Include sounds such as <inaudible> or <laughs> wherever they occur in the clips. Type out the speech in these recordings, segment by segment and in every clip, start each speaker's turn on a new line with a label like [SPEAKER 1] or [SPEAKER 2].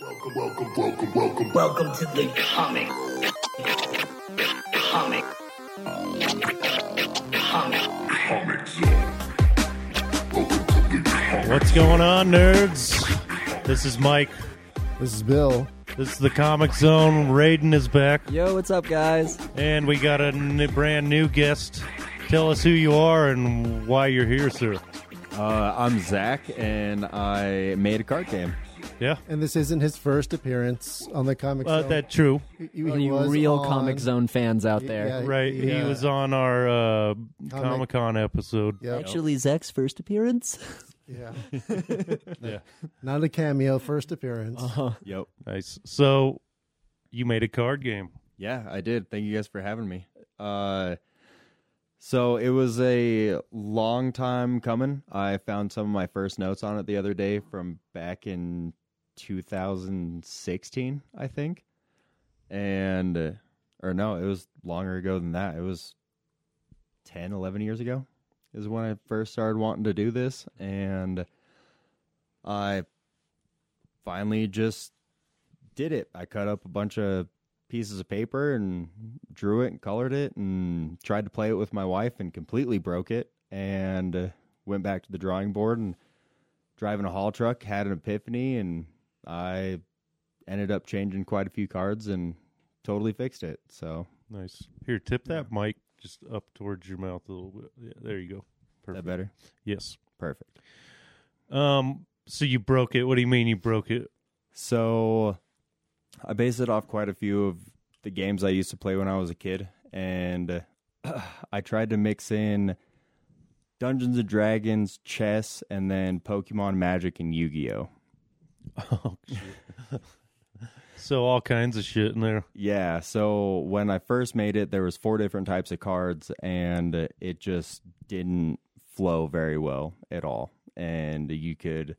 [SPEAKER 1] Welcome, welcome, welcome, welcome, welcome to the comic, comic, comic, comic zone. Welcome to the comic.
[SPEAKER 2] What's going on, nerds? This is Mike.
[SPEAKER 3] This is Bill.
[SPEAKER 2] This is the Comic Zone. Raiden is back,
[SPEAKER 4] Yo, what's up, guys?
[SPEAKER 2] and we got a n- brand new guest. Tell us who you are and why you're here, sir.
[SPEAKER 5] Uh, I'm Zach, and I made a card game.
[SPEAKER 2] Yeah,
[SPEAKER 3] And this isn't his first appearance on the comic.
[SPEAKER 2] uh,
[SPEAKER 3] Zone.
[SPEAKER 2] that's true.
[SPEAKER 3] He- Oh, he
[SPEAKER 4] All Oh, you
[SPEAKER 3] was
[SPEAKER 4] real
[SPEAKER 3] on-
[SPEAKER 4] Comic Zone fans out there.
[SPEAKER 3] Yeah,
[SPEAKER 2] Right,
[SPEAKER 3] yeah.
[SPEAKER 2] he was on our uh, Comic Con episode.
[SPEAKER 3] Yep.
[SPEAKER 4] Actually, Zach's first appearance.
[SPEAKER 2] <laughs>
[SPEAKER 3] Yeah.
[SPEAKER 2] Yeah.
[SPEAKER 3] Not a cameo, first appearance.
[SPEAKER 4] Uh-huh.
[SPEAKER 5] Yep.
[SPEAKER 2] Nice. So you made a card game.
[SPEAKER 5] Yeah, I did. Thank you guys for having me. Uh, so it was a long time coming. I found some of my first notes on it the other day from back in 2016, I think, and uh, or no, it was longer ago than that. It was 10, 11 years ago is when I first started wanting to do this, and I finally just did it. I cut up a bunch of pieces of paper and drew it and colored it and tried to play it with my wife and completely broke it and uh, went back to the drawing board and driving a haul truck had an epiphany and I ended up changing quite a few cards and totally fixed it. So
[SPEAKER 2] Nice. Here, tip that mic just up towards your mouth a little bit. Yeah, there you go.
[SPEAKER 5] that
[SPEAKER 2] Perfect.
[SPEAKER 5] better?
[SPEAKER 2] Yes.
[SPEAKER 5] Perfect.
[SPEAKER 2] Um. So you broke it. What do you mean you broke it?
[SPEAKER 5] So I based it off quite a few of the games I used to play when I was a kid, and <clears throat> uh, I tried to mix in Dungeons and Dragons, chess, and then Pokemon Magic and Yu Gi Oh!
[SPEAKER 2] Oh, shit. so all kinds of shit in there.
[SPEAKER 5] Yeah, so when I first made it, there was four different types of cards, and it just didn't flow very well at all. And you could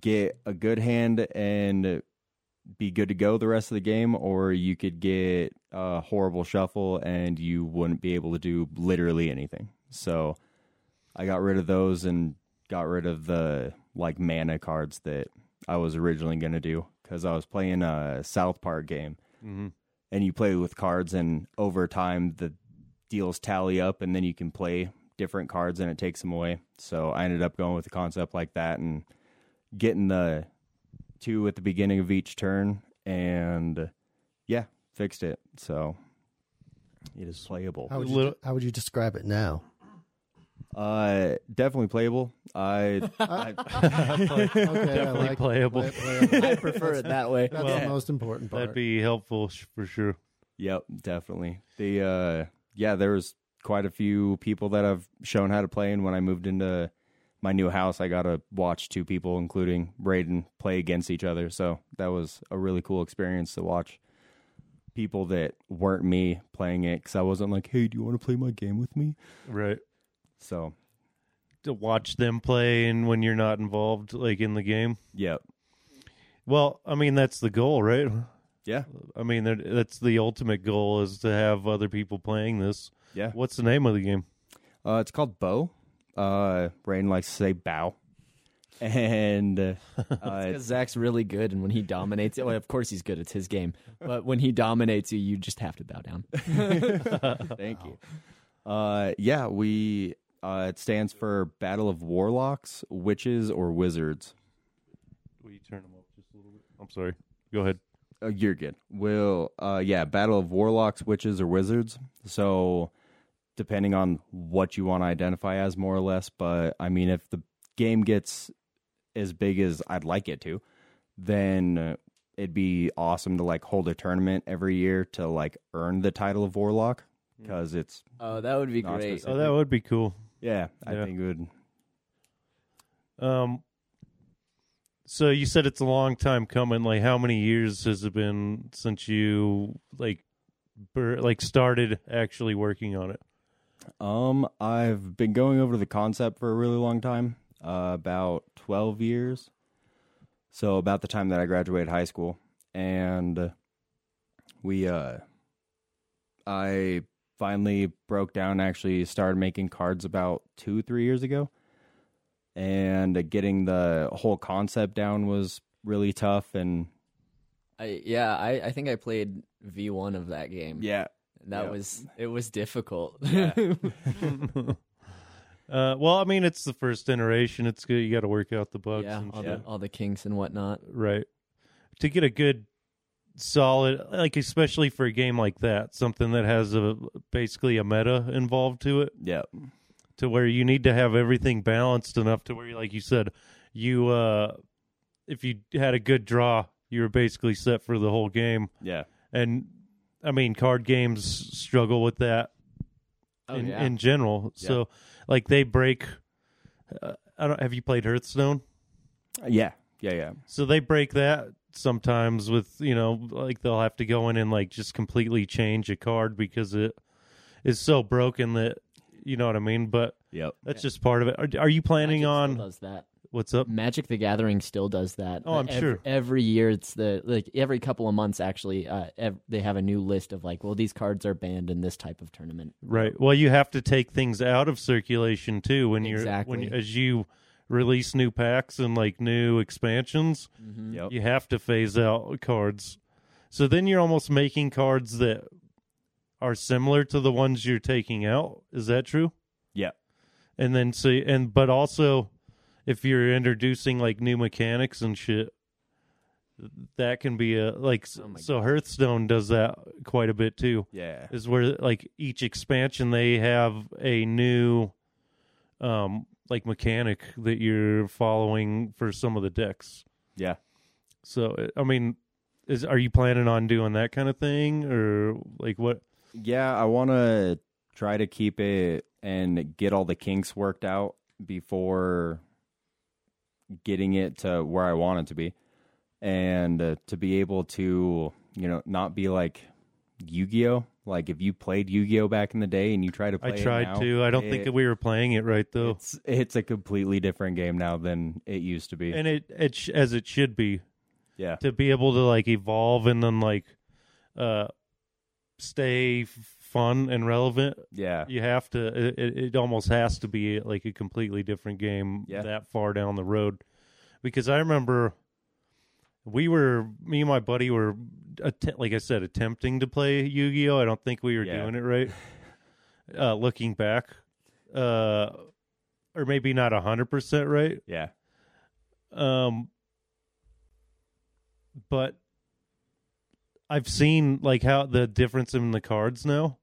[SPEAKER 5] get a good hand and be good to go the rest of the game, or you could get a horrible shuffle and you wouldn't be able to do literally anything. So I got rid of those and got rid of the like mana cards that I was originally going to do because I was playing a South Park game
[SPEAKER 2] Mm-hmm.
[SPEAKER 5] and you play with cards and over time the deals tally up and then you can play different cards and it takes them away so i ended up going with a concept like that and getting the two at the beginning of each turn and yeah fixed it so it is playable
[SPEAKER 3] How would,
[SPEAKER 2] Little-
[SPEAKER 3] you, how would you describe
[SPEAKER 2] <laughs>
[SPEAKER 3] it now?
[SPEAKER 5] uh definitely playable <laughs> i, I
[SPEAKER 3] Okay,
[SPEAKER 2] Definitely
[SPEAKER 3] I like
[SPEAKER 2] playable.
[SPEAKER 3] play- <laughs> playable.
[SPEAKER 4] I prefer it that <laughs> way.
[SPEAKER 3] That's the most important part.
[SPEAKER 2] That'd be helpful sh- for sure.
[SPEAKER 5] Yep, definitely. The uh yeah, there was quite a few people that I've shown how to play and when I moved into my new house, I got to watch two people including Braden play against each other. So, that was a really cool experience to watch people that weren't me playing it cuz I wasn't like, "Hey, do you want to play my game with me?"
[SPEAKER 2] Right.
[SPEAKER 5] So,
[SPEAKER 2] To watch them play and when you're not involved, like in the game.
[SPEAKER 5] yep.
[SPEAKER 2] Well, I mean that's the goal, right?
[SPEAKER 5] Yeah.
[SPEAKER 2] I mean that- that's the ultimate goal is to have other people playing this.
[SPEAKER 5] Yeah.
[SPEAKER 2] What's the name of the game?
[SPEAKER 5] Uh, it's called Bow. Uh Braden likes to say bow. <laughs> And uh,
[SPEAKER 4] Because Zach's really good, and when he dominates, well, of course he's good. It's his game. But when he dominates you, you just have to bow down.
[SPEAKER 5] Thank you. Uh, yeah, we. Uh, it stands for Battle of Warlocks, Witches, or Wizards.
[SPEAKER 2] Will you turn them up just a little bit? I'm sorry. Go ahead.
[SPEAKER 5] Uh, you're good. Will. Uh, yeah, Battle of Warlocks, Witches, or Wizards. So, depending on what you want to identify as, more or less. But I mean, if the game gets as big as I'd like it to, then uh, it'd be awesome to like hold a tournament every year to like earn the title of Warlock because it's
[SPEAKER 4] <laughs> Oh, that would be
[SPEAKER 5] Not
[SPEAKER 4] great.
[SPEAKER 5] specific.
[SPEAKER 2] Oh, that would be cool.
[SPEAKER 5] yeah. I
[SPEAKER 2] Yeah.
[SPEAKER 5] think it would
[SPEAKER 2] Um. So you said it's a long time coming. Like, how many years has it been since you like, bur- like started actually working on it?
[SPEAKER 5] Um, I've been going over the concept for a really long time, uh, about 12 years. So about the time that I graduated high school and we uh I finally broke down actually started making cards about 2 3 years ago. And getting the whole concept down was really tough and
[SPEAKER 4] I yeah, I, I think I played V one of that game.
[SPEAKER 5] yeah,
[SPEAKER 4] And that
[SPEAKER 5] yeah.
[SPEAKER 4] was it was difficult.
[SPEAKER 2] <laughs> Uh, well, I mean, it's the first iteration. It's good. You got to work out the bugs.
[SPEAKER 4] <laughs> yeah,
[SPEAKER 2] and
[SPEAKER 4] all,
[SPEAKER 2] shit.
[SPEAKER 4] The, all the kinks and whatnot.
[SPEAKER 2] right to get a good solid like especially for a game like that something that has a basically a meta involved to it
[SPEAKER 5] yeah,
[SPEAKER 2] to where you need to have everything balanced enough to where like you said you uh if you had a good draw you were basically set for the whole game
[SPEAKER 5] yeah,
[SPEAKER 2] and i mean card games struggle with that
[SPEAKER 4] Oh,
[SPEAKER 2] in,
[SPEAKER 4] yeah.
[SPEAKER 2] in general so like they break uh, i don't have you played hearthstone
[SPEAKER 5] yeah, yeah, yeah.
[SPEAKER 2] so they break that sometimes with, you know, like they'll have to go in and like just completely change a card because it is so broken that, you know what I mean? But
[SPEAKER 5] Yep.
[SPEAKER 2] that's just part of it. Are, are you planning
[SPEAKER 4] Magic still
[SPEAKER 2] on
[SPEAKER 4] does that.
[SPEAKER 2] what's up?
[SPEAKER 4] Magic the Gathering still does that.
[SPEAKER 2] Oh, I'm
[SPEAKER 4] Ev-
[SPEAKER 2] sure.
[SPEAKER 4] Every year, it's the like every couple of months actually. Uh, ev- they have a new list of like, well, these cards are banned in this type of tournament.
[SPEAKER 2] Right. Well, you have to take things out of circulation too when you're when
[SPEAKER 4] Exactly.
[SPEAKER 2] as you release new packs and like new expansions,
[SPEAKER 5] Yep.
[SPEAKER 2] you have to phase out cards. So then you're almost making cards that are similar to the ones you're taking out. Is that true?
[SPEAKER 5] Yeah.
[SPEAKER 2] and then so and but also if you're introducing like new mechanics and shit that can be a like s-
[SPEAKER 4] Oh my
[SPEAKER 2] so hearthstone does that quite a bit too
[SPEAKER 5] Yeah.
[SPEAKER 2] is where like each expansion they have a new um like mechanic that you're following for some of the decks
[SPEAKER 5] Yeah.
[SPEAKER 2] so i mean is are you planning on doing that kind of thing or like what
[SPEAKER 5] Yeah, I want to try to keep it and get all the kinks worked out before getting it to where I want it to be. And uh, to be able to, you know, not be like Yu Gi Oh! Like if you played Yu Gi Oh! back in the day and you try to play
[SPEAKER 2] i tried
[SPEAKER 5] it now,
[SPEAKER 2] to i don't think
[SPEAKER 5] it-
[SPEAKER 2] that we were playing it right though
[SPEAKER 5] It's, it's a completely different game now than it used to be.
[SPEAKER 2] and it it sh- as it should be
[SPEAKER 5] yeah.
[SPEAKER 2] to be able to like evolve and then like uh stay f- fun and relevant
[SPEAKER 5] Yeah.
[SPEAKER 2] you have to it- it, it almost has to be like a completely different game
[SPEAKER 5] Yeah.
[SPEAKER 2] that far down the road because i remember we were me and my buddy were att- like i said attempting to play yu-gi-oh i don't think we were
[SPEAKER 5] Yeah.
[SPEAKER 2] doing it right uh looking back uh or maybe not 100% right
[SPEAKER 5] Yeah.
[SPEAKER 2] um but i've seen like how the difference in the cards now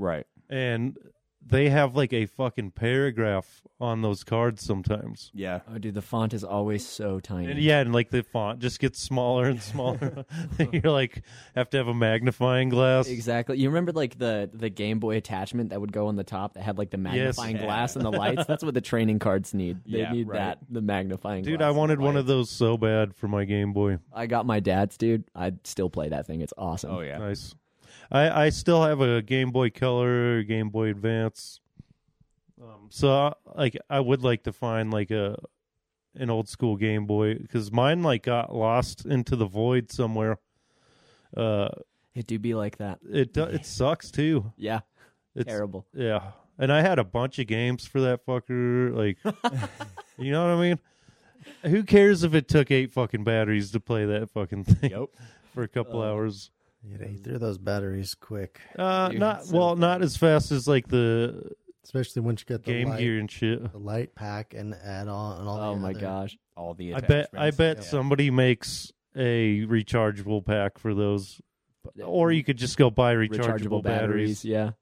[SPEAKER 5] Right.
[SPEAKER 2] and they have like a fucking paragraph on those cards sometimes
[SPEAKER 5] Yeah.
[SPEAKER 4] Oh, dude, the font is always so tiny.
[SPEAKER 2] and yeah and like the font just gets smaller and
[SPEAKER 4] <laughs>
[SPEAKER 2] smaller <laughs> you're like have to have a magnifying glass
[SPEAKER 4] Exactly. You remember like the the Game Boy attachment that would go on the top that had like the magnifying
[SPEAKER 5] Yeah.
[SPEAKER 4] glass and the lights. That's what the training cards need. They
[SPEAKER 5] Yeah,
[SPEAKER 4] need
[SPEAKER 5] right.
[SPEAKER 4] that the magnifying.
[SPEAKER 2] dude
[SPEAKER 4] glass
[SPEAKER 2] i
[SPEAKER 4] and the
[SPEAKER 2] wanted one
[SPEAKER 4] lights.
[SPEAKER 2] of those so bad for my game boy
[SPEAKER 4] I got my dad's, dude. I'd still play that thing. It's awesome.
[SPEAKER 5] Oh, yeah.
[SPEAKER 2] nice i i still have a game boy color game boy advance um so I, like i would like to find like a an old school game boy because mine like got lost into the void somewhere uh
[SPEAKER 4] It do be like that.
[SPEAKER 2] it do- it sucks too
[SPEAKER 4] Yeah.
[SPEAKER 2] it's
[SPEAKER 4] Terrible.
[SPEAKER 2] yeah and i had a bunch of games for that fucker like you know what i mean who cares if it took eight fucking batteries to play that fucking thing
[SPEAKER 5] Yep.
[SPEAKER 2] for a couple hours
[SPEAKER 3] You ate through those batteries quick,
[SPEAKER 2] Uh,
[SPEAKER 4] Dude,
[SPEAKER 2] not
[SPEAKER 4] so
[SPEAKER 2] well, not as fast as like the
[SPEAKER 3] especially once you get the
[SPEAKER 2] Game
[SPEAKER 3] light,
[SPEAKER 2] Gear and shit.
[SPEAKER 3] the light pack, and the add-on, and all.
[SPEAKER 4] Oh
[SPEAKER 3] the
[SPEAKER 4] my
[SPEAKER 3] other-
[SPEAKER 4] gosh.
[SPEAKER 5] All the
[SPEAKER 2] I bet, I
[SPEAKER 5] attachments.
[SPEAKER 2] bet
[SPEAKER 5] Yeah.
[SPEAKER 2] somebody makes a rechargeable pack for those, or you could just go buy rechargeable, batteries.
[SPEAKER 4] Yeah.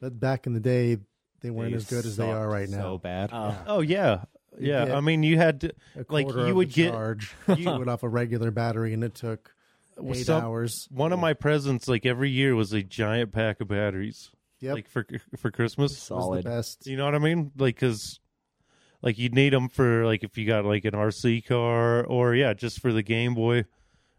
[SPEAKER 3] But back in the day, they
[SPEAKER 5] They
[SPEAKER 3] weren't as good as they
[SPEAKER 5] sucked
[SPEAKER 3] are right
[SPEAKER 5] So
[SPEAKER 3] now.
[SPEAKER 5] bad.
[SPEAKER 4] Oh.
[SPEAKER 2] Oh yeah,
[SPEAKER 3] You
[SPEAKER 2] yeah.
[SPEAKER 3] get
[SPEAKER 2] I mean, you had to
[SPEAKER 3] a
[SPEAKER 2] like,
[SPEAKER 3] quarter
[SPEAKER 2] you
[SPEAKER 3] of
[SPEAKER 2] would
[SPEAKER 3] the
[SPEAKER 2] get-
[SPEAKER 3] charge.
[SPEAKER 2] you-
[SPEAKER 3] You <laughs> went off a regular battery, and it took eight
[SPEAKER 2] some-
[SPEAKER 3] hours.
[SPEAKER 2] One of my presents, like every year, was a giant pack of batteries,
[SPEAKER 3] Yep,
[SPEAKER 2] like for for Christmas.
[SPEAKER 3] it was the
[SPEAKER 4] Solid.
[SPEAKER 3] best.
[SPEAKER 2] You know what I mean? Like, cause like you'd need them for like if you got like an RC car or yeah, just for the Game Boy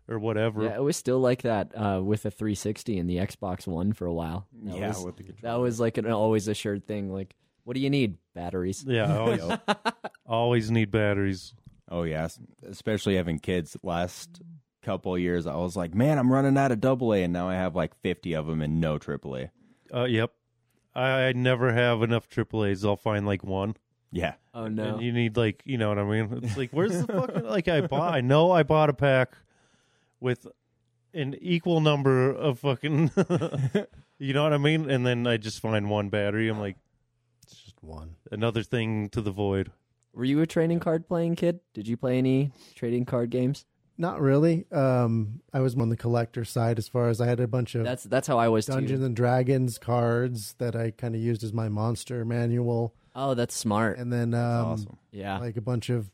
[SPEAKER 2] or whatever.
[SPEAKER 4] Yeah, it was still like that uh, with the 360 and the Xbox One for a while. That
[SPEAKER 5] yeah.
[SPEAKER 4] was,
[SPEAKER 5] with the controller.
[SPEAKER 4] that was like an always assured thing. Like, what do you need? Batteries.
[SPEAKER 2] Yeah, I always, always need batteries.
[SPEAKER 5] Oh yeah, especially having kids. Last
[SPEAKER 2] Mm.
[SPEAKER 5] couple of years, I was like, man, I'm running out of double A, and now I have like 50 of them and no triple A.
[SPEAKER 2] Uh, yep. I, I never have enough AAAs. I'll find like one.
[SPEAKER 5] Yeah.
[SPEAKER 4] Oh no.
[SPEAKER 2] And you need like, you know what I mean? It's like, where's the fucking like I bought? I know I bought a pack with an equal number of fucking, <laughs> you know what I mean? And then I just find one battery. I'm like
[SPEAKER 3] It's just one.
[SPEAKER 2] another thing to the void.
[SPEAKER 4] Were you a trading card playing kid? Did you play any trading card games?
[SPEAKER 3] Not really. Um, I was on the collector side as far as I had a bunch of
[SPEAKER 4] That's that's how I was
[SPEAKER 3] Dungeons
[SPEAKER 4] too.
[SPEAKER 3] and Dragons cards that I kind of used as my monster manual,
[SPEAKER 4] Oh, that's smart.
[SPEAKER 3] and then um,
[SPEAKER 5] awesome.
[SPEAKER 4] Yeah.
[SPEAKER 3] like a bunch of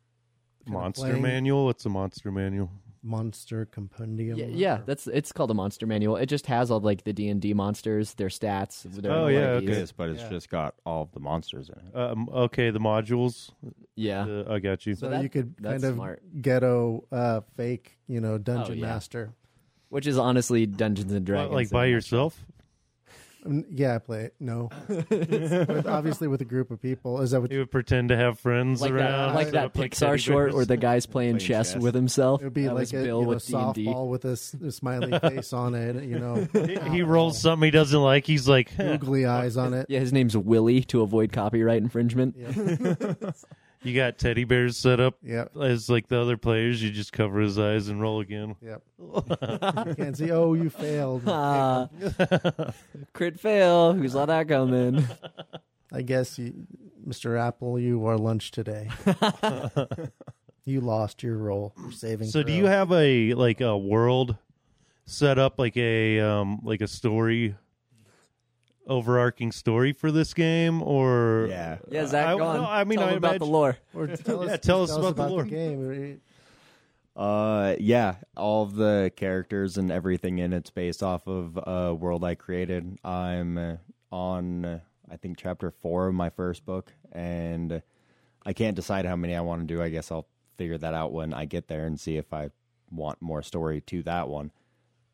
[SPEAKER 3] kinda
[SPEAKER 2] Monster
[SPEAKER 3] playing
[SPEAKER 2] manual. It's a monster manual.
[SPEAKER 3] monster compendium.
[SPEAKER 4] yeah, yeah, that's it's called a monster manual. It just has all like the D and D monsters, their stats. Their
[SPEAKER 2] Oh, yeah,
[SPEAKER 5] It
[SPEAKER 4] abilities.
[SPEAKER 5] is, but it's just got all of the monsters in it.
[SPEAKER 2] Um, okay, the modules.
[SPEAKER 4] yeah.
[SPEAKER 2] Uh, I got you.
[SPEAKER 3] so
[SPEAKER 4] Ah. that-
[SPEAKER 3] you could
[SPEAKER 4] that's
[SPEAKER 3] kind of
[SPEAKER 4] smart. Oh,
[SPEAKER 3] ghetto uh, fake, you know, dungeon
[SPEAKER 4] yeah.
[SPEAKER 3] master.
[SPEAKER 4] Which is honestly Dungeons and Dragons.
[SPEAKER 2] like by
[SPEAKER 4] and-
[SPEAKER 2] yourself?
[SPEAKER 3] Um, yeah, I play it.
[SPEAKER 4] <laughs>
[SPEAKER 3] No, With- obviously with a group of people. Is that what
[SPEAKER 2] You would pretend to have friends
[SPEAKER 4] like
[SPEAKER 2] around.
[SPEAKER 4] that, like
[SPEAKER 2] set
[SPEAKER 4] that
[SPEAKER 2] up, like,
[SPEAKER 4] Pixar
[SPEAKER 2] teddy
[SPEAKER 4] short
[SPEAKER 2] bears.
[SPEAKER 4] where the guy's playing
[SPEAKER 5] Playing
[SPEAKER 4] chess,
[SPEAKER 5] chess.
[SPEAKER 4] with himself.
[SPEAKER 3] it would be?
[SPEAKER 4] That
[SPEAKER 3] like
[SPEAKER 4] was
[SPEAKER 3] a,
[SPEAKER 4] Bill
[SPEAKER 3] you know,
[SPEAKER 4] with D&D.
[SPEAKER 3] softball with a, s- a smiley face on it. You
[SPEAKER 4] <laughs>
[SPEAKER 3] know,
[SPEAKER 2] He- He rolls something he doesn't like. He's like, <laughs> "Huh,
[SPEAKER 3] googly eyes on it.
[SPEAKER 4] Yeah, his name's Willie to avoid copyright infringement.
[SPEAKER 2] you got teddy bears set up
[SPEAKER 3] Yep.
[SPEAKER 2] as like the other players. You just cover his eyes and roll again.
[SPEAKER 3] Yep. you can't see. Oh, you
[SPEAKER 4] <laughs>
[SPEAKER 3] failed.
[SPEAKER 4] Ah. crit fail. Who's saw that coming?
[SPEAKER 3] I guess you, Mr. Apple, you are lunch
[SPEAKER 4] <laughs>
[SPEAKER 3] today. you lost your role. Your saving.
[SPEAKER 2] So do
[SPEAKER 3] throw.
[SPEAKER 2] you have a like a world set up like a um like a story overarching story for this game or
[SPEAKER 5] Yeah.
[SPEAKER 4] Yeah, Zach,
[SPEAKER 2] I-
[SPEAKER 4] go on.
[SPEAKER 2] no, I mean,
[SPEAKER 4] Tell
[SPEAKER 2] I
[SPEAKER 4] him about the
[SPEAKER 2] imagine-
[SPEAKER 4] lore.
[SPEAKER 3] Or tell
[SPEAKER 2] <laughs>
[SPEAKER 3] us,
[SPEAKER 2] Yeah, tell us about the lore.
[SPEAKER 3] game.
[SPEAKER 5] Uh, yeah, all of the characters and everything in it's based off of a world I created. I'm uh, on, uh, I think, chapter four of my first book, and I can't decide how many I want to do. I guess I'll figure that out when I get there and see if I want more story to that one.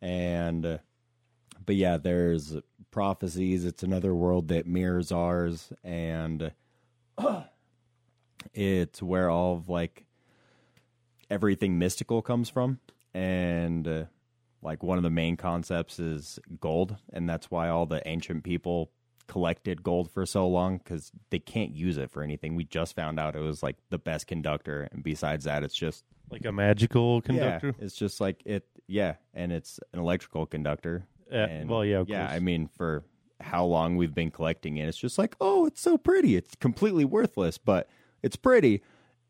[SPEAKER 5] And, uh, but yeah, there's prophecies. It's another world that mirrors ours, and <clears throat> it's where all of like everything mystical comes from and uh, like one of the main concepts is gold and that's why all the ancient people collected gold for so long because they can't use it for anything we just found out it was like the best conductor and besides that it's just
[SPEAKER 2] like a magical conductor?
[SPEAKER 5] yeah, it's just like it yeah and it's an electrical conductor
[SPEAKER 2] Yeah,
[SPEAKER 5] and
[SPEAKER 2] Uh, well, yeah, of
[SPEAKER 5] yeah
[SPEAKER 2] course.
[SPEAKER 5] i mean for how long we've been collecting it it's just like oh it's so pretty it's completely worthless but it's pretty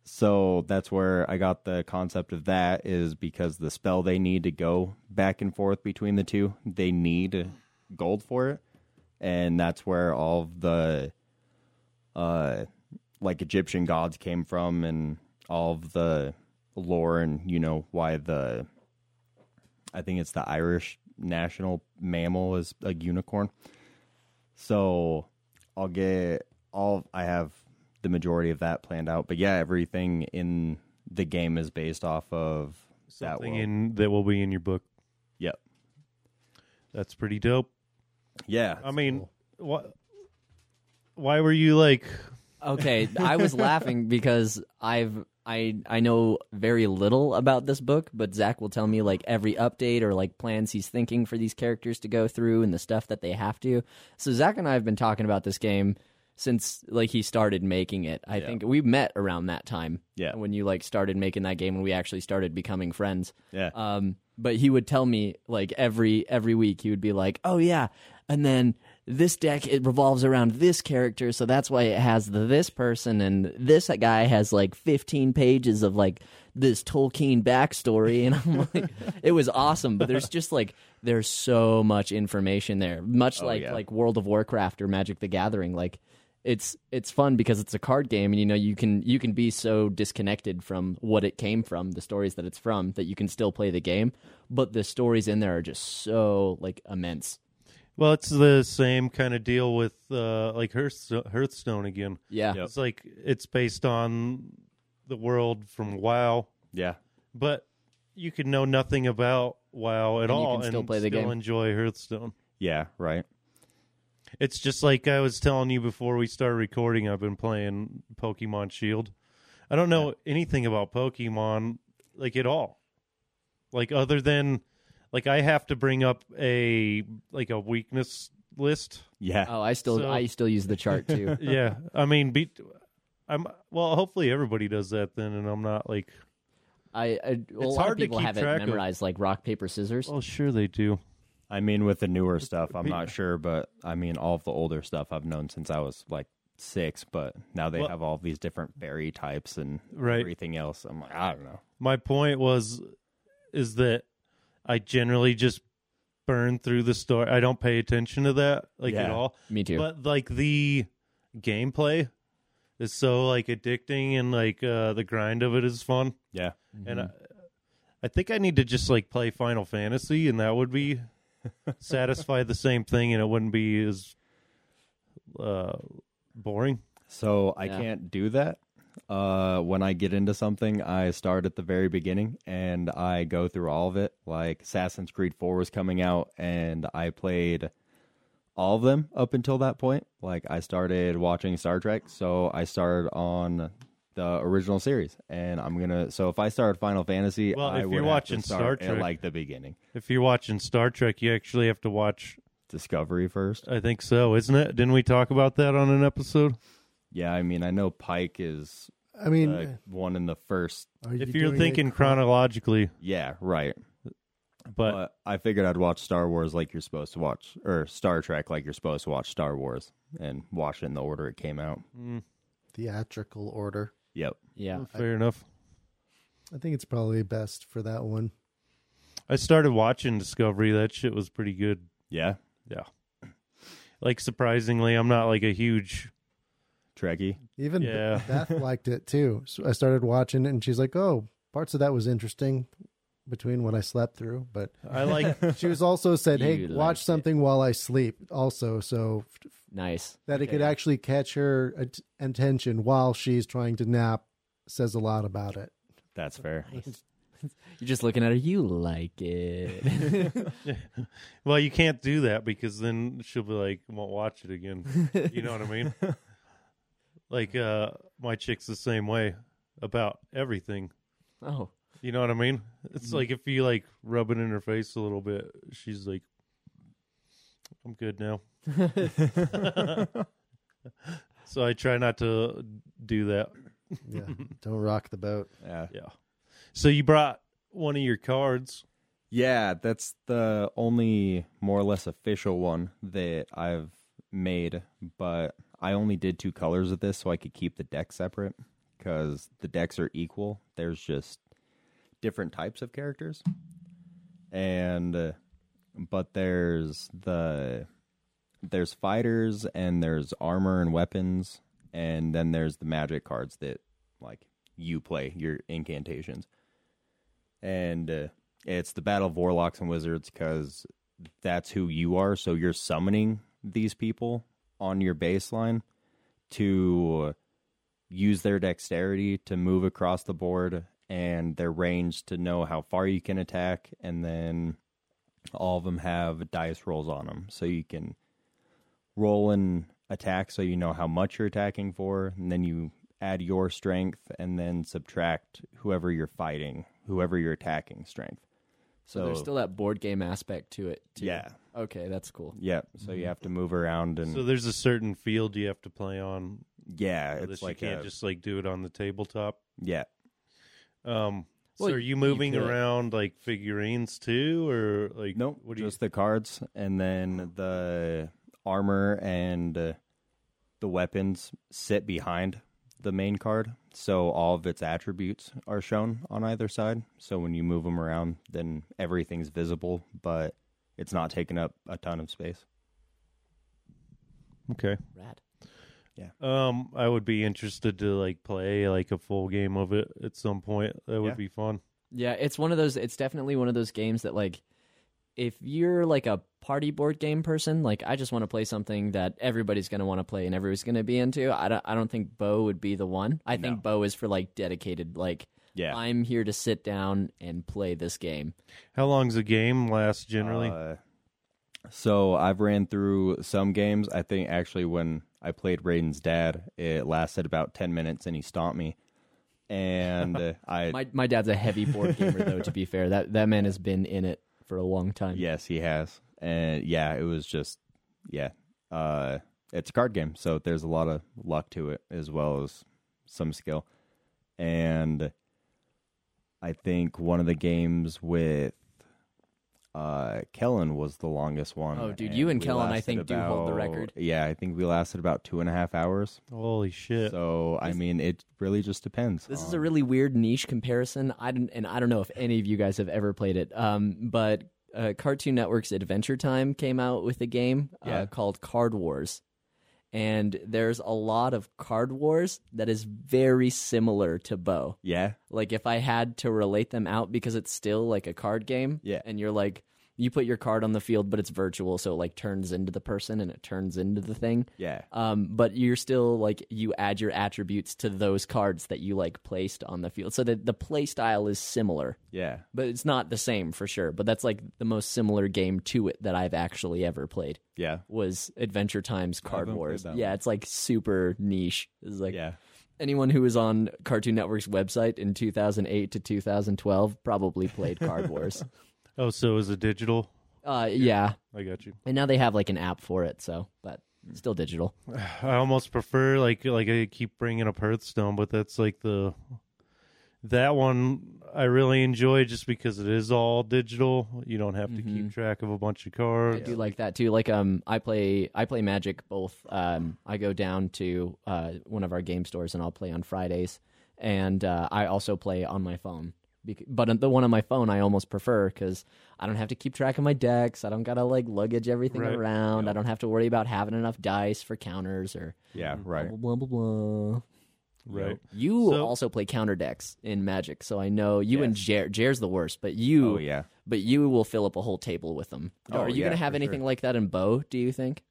[SPEAKER 5] so that's where i got the concept of that is because the spell they need to go back and forth between the two they need gold for it and that's where all of the uh like Egyptian gods came from and all of the lore and you know why the I think it's the Irish national mammal is a unicorn. So I'll get all I have the majority of that planned out. But yeah, everything in the game is based off of that
[SPEAKER 2] Something
[SPEAKER 5] world.
[SPEAKER 2] in that will be in your book.
[SPEAKER 5] yep.
[SPEAKER 2] That's pretty dope.
[SPEAKER 5] Yeah.
[SPEAKER 2] I mean, why why were you like
[SPEAKER 4] Okay, I was laughing because I've I I know very little about this book, but Zach will tell me like every update or like plans he's thinking for these characters to go through and the stuff that they have to. So Zach and I have been talking about this game since like he started making it. I think we met around that time.
[SPEAKER 5] Yeah.
[SPEAKER 4] When you like started making that game when we actually started becoming friends.
[SPEAKER 5] yeah.
[SPEAKER 4] Um, but he would tell me like every every week he would be like, "Oh yeah," and then this deck it revolves around this character, so that's why it has the this person and this guy has like 15 pages of like this Tolkien backstory, and I'm <laughs> like, it was awesome. But there's just like there's so much information there, much like
[SPEAKER 5] yeah.
[SPEAKER 4] like World of Warcraft or Magic the Gathering, like. It's it's fun because it's a card game and you know you can you can be so disconnected from what it came from, the stories that it's from, that you can still play the game, but the stories in there are just so like immense.
[SPEAKER 2] Well, it's the same kind of deal with uh, like Hearth- Hearthstone again.
[SPEAKER 4] Yeah.
[SPEAKER 5] Yep.
[SPEAKER 2] It's like it's based on the world from WoW,
[SPEAKER 5] yeah.
[SPEAKER 2] but you could know nothing about WoW at
[SPEAKER 4] And you
[SPEAKER 2] all
[SPEAKER 4] can still
[SPEAKER 2] and
[SPEAKER 4] play the
[SPEAKER 2] still
[SPEAKER 4] game.
[SPEAKER 2] enjoy Hearthstone.
[SPEAKER 5] Yeah, right.
[SPEAKER 2] It's just like I was telling you before we started recording. I've been playing Pokemon Shield. I don't know anything about Pokemon like at all. Like other than like I have to bring up a like a weakness list
[SPEAKER 5] Yeah.
[SPEAKER 4] Oh, I still
[SPEAKER 2] So-
[SPEAKER 4] <laughs> I still use the chart too.
[SPEAKER 2] yeah, I mean, be, I'm well. Hopefully, everybody does that then, and I'm not like,
[SPEAKER 4] I, I well, a
[SPEAKER 2] It's
[SPEAKER 4] lot
[SPEAKER 2] hard
[SPEAKER 4] of
[SPEAKER 2] to
[SPEAKER 4] people
[SPEAKER 2] keep
[SPEAKER 4] have it
[SPEAKER 2] track of.
[SPEAKER 4] memorized, like rock paper scissors.
[SPEAKER 2] oh, sure they do.
[SPEAKER 5] I mean, with the newer stuff, I'm not sure, but I mean, all of the older stuff I've known since I was like six, but now they
[SPEAKER 2] Well-
[SPEAKER 5] have all these different berry types and
[SPEAKER 2] Right.
[SPEAKER 5] everything else. I'm like, I don't know.
[SPEAKER 2] My point was, is that I generally just burn through the story. I don't pay attention to that like at
[SPEAKER 5] Yeah.
[SPEAKER 2] all.
[SPEAKER 4] Me too.
[SPEAKER 2] But like the gameplay is so like addicting, and like uh, the grind of it is fun.
[SPEAKER 5] Yeah.
[SPEAKER 2] and
[SPEAKER 3] Mm.
[SPEAKER 2] I, I think I need to just like play Final Fantasy, and that would
[SPEAKER 3] <laughs>
[SPEAKER 2] be satisfy the same thing, and it wouldn't be as uh, boring.
[SPEAKER 5] So I
[SPEAKER 4] Yeah.
[SPEAKER 5] can't do that. Uh, when I get into something, I start at the very beginning and I go through all of it. Like Assassin's Creed 4 was coming out, and I played all of them up until that point. Like I started watching Star Trek, so I started on the original series, and I'm gonna. So if I started Final Fantasy,
[SPEAKER 2] Well,
[SPEAKER 5] I
[SPEAKER 2] if
[SPEAKER 5] would
[SPEAKER 2] you're
[SPEAKER 5] have to
[SPEAKER 2] watching Star
[SPEAKER 5] start at
[SPEAKER 2] Trek-
[SPEAKER 5] like the beginning,
[SPEAKER 2] If you're watching Star Trek, you actually have to watch.
[SPEAKER 5] Discovery first.
[SPEAKER 2] I think so, isn't it? Didn't we talk about that on an episode?
[SPEAKER 5] Yeah, I mean, I know Pike is
[SPEAKER 3] I mean,
[SPEAKER 5] the one in the first.
[SPEAKER 3] are you
[SPEAKER 2] Uh, If you're
[SPEAKER 3] doing
[SPEAKER 2] thinking
[SPEAKER 3] it-
[SPEAKER 2] chronologically,
[SPEAKER 5] Yeah, right.
[SPEAKER 2] but
[SPEAKER 5] But I figured I'd watch Star Wars like you're supposed to watch, or Star Trek like you're supposed to watch Star Wars, and watch it in the order it came out.
[SPEAKER 3] theatrical order,
[SPEAKER 5] Yep.
[SPEAKER 4] yeah,
[SPEAKER 2] fair enough.
[SPEAKER 3] I think it's probably best for that one.
[SPEAKER 2] I started watching Discovery. That shit was pretty good.
[SPEAKER 5] Yeah.
[SPEAKER 2] Yeah. Like surprisingly, I'm not like a huge
[SPEAKER 5] Trekkie.
[SPEAKER 3] Even
[SPEAKER 2] Yeah. <laughs>
[SPEAKER 3] Beth liked it too. So I started watching it, and she's like, "Oh, parts of that was interesting." Between what I slept through, but
[SPEAKER 2] I like
[SPEAKER 3] <laughs> she was also said, "Hey,
[SPEAKER 4] You liked
[SPEAKER 3] watch
[SPEAKER 4] it.
[SPEAKER 3] something while I sleep." Also, so f-
[SPEAKER 4] nice.
[SPEAKER 3] that it could actually catch her at- attention while she's trying to nap says a lot about it.
[SPEAKER 5] That's fair.
[SPEAKER 4] You're just looking at her. You like <laughs> it.
[SPEAKER 2] Well, you can't do that because then she'll be like, won't watch it again. you know what I mean? Like, uh, my chick's the same way about everything.
[SPEAKER 4] oh,
[SPEAKER 2] You know what I mean? It's like if you like rub it in her face a little bit, she's like, I'm good now. so I try not to do that. <laughs>
[SPEAKER 3] Yeah, don't rock the boat.
[SPEAKER 5] <laughs> Yeah.
[SPEAKER 2] Yeah. So you brought one of your cards.
[SPEAKER 5] Yeah, that's the only more or less official one that I've made, but I only did two colors of this so I could keep the deck separate because the decks are equal. There's just different types of characters. And uh, but there's the there's fighters and there's armor and weapons and then there's the magic cards that like you play your incantations and uh, it's the battle of warlocks and wizards because that's who you are so you're summoning these people on your baseline to use their dexterity to move across the board and their range to know how far you can attack and then all of them have dice rolls on them so you can roll and attack so you know how much you're attacking for and then you add your strength and then subtract whoever you're fighting whoever you're attacking strength
[SPEAKER 4] so
[SPEAKER 5] so,
[SPEAKER 4] there's still that board game aspect to it. Too.
[SPEAKER 5] Yeah.
[SPEAKER 4] Okay, that's cool.
[SPEAKER 5] yeah so you have to move around and
[SPEAKER 2] Mm-hmm. So there's a certain field you have to play on.
[SPEAKER 5] yeah
[SPEAKER 2] That
[SPEAKER 5] it's
[SPEAKER 2] you
[SPEAKER 5] like
[SPEAKER 2] can't
[SPEAKER 5] a,
[SPEAKER 2] just like do it on the tabletop.
[SPEAKER 5] yeah
[SPEAKER 2] Um,
[SPEAKER 4] Well,
[SPEAKER 2] so are you moving
[SPEAKER 4] could.
[SPEAKER 2] around like figurines too, or like
[SPEAKER 5] Nope.
[SPEAKER 2] What do you? Uh-huh.
[SPEAKER 5] just the cards and then the armor and uh, the weapons sit behind the main card. So all of its attributes are shown on either side. So when you move them around, then everything's visible, but it's not taking up a ton of space.
[SPEAKER 2] Okay.
[SPEAKER 4] Rad.
[SPEAKER 2] Um, I would be interested to like play like a full game of it at some point. That would
[SPEAKER 5] Yeah.
[SPEAKER 2] be fun.
[SPEAKER 4] Yeah, it's one of those. It's definitely one of those games that like, if you're like a party board game person, like I just want to play something that everybody's going to want to play and everybody's going to be into. I don't. I don't think Bo would be the one. I think Bo is for like dedicated. Like
[SPEAKER 5] Yeah.
[SPEAKER 4] I'm here to sit down and play this game.
[SPEAKER 2] How long's a game last generally?
[SPEAKER 5] Uh, so I've ran through some games. I think actually when I played Raiden's dad, it lasted about 10 minutes and he stomped me. And uh, I
[SPEAKER 4] My my dad's a heavy board gamer though. To be fair, that that man has been in it for a long time.
[SPEAKER 5] Yes, he has. And yeah, it was just yeah. Uh it's a card game, so there's a lot of luck to it as well as some skill. And I think one of the games with uh, Kellen was the longest one.
[SPEAKER 4] Oh, dude, you and
[SPEAKER 5] we
[SPEAKER 4] Kellen, I
[SPEAKER 5] lasted
[SPEAKER 4] think, do hold the record.
[SPEAKER 5] Yeah, I think we lasted about two and a half hours.
[SPEAKER 2] Holy shit!
[SPEAKER 5] So I mean, it really just depends.
[SPEAKER 4] This is
[SPEAKER 5] on-
[SPEAKER 4] a really weird niche comparison. I don't, and I don't know if any of you guys have ever played it. Um, but uh, Cartoon Network's Adventure Time came out with a game uh,
[SPEAKER 5] Yeah.
[SPEAKER 4] called Card Wars, and there's a lot of Card Wars that is very similar to Bo.
[SPEAKER 5] yeah,
[SPEAKER 4] Like if I had to relate them out because it's still like a card game.
[SPEAKER 5] Yeah.
[SPEAKER 4] and you're like you put your card on the field, but it's virtual, so it like turns into the person and it turns into the thing
[SPEAKER 5] yeah,
[SPEAKER 4] um, but you're still like you add your attributes to those cards that you like placed on the field so that the play style is similar
[SPEAKER 5] yeah.
[SPEAKER 4] but it's not the same for sure but that's like the most similar game to it that i've actually ever played
[SPEAKER 5] Yeah.
[SPEAKER 4] was adventure times card
[SPEAKER 5] haven't played
[SPEAKER 4] wars
[SPEAKER 5] that
[SPEAKER 4] yeah
[SPEAKER 5] one.
[SPEAKER 4] it's like super niche it's like
[SPEAKER 5] yeah.
[SPEAKER 4] anyone who was on cartoon network's website in 2008 to 2012 probably played
[SPEAKER 5] <laughs>
[SPEAKER 4] card wars
[SPEAKER 2] Oh, so is it digital?
[SPEAKER 4] uh, yeah
[SPEAKER 2] I got you.
[SPEAKER 4] and now they have like an app for it so but still digital
[SPEAKER 2] I almost prefer like like I keep bringing up Hearthstone, but that's like the that one I really enjoy just because it is all digital. You don't have to keep track of a bunch of
[SPEAKER 4] Mm-hmm. I
[SPEAKER 2] cards.
[SPEAKER 4] do like that too. Like um, I play I play Magic both. Um, I go down to uh, one of our game stores and I'll play on Fridays, and uh, I also play on my phone. Bec- But the one on my phone I almost prefer because I don't have to keep track of my decks. I don't gotta like luggage everything
[SPEAKER 2] Right.
[SPEAKER 4] around. I don't have to worry about having enough dice for counters or
[SPEAKER 5] Yeah, right.
[SPEAKER 4] blah blah blah. blah.
[SPEAKER 2] Right.
[SPEAKER 4] You
[SPEAKER 2] So-
[SPEAKER 4] also play counter decks in Magic, so I know you and
[SPEAKER 5] Yes.
[SPEAKER 4] Jer. Jer's the worst, but you
[SPEAKER 5] Oh yeah.
[SPEAKER 4] but you will fill up a whole table with them.
[SPEAKER 5] Oh,
[SPEAKER 4] Are you
[SPEAKER 5] yeah,
[SPEAKER 4] going to have
[SPEAKER 5] for
[SPEAKER 4] anything
[SPEAKER 5] sure.
[SPEAKER 4] like that in Bo, do you think?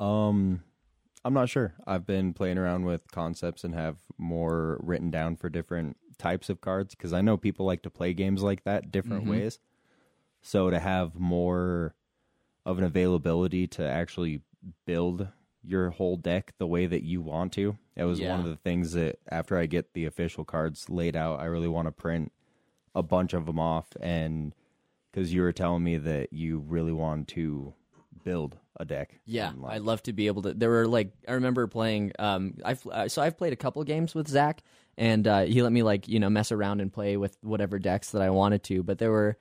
[SPEAKER 5] Um I'm not sure. I've been playing around with concepts and have more written down for different types of cards cuz I know people like to play games like that different
[SPEAKER 4] Mm-hmm.
[SPEAKER 5] ways. So to have more of an availability to actually build your whole deck the way that you want to. That was
[SPEAKER 4] Yeah.
[SPEAKER 5] one of the things that after I get the official cards laid out, I really want to print a bunch of them off and cuz you were telling me that you really want to build a deck.
[SPEAKER 4] Yeah,
[SPEAKER 5] and,
[SPEAKER 4] I
[SPEAKER 5] like,
[SPEAKER 4] love to be able to. There were like I remember playing. Um, I've uh, so I've played a couple games with Zach, and uh, he let me like you know mess around and play with whatever decks that I wanted to. But there were,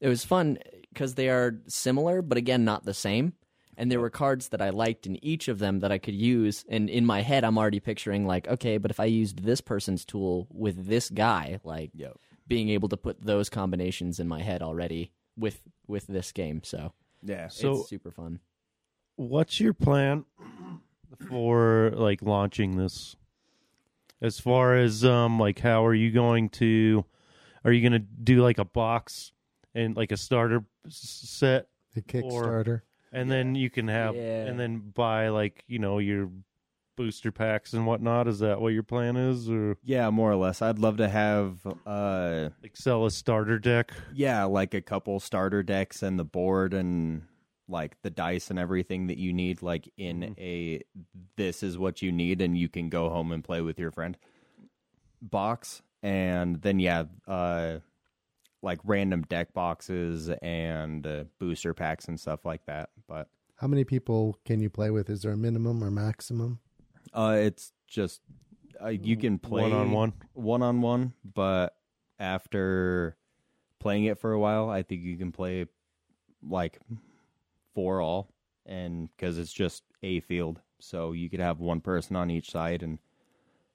[SPEAKER 4] it was fun because they are similar, but again not the same. And there were cards that I liked in each of them that I could use. And in my head, I'm already picturing like, okay, but if I used this person's tool with this guy, like
[SPEAKER 5] Yep.
[SPEAKER 4] being able to put those combinations in my head already with with this game. So,
[SPEAKER 5] Yeah.
[SPEAKER 2] So-
[SPEAKER 4] it's super fun.
[SPEAKER 2] What's your plan for like launching this? As far as um like how are you going to are you going to do like a box and like a starter s- set
[SPEAKER 3] The Kickstarter.
[SPEAKER 2] and then you can have
[SPEAKER 4] Yeah.
[SPEAKER 2] and then buy like you know your booster packs and whatnot is that what your plan is or
[SPEAKER 5] Yeah, more or less. I'd love to have uh
[SPEAKER 2] like sell a starter deck
[SPEAKER 5] yeah, like a couple starter decks and the board and like the dice and everything that you need like in a this is what you need and you can go home and play with your friend box and then yeah, uh like random deck boxes and uh, booster packs and stuff like that. But
[SPEAKER 3] How many people can you play with? Is there a minimum or maximum?
[SPEAKER 5] uh it's just uh, you can play
[SPEAKER 2] one on one
[SPEAKER 5] one on one, but after playing it for a while, I think you can play like four all, and because it's just a field, so you could have one person on each side and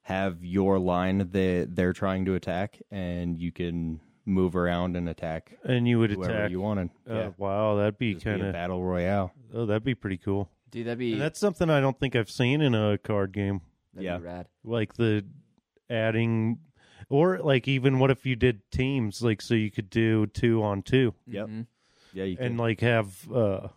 [SPEAKER 5] have your line that they're trying to attack, and you can move around and attack
[SPEAKER 2] and you would
[SPEAKER 5] whoever
[SPEAKER 2] attack
[SPEAKER 5] you wanted.
[SPEAKER 2] uh, wow that'd be
[SPEAKER 5] yeah, just be
[SPEAKER 2] kind
[SPEAKER 5] a
[SPEAKER 2] of
[SPEAKER 5] battle royale.
[SPEAKER 2] oh that'd be pretty cool
[SPEAKER 4] Dude, that'd be
[SPEAKER 2] and that's something i don't think i've seen in a card game
[SPEAKER 4] that'd
[SPEAKER 5] yeah.
[SPEAKER 4] be rad.
[SPEAKER 2] like the adding or like even what if you did teams like so you could do two on two
[SPEAKER 5] Yep.
[SPEAKER 4] Mhm.
[SPEAKER 5] Yeah, you
[SPEAKER 2] Mm-hmm. and
[SPEAKER 5] can.
[SPEAKER 2] like have uh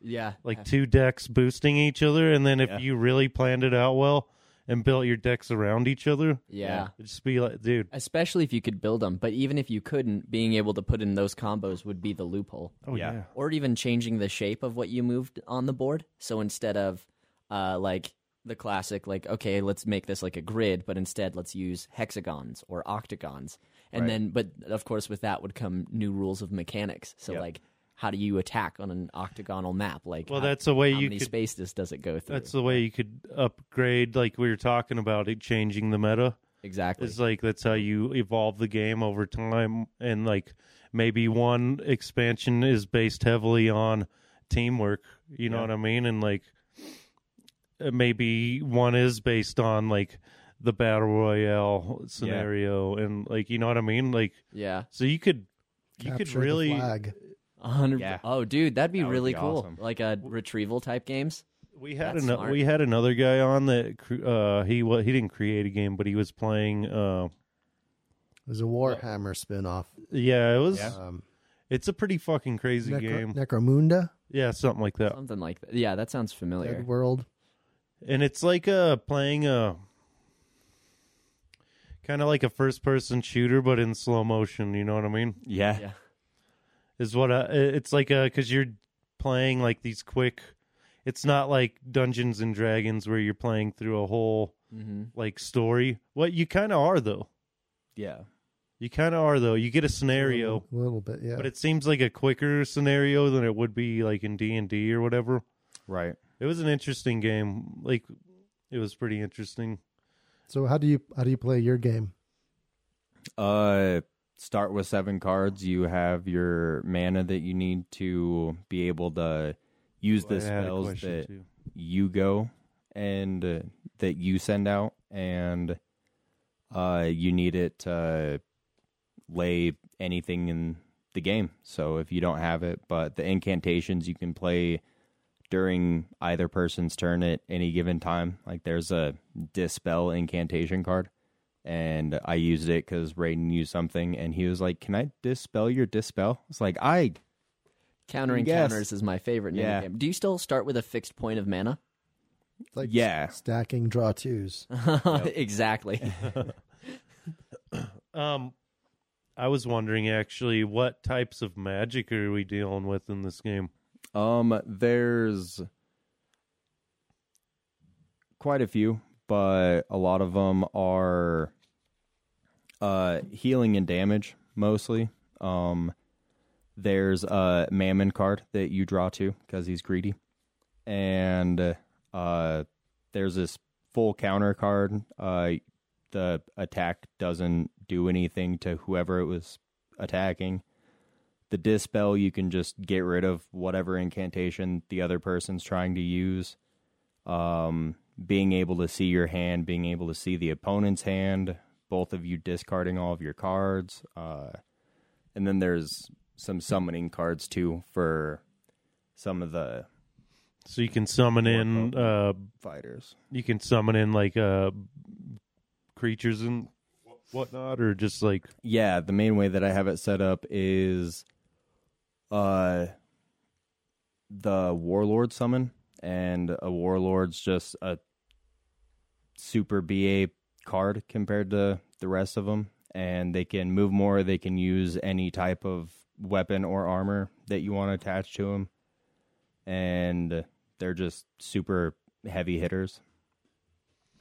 [SPEAKER 4] Yeah.
[SPEAKER 2] like two decks boosting each other and then if
[SPEAKER 5] Yeah.
[SPEAKER 2] you really planned it out well and built your decks around each other
[SPEAKER 4] yeah.
[SPEAKER 5] yeah.
[SPEAKER 2] it'd just be like dude
[SPEAKER 4] Especially if you could build them, but even if you couldn't, being able to put in those combos would be the loophole.
[SPEAKER 2] oh
[SPEAKER 5] Yeah.
[SPEAKER 2] yeah
[SPEAKER 4] Or even changing the shape of what you moved on the board. So instead of uh like the classic like okay, let's make this like a grid, but instead let's use hexagons or octagons. And
[SPEAKER 5] Right.
[SPEAKER 4] then but of course with that would come new rules of mechanics. So
[SPEAKER 5] Yep.
[SPEAKER 4] like how do you attack on an octagonal map? Like,
[SPEAKER 2] Well,
[SPEAKER 4] how-
[SPEAKER 2] that's the way
[SPEAKER 4] how
[SPEAKER 2] you
[SPEAKER 4] many
[SPEAKER 2] could-
[SPEAKER 4] spaces does it go through?
[SPEAKER 2] That's the way you could upgrade, like we were talking about it changing the meta.
[SPEAKER 4] exactly.
[SPEAKER 2] It's like that's how you evolve the game over time, and like maybe one expansion is based heavily on teamwork. You know
[SPEAKER 5] Yeah.
[SPEAKER 2] what I mean? And like uh, maybe one is based on like the battle royale scenario, and like you know what I mean? Like
[SPEAKER 4] Yeah,
[SPEAKER 2] so you could you could
[SPEAKER 3] Capture the
[SPEAKER 2] really
[SPEAKER 3] flag.
[SPEAKER 4] a hundred.
[SPEAKER 5] Yeah.
[SPEAKER 4] Oh, dude, that'd be
[SPEAKER 5] That would
[SPEAKER 4] really
[SPEAKER 5] be
[SPEAKER 4] cool.
[SPEAKER 5] awesome.
[SPEAKER 4] Like a retrieval type games.
[SPEAKER 2] We had
[SPEAKER 4] That's
[SPEAKER 2] another
[SPEAKER 4] smart.
[SPEAKER 2] we had another guy on that cr- uh, he wa he didn't create a game, but he was playing. Uh,
[SPEAKER 3] It was a Warhammer spinoff.
[SPEAKER 2] yeah, it was.
[SPEAKER 5] Yeah.
[SPEAKER 3] Um,
[SPEAKER 2] It's a pretty fucking crazy
[SPEAKER 3] Necro-
[SPEAKER 2] game.
[SPEAKER 3] Necromunda,
[SPEAKER 2] yeah, something like that.
[SPEAKER 4] Something like that. Yeah, that sounds familiar.
[SPEAKER 3] Dead World.
[SPEAKER 2] And it's like uh playing a kind of like a first person shooter, but in slow motion. You know what I mean?
[SPEAKER 5] Yeah.
[SPEAKER 4] Yeah.
[SPEAKER 2] Is what I, it's like a because you're playing like these quick. It's not like Dungeons and Dragons where you're playing through a whole
[SPEAKER 4] Mm-hmm.
[SPEAKER 2] like story. What you kind of are though.
[SPEAKER 5] Yeah.
[SPEAKER 2] You kind of are though. You get a scenario,
[SPEAKER 3] A little bit, yeah.
[SPEAKER 2] but it seems like a quicker scenario than it would be like in D and D or whatever.
[SPEAKER 5] Right.
[SPEAKER 2] It was an interesting game. Like it was pretty interesting.
[SPEAKER 3] so how do you how do you play your game?
[SPEAKER 5] Uh start with seven cards. You have your mana that you need to be able to use the
[SPEAKER 2] I had a
[SPEAKER 5] spells
[SPEAKER 2] question,
[SPEAKER 5] that
[SPEAKER 2] too.
[SPEAKER 5] you go and uh, that you send out and uh you need it to lay anything in the game. So if you don't have it, but the incantations you can play during either person's turn at any given time. Like there's a dispel incantation card, and I used it because Raiden used something, and he was like, "Can I dispel your dispel?" It's like I
[SPEAKER 4] Countering
[SPEAKER 5] Yes.
[SPEAKER 4] counters is my favorite.
[SPEAKER 5] Yeah.
[SPEAKER 4] Yeah. Game. Do you still start with a fixed point of mana?
[SPEAKER 3] It's like
[SPEAKER 5] Yeah. Uh-huh.
[SPEAKER 3] stacking draw
[SPEAKER 5] <laughs>
[SPEAKER 3] twos.
[SPEAKER 4] <laughs> exactly.
[SPEAKER 2] Um, I was wondering actually, what types of magic are we dealing with in this game?
[SPEAKER 5] Um, there's quite a few, but a lot of them are uh healing and damage mostly. Um, there's a mammon card that you draw to because he's greedy, and uh, there's this full counter card. Uh, the attack doesn't do anything to whoever it was attacking the dispel you can just get rid of whatever incantation the other person's trying to use um being able to see your hand being able to see the opponent's hand both of you discarding all of your cards uh and then there's some summoning cards too for some of the
[SPEAKER 2] So you can summon in, uh,
[SPEAKER 5] fighters
[SPEAKER 2] you can summon in like uh, creatures and whatnot, or just like
[SPEAKER 5] yeah, the main way that I have it set up is uh the warlord summon and a warlord's just a super BA card compared to the rest of them and they can move more, they can use any type of weapon or armor that you want to attach to them and they're just super heavy hitters.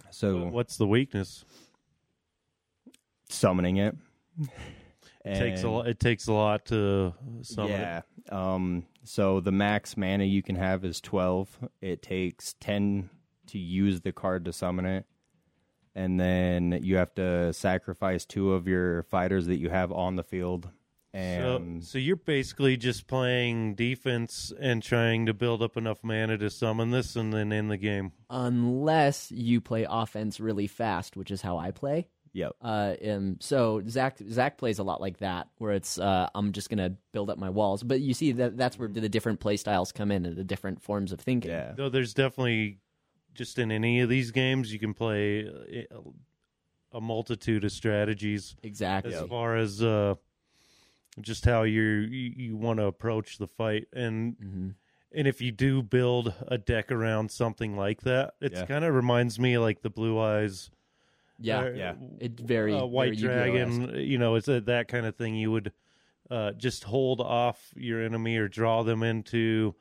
[SPEAKER 5] So
[SPEAKER 2] what's the weakness?
[SPEAKER 5] summoning it
[SPEAKER 2] It takes a
[SPEAKER 5] And-
[SPEAKER 2] lot. It takes a lot to summon. it.
[SPEAKER 5] yeah. Um. So the max mana you can have is twelve. It takes ten to use the card to summon it, and then you have to sacrifice two of your fighters that you have on the field.
[SPEAKER 2] So,
[SPEAKER 5] And
[SPEAKER 2] so you're basically just playing defense and trying to build up enough mana to summon this and then end the game.
[SPEAKER 4] Unless you play offense really fast, which is how I play.
[SPEAKER 5] yep.
[SPEAKER 4] Uh, um, so Zach Zach plays a lot like that, where it's uh, I'm just gonna build up my walls. But you see that that's where the different play styles come in and the different forms of thinking.
[SPEAKER 5] Yeah.
[SPEAKER 2] Though there's definitely just in any of these games you can play uh, a multitude of strategies
[SPEAKER 4] exactly.
[SPEAKER 2] as far as uh, just how you're, you you want to approach the fight and
[SPEAKER 4] hmm
[SPEAKER 2] and if you do build a deck around something like that, it
[SPEAKER 5] Yeah.
[SPEAKER 2] kind of reminds me of like the Blue Eyes
[SPEAKER 4] Yeah,
[SPEAKER 2] or,
[SPEAKER 5] Yeah.
[SPEAKER 4] It's very-
[SPEAKER 2] uh, White
[SPEAKER 4] very Yu-Gi-Oh-esque.
[SPEAKER 2] Dragon. You know, it's a, that kind of thing. You would uh, just hold off your enemy or draw them into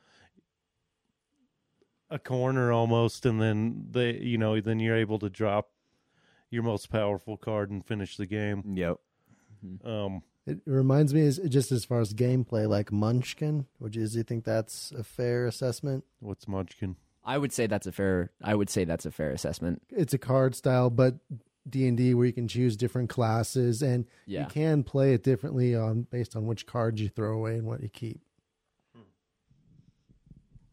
[SPEAKER 2] a corner almost, and then they, you know, then you're able to drop your most powerful card and finish the game.
[SPEAKER 4] Mm.
[SPEAKER 5] Yep.
[SPEAKER 2] Um,
[SPEAKER 3] It reminds me, is just as far as gameplay, like Munchkin. Would you, do you think that's a fair assessment?
[SPEAKER 2] What's Munchkin? <laughs>
[SPEAKER 4] I would say that's a fair. I would say that's a fair assessment.
[SPEAKER 3] It's a card style, but D and D where you can choose different classes and
[SPEAKER 4] Yeah.
[SPEAKER 3] you can play it differently on based on which cards you throw away and what you keep.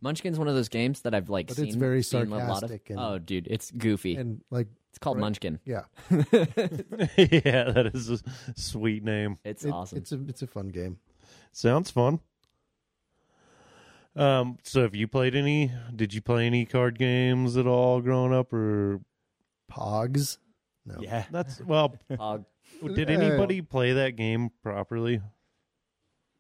[SPEAKER 4] Munchkin's one of those games that I've like
[SPEAKER 3] But
[SPEAKER 4] seen.
[SPEAKER 3] it's very
[SPEAKER 4] seen a lot of.
[SPEAKER 3] sarcastic and-
[SPEAKER 4] oh, dude, it's goofy.
[SPEAKER 3] And like,
[SPEAKER 4] it's called
[SPEAKER 3] right.
[SPEAKER 4] Munchkin.
[SPEAKER 5] <laughs>
[SPEAKER 3] yeah,
[SPEAKER 2] yeah, that is a sweet name.
[SPEAKER 4] It's
[SPEAKER 3] it-
[SPEAKER 4] awesome.
[SPEAKER 3] It's a it's a fun game.
[SPEAKER 2] Sounds fun. Um, so have you played any? Did you play any card games at all growing up, or
[SPEAKER 3] Pogs. No.
[SPEAKER 5] Yeah.
[SPEAKER 2] that's well?
[SPEAKER 4] Hog.
[SPEAKER 2] did anybody play that game properly?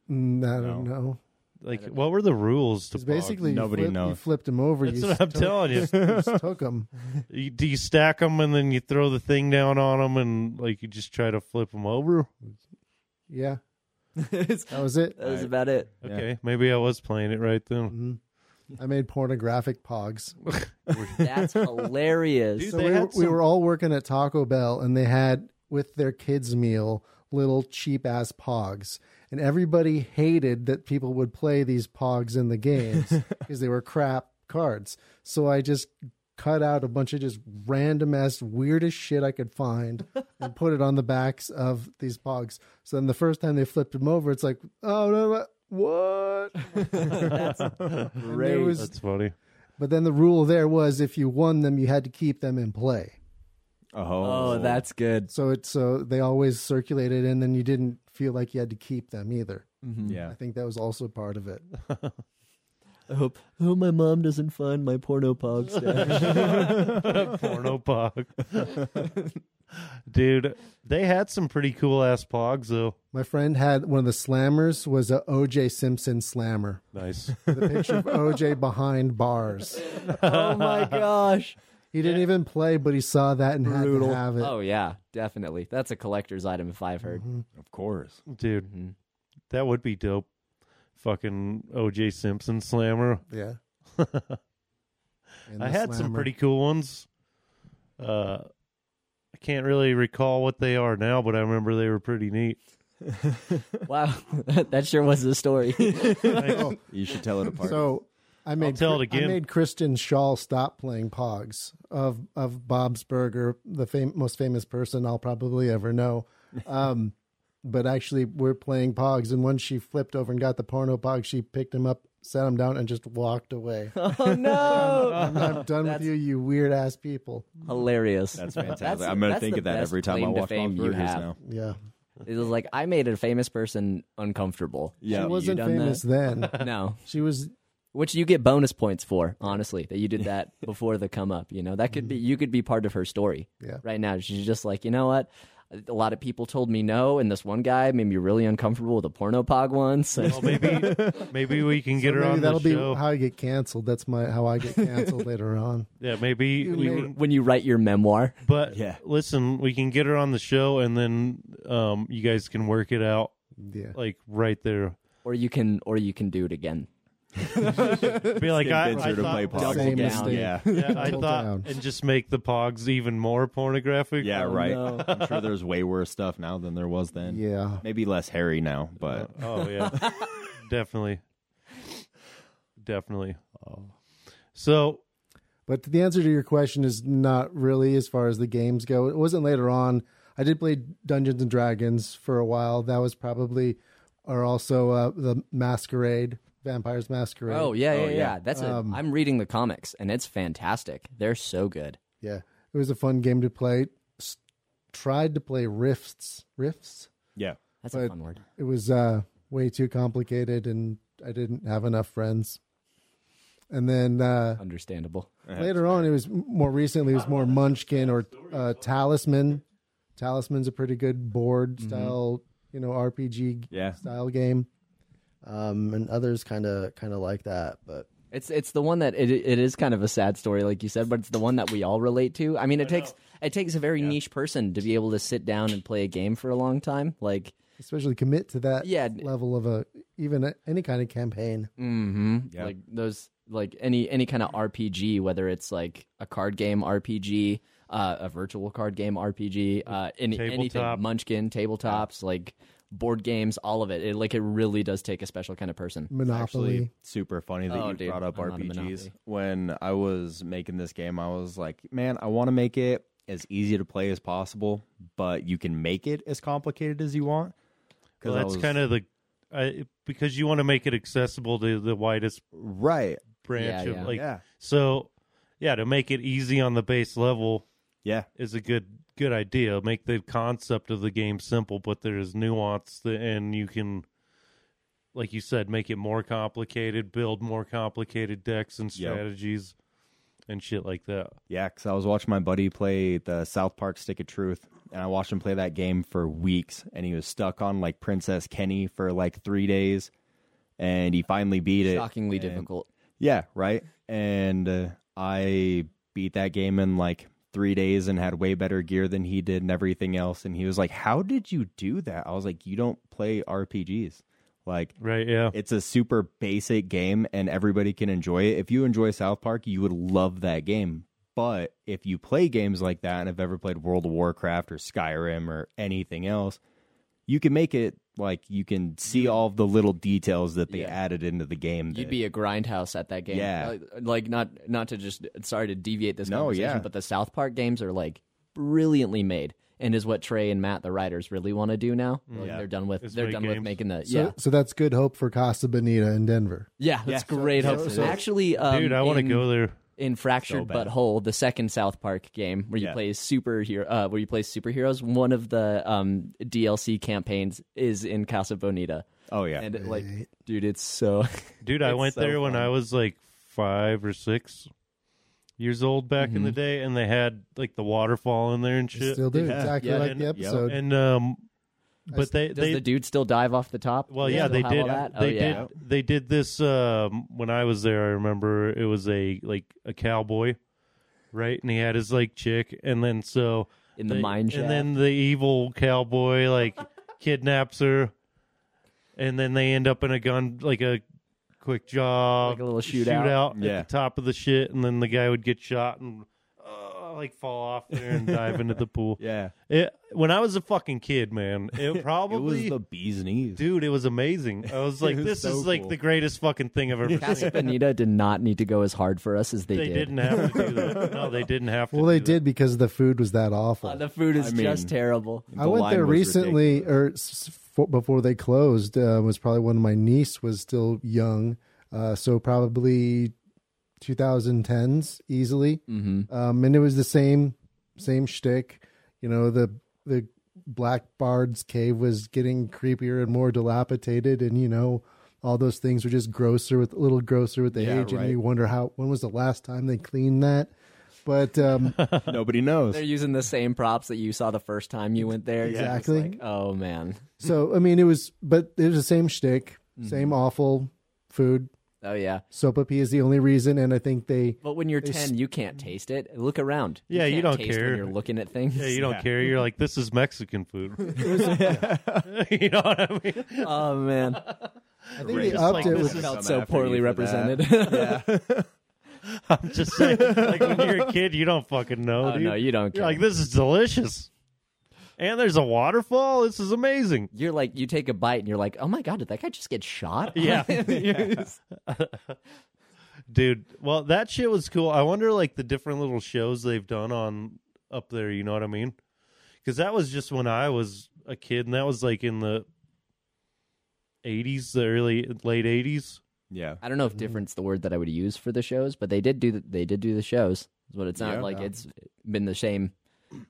[SPEAKER 3] Mm, I don't
[SPEAKER 5] No.
[SPEAKER 3] know.
[SPEAKER 2] Like, what were the rules to
[SPEAKER 3] It's basically you
[SPEAKER 5] Nobody
[SPEAKER 3] flip- You
[SPEAKER 5] knows.
[SPEAKER 3] flipped them over.
[SPEAKER 2] That's
[SPEAKER 3] you
[SPEAKER 2] what I'm telling you.
[SPEAKER 3] <laughs> Just took them.
[SPEAKER 2] You, do you stack them and then you throw the thing down on them and like you just try to flip them over?
[SPEAKER 3] Yeah,
[SPEAKER 4] that
[SPEAKER 3] that was it.
[SPEAKER 4] was about it.
[SPEAKER 5] Yeah.
[SPEAKER 2] Okay, maybe I was playing it right then.
[SPEAKER 3] Mhm. I made pornographic pogs. <laughs>
[SPEAKER 4] That's hilarious.
[SPEAKER 2] Dude,
[SPEAKER 3] So
[SPEAKER 2] They
[SPEAKER 3] we,
[SPEAKER 2] had
[SPEAKER 3] were- we
[SPEAKER 2] some-
[SPEAKER 3] were all working at Taco Bell, and they had with their kids' meal little cheap ass pogs, and everybody hated that people would play these pogs in
[SPEAKER 2] <laughs>
[SPEAKER 3] the games because they were crap cards. So I just cut out a bunch of just random ass weirdest shit I could
[SPEAKER 2] <laughs>
[SPEAKER 3] find and put it on the backs of these pogs. So then the first time they flipped them over, it's like, oh no, what? what?
[SPEAKER 4] <laughs> That's
[SPEAKER 3] There
[SPEAKER 4] great.
[SPEAKER 3] was-
[SPEAKER 2] That's
[SPEAKER 3] <laughs>
[SPEAKER 2] funny.
[SPEAKER 3] But then the rule there was if you won them, you had to keep them in play.
[SPEAKER 5] Oh,
[SPEAKER 4] oh, that's good.
[SPEAKER 3] So it so they always circulated, and then you didn't feel like you had to keep them either.
[SPEAKER 5] Mm-hmm. yeah.
[SPEAKER 3] I think that was also part of it.
[SPEAKER 4] I hope. I hope my mom doesn't find my porno pog stash.
[SPEAKER 2] Porno pog.
[SPEAKER 3] <laughs>
[SPEAKER 2] Dude, they had some pretty cool ass pogs though.
[SPEAKER 3] My friend had one of the slammers was a O.J. Simpson slammer.
[SPEAKER 2] Nice.
[SPEAKER 3] The picture
[SPEAKER 4] <laughs>
[SPEAKER 3] of O.J. behind bars.
[SPEAKER 4] oh my gosh.
[SPEAKER 3] He didn't even play, but he saw that and
[SPEAKER 4] Brutal.
[SPEAKER 3] had to have it.
[SPEAKER 4] Oh yeah, definitely. That's a collector's item if I've heard.
[SPEAKER 3] Mm-hmm.
[SPEAKER 5] Of course.
[SPEAKER 2] <laughs> Dude,
[SPEAKER 4] Mhm.
[SPEAKER 2] that would be dope. Fucking OJ Simpson slammer. <laughs>
[SPEAKER 3] Yeah. And
[SPEAKER 2] I
[SPEAKER 3] the
[SPEAKER 2] had some
[SPEAKER 3] slammer.
[SPEAKER 2] pretty cool ones. Uh I can't really recall what they are now, but I remember they were pretty neat.
[SPEAKER 4] Wow, <laughs> that sure was the
[SPEAKER 3] <laughs>
[SPEAKER 4] story.
[SPEAKER 5] You should tell it apart.
[SPEAKER 3] So I made
[SPEAKER 2] tell it
[SPEAKER 3] Chri-
[SPEAKER 2] again.
[SPEAKER 3] I made Kristen Shaw stop playing Pogs of of Bob's Burger, the fam- most famous person I'll probably ever know. Um, <laughs> but actually, we're playing Pogs, and once she flipped over and got the porno Pog, she picked him up, sat him down, and just walked
[SPEAKER 4] <laughs>
[SPEAKER 3] away.
[SPEAKER 4] oh no!
[SPEAKER 3] I'm not done with you, you weird ass people.
[SPEAKER 4] <laughs> Hilarious.
[SPEAKER 5] that's fantastic.
[SPEAKER 4] That's-
[SPEAKER 5] I'm going to
[SPEAKER 4] that's
[SPEAKER 5] think
[SPEAKER 4] the
[SPEAKER 5] of that
[SPEAKER 4] best
[SPEAKER 5] every time I
[SPEAKER 4] claim to
[SPEAKER 5] watch
[SPEAKER 4] fame
[SPEAKER 5] Bob
[SPEAKER 4] you
[SPEAKER 5] Burgers
[SPEAKER 4] have.
[SPEAKER 5] now.
[SPEAKER 3] Yeah,
[SPEAKER 4] It was like I made a famous person uncomfortable.
[SPEAKER 5] Yeah.
[SPEAKER 3] she wasn't
[SPEAKER 4] done
[SPEAKER 3] famous then.
[SPEAKER 4] <laughs> No,
[SPEAKER 3] She was
[SPEAKER 4] which you get bonus points for, honestly, that you did <laughs> that before the come up. You know, that could be you could be part of her story.
[SPEAKER 3] Yeah.
[SPEAKER 4] Right now, she's just like, you know what? A lot of people told me no, and this one guy made me really uncomfortable with a porno pog once. And- <laughs>
[SPEAKER 2] Well, maybe maybe we can get her
[SPEAKER 3] maybe
[SPEAKER 2] on
[SPEAKER 3] that'll
[SPEAKER 2] the
[SPEAKER 3] be
[SPEAKER 2] show.
[SPEAKER 3] how I get canceled. That's my how I
[SPEAKER 2] <laughs>
[SPEAKER 3] get canceled later on.
[SPEAKER 2] yeah, maybe we
[SPEAKER 3] made-
[SPEAKER 2] can-
[SPEAKER 4] when you write your memoir,
[SPEAKER 2] but
[SPEAKER 5] Yeah.
[SPEAKER 2] listen, we can get her on the show and then um you guys can work it out
[SPEAKER 3] Yeah,
[SPEAKER 2] like right there.
[SPEAKER 4] or you can, or you can do it again.
[SPEAKER 2] Be like I,
[SPEAKER 5] Convince
[SPEAKER 2] I
[SPEAKER 5] her to
[SPEAKER 2] thought-
[SPEAKER 5] play Pog.
[SPEAKER 4] Double down.
[SPEAKER 3] mistake.
[SPEAKER 5] Yeah.
[SPEAKER 2] Yeah, I
[SPEAKER 3] Double
[SPEAKER 2] thought,
[SPEAKER 3] down.
[SPEAKER 2] and just make the pogs even more pornographic.
[SPEAKER 5] Yeah,
[SPEAKER 4] Oh,
[SPEAKER 5] right.
[SPEAKER 4] no.
[SPEAKER 5] I'm sure there's way worse stuff now than there was then.
[SPEAKER 3] Yeah.
[SPEAKER 5] Maybe less hairy now, but
[SPEAKER 2] Oh yeah, <laughs> definitely, definitely. Oh. So
[SPEAKER 3] But the answer to your question is not really as far as the games go. It wasn't later on. I did play Dungeons and Dragons for a while. That was probably, or also uh, the Masquerade, Vampires Masquerade.
[SPEAKER 4] Oh yeah, yeah,
[SPEAKER 5] Oh,
[SPEAKER 4] yeah.
[SPEAKER 5] yeah.
[SPEAKER 4] That's a,
[SPEAKER 3] Um,
[SPEAKER 4] I'm reading the comics and it's fantastic. They're so good.
[SPEAKER 3] yeah, it was a fun game to play. S- tried to play Rifts, Rifts.
[SPEAKER 5] yeah.
[SPEAKER 4] That's a
[SPEAKER 3] But-
[SPEAKER 4] fun word.
[SPEAKER 3] It was uh, way too complicated, and I didn't have enough friends. And then uh,
[SPEAKER 4] Understandable.
[SPEAKER 3] Later on, it was more recently. It was more Munchkin or uh, Talisman. Talisman's a pretty good board
[SPEAKER 4] Mm-hmm.
[SPEAKER 3] style, you know, RPG
[SPEAKER 5] Yeah.
[SPEAKER 3] style game. Um, and others kind of kind of like that, but
[SPEAKER 4] It's it's the one that it it is kind of a sad story, like you said, but it's the one that we all relate to. I mean, it takes it takes a very niche person to be able to sit down and play a game for a long time. Like,
[SPEAKER 3] especially commit to that
[SPEAKER 4] Yeah.
[SPEAKER 3] level of a even a, any kind of campaign.
[SPEAKER 4] mm-hmm.
[SPEAKER 5] Yeah.
[SPEAKER 4] like those like any any kind of RPG, whether it's like a card game RPG, uh, a virtual card game RPG, uh, any anything
[SPEAKER 2] Tabletop.
[SPEAKER 4] Munchkin tabletops, like board games, all of it. it like it really does take a special kind of person.
[SPEAKER 3] Monopoly.
[SPEAKER 5] actually super funny that
[SPEAKER 4] Oh,
[SPEAKER 5] you
[SPEAKER 4] dude,
[SPEAKER 5] brought up
[SPEAKER 4] I'm not a
[SPEAKER 5] RPGs.
[SPEAKER 4] Monopoly.
[SPEAKER 5] When I was making this game, I was like, man, I want to make it as easy to play as possible, but you can make it as complicated as you want.
[SPEAKER 2] Well, that's kind
[SPEAKER 5] of
[SPEAKER 2] of the I, because you want to make it accessible to the widest
[SPEAKER 5] right.
[SPEAKER 2] branch
[SPEAKER 4] Yeah,
[SPEAKER 2] of
[SPEAKER 4] yeah.
[SPEAKER 2] like
[SPEAKER 5] yeah,
[SPEAKER 2] so. Yeah, to make it easy on the base level
[SPEAKER 5] yeah,
[SPEAKER 2] is a good good idea. Make the concept of the game simple, but there's nuance, that, and you can, like you said, make it more complicated, build more complicated decks and
[SPEAKER 5] Yep.
[SPEAKER 2] strategies, and shit like that.
[SPEAKER 5] yeah. Because I was watching my buddy play the South Park Stick of Truth, and I watched him play that game for weeks, and he was stuck on like Princess Kenny for like three days, and he finally beat it.
[SPEAKER 4] Shockingly
[SPEAKER 5] and-
[SPEAKER 4] difficult.
[SPEAKER 5] Yeah, right. And uh, I beat that game in like three days and had way better gear than he did and everything else. And he was like, How did you do that? I was like, You don't play RPGs. Like,
[SPEAKER 2] Right? Yeah.
[SPEAKER 5] it's a super basic game and everybody can enjoy it. If you enjoy South Park, you would love that game. But if you play games like that and have ever played World of Warcraft or Skyrim or anything else, you can make it like you can see all of the little details that they
[SPEAKER 4] Yeah.
[SPEAKER 5] added into the game. that-
[SPEAKER 4] You'd be a grindhouse at that game.
[SPEAKER 5] Yeah.
[SPEAKER 4] Like, like, not not to just sorry to deviate this
[SPEAKER 5] No,
[SPEAKER 4] conversation,
[SPEAKER 5] yeah.
[SPEAKER 4] but the South Park games are like brilliantly made and is what Trey and Matt the writers really want to do now. Like,
[SPEAKER 5] Yeah.
[SPEAKER 4] They're done with
[SPEAKER 2] Is
[SPEAKER 4] they're
[SPEAKER 2] make
[SPEAKER 4] done with
[SPEAKER 2] Mm. games.
[SPEAKER 4] making the
[SPEAKER 3] So,
[SPEAKER 4] yeah.
[SPEAKER 3] so that's good hope for Costa Bonita in Denver.
[SPEAKER 4] Yeah, that's
[SPEAKER 5] Yeah.
[SPEAKER 4] great.
[SPEAKER 5] So-
[SPEAKER 4] hope
[SPEAKER 5] so-
[SPEAKER 4] actually um,
[SPEAKER 2] Dude, I want to
[SPEAKER 4] in-
[SPEAKER 2] go there.
[SPEAKER 4] in Fractured
[SPEAKER 5] bad.
[SPEAKER 4] But Whole, the second South Park game where you
[SPEAKER 5] Yeah.
[SPEAKER 4] play superhero, uh, where you play superheroes. One of the um, DLC campaigns is in Casa Bonita,
[SPEAKER 5] oh, yeah.
[SPEAKER 4] and it, like, dude, it's so <laughs>
[SPEAKER 2] Dude, I
[SPEAKER 4] It's
[SPEAKER 2] went
[SPEAKER 4] so
[SPEAKER 2] there when
[SPEAKER 4] fun.
[SPEAKER 2] I was like five or six years old back in the day, and they had like the waterfall in there and
[SPEAKER 3] They
[SPEAKER 2] shit.
[SPEAKER 3] still do
[SPEAKER 5] Yeah.
[SPEAKER 3] exactly
[SPEAKER 4] Yeah.
[SPEAKER 3] like
[SPEAKER 2] And-
[SPEAKER 3] the
[SPEAKER 2] yeah.
[SPEAKER 3] episode.
[SPEAKER 2] and um,
[SPEAKER 3] s-
[SPEAKER 2] but they
[SPEAKER 4] Does
[SPEAKER 2] they
[SPEAKER 4] the dude still dive off the top?
[SPEAKER 2] well
[SPEAKER 4] Does he
[SPEAKER 2] yeah
[SPEAKER 4] still
[SPEAKER 2] they
[SPEAKER 4] have all
[SPEAKER 2] did
[SPEAKER 4] that?
[SPEAKER 2] they
[SPEAKER 4] oh,
[SPEAKER 2] did
[SPEAKER 4] yeah.
[SPEAKER 2] they did this um when I was there. I remember it was a like a cowboy, right? And he had his like chick, and then so
[SPEAKER 4] in the
[SPEAKER 2] they-
[SPEAKER 4] mine shaft.
[SPEAKER 2] and
[SPEAKER 4] <laughs>
[SPEAKER 2] then the evil cowboy like kidnaps her, and then they end up in a gun like a quick job,
[SPEAKER 4] Like a little shootout.
[SPEAKER 5] Yeah.
[SPEAKER 2] at the top of the shit, and then the guy would get shot and uh, like fall off there and dive into the pool.
[SPEAKER 5] <laughs> yeah.
[SPEAKER 2] It, when I was a fucking kid, man, it probably.
[SPEAKER 5] <laughs> It was the bee's knees.
[SPEAKER 2] Dude, it was amazing. I
[SPEAKER 5] <laughs>
[SPEAKER 2] was like,
[SPEAKER 5] was
[SPEAKER 2] this
[SPEAKER 5] so
[SPEAKER 2] is like
[SPEAKER 5] cool.
[SPEAKER 2] the greatest fucking thing I've ever seen.
[SPEAKER 4] Casa Bonita did not need to go as hard for us as they,
[SPEAKER 2] They
[SPEAKER 4] did.
[SPEAKER 2] didn't have to do
[SPEAKER 4] <laughs>
[SPEAKER 2] that. No, they didn't have to.
[SPEAKER 3] well, they
[SPEAKER 2] do that.
[SPEAKER 3] did because the food was that awful.
[SPEAKER 4] Uh, the food is
[SPEAKER 5] I mean-
[SPEAKER 4] just terrible.
[SPEAKER 5] The
[SPEAKER 3] I went
[SPEAKER 5] line
[SPEAKER 3] there
[SPEAKER 5] was
[SPEAKER 3] recently, or s- s- fo- before they closed. Uh, was probably when my niece was still young, uh, so probably 2010s easily.
[SPEAKER 4] hmm
[SPEAKER 5] Mm-hmm.
[SPEAKER 3] Um, and it was the same same shtick. You know, the the Blackbard's cave was getting creepier and more dilapidated, and you know. All those things were just grosser with a little grosser with the
[SPEAKER 5] Yeah,
[SPEAKER 3] age,
[SPEAKER 5] right.
[SPEAKER 3] and you wonder how when was the last time they cleaned that. But um,
[SPEAKER 5] ridiculous. <laughs> Nobody knows.
[SPEAKER 4] They're using the same props that you saw the first time you went there. It's just
[SPEAKER 3] Exactly.
[SPEAKER 4] like, oh man.
[SPEAKER 3] So I mean, it was, but it was the same shtick,
[SPEAKER 2] Mm-hmm.
[SPEAKER 3] same awful food.
[SPEAKER 4] Oh yeah.
[SPEAKER 3] Sopa is the only reason, and I think they.
[SPEAKER 4] But when you're
[SPEAKER 3] They
[SPEAKER 4] ten, you can't taste it. Look around.
[SPEAKER 2] Yeah, you
[SPEAKER 4] can't
[SPEAKER 2] don't
[SPEAKER 4] taste
[SPEAKER 2] care.
[SPEAKER 4] When you're looking at things.
[SPEAKER 2] Yeah, you don't
[SPEAKER 5] Yeah.
[SPEAKER 2] care. You're like, this is Mexican food. <laughs> you know what I mean? <laughs>
[SPEAKER 4] <laughs> oh man,
[SPEAKER 3] I think
[SPEAKER 5] Right.
[SPEAKER 3] they
[SPEAKER 5] Just
[SPEAKER 3] upped
[SPEAKER 2] like
[SPEAKER 3] it
[SPEAKER 2] this
[SPEAKER 3] with.
[SPEAKER 2] is-
[SPEAKER 4] felt
[SPEAKER 5] Come
[SPEAKER 4] so
[SPEAKER 5] after you
[SPEAKER 4] poorly
[SPEAKER 5] for
[SPEAKER 4] represented.
[SPEAKER 2] I'm just saying, like when you're a kid, you don't fucking know.
[SPEAKER 4] oh
[SPEAKER 2] dude.
[SPEAKER 4] no, you don't care.
[SPEAKER 2] You're like, this is delicious, and there's a waterfall. This is
[SPEAKER 4] <laughs>
[SPEAKER 2] amazing.
[SPEAKER 4] <laughs> you're like you take a bite and you're like, oh my god, did that guy just get shot?
[SPEAKER 2] <laughs> Yeah. Dude, well, that shit was cool. I wonder, like, the different little shows they've done on up there. You know what I mean? Because that was just when I was a kid, and that was like in the '80s, the early late '80s.
[SPEAKER 5] Yeah.
[SPEAKER 4] <laughs> I don't know if different's the word that I would use for the shows, but they did do the, they did do the shows. Is what it sounded
[SPEAKER 5] Yeah.
[SPEAKER 4] like. It's been the same,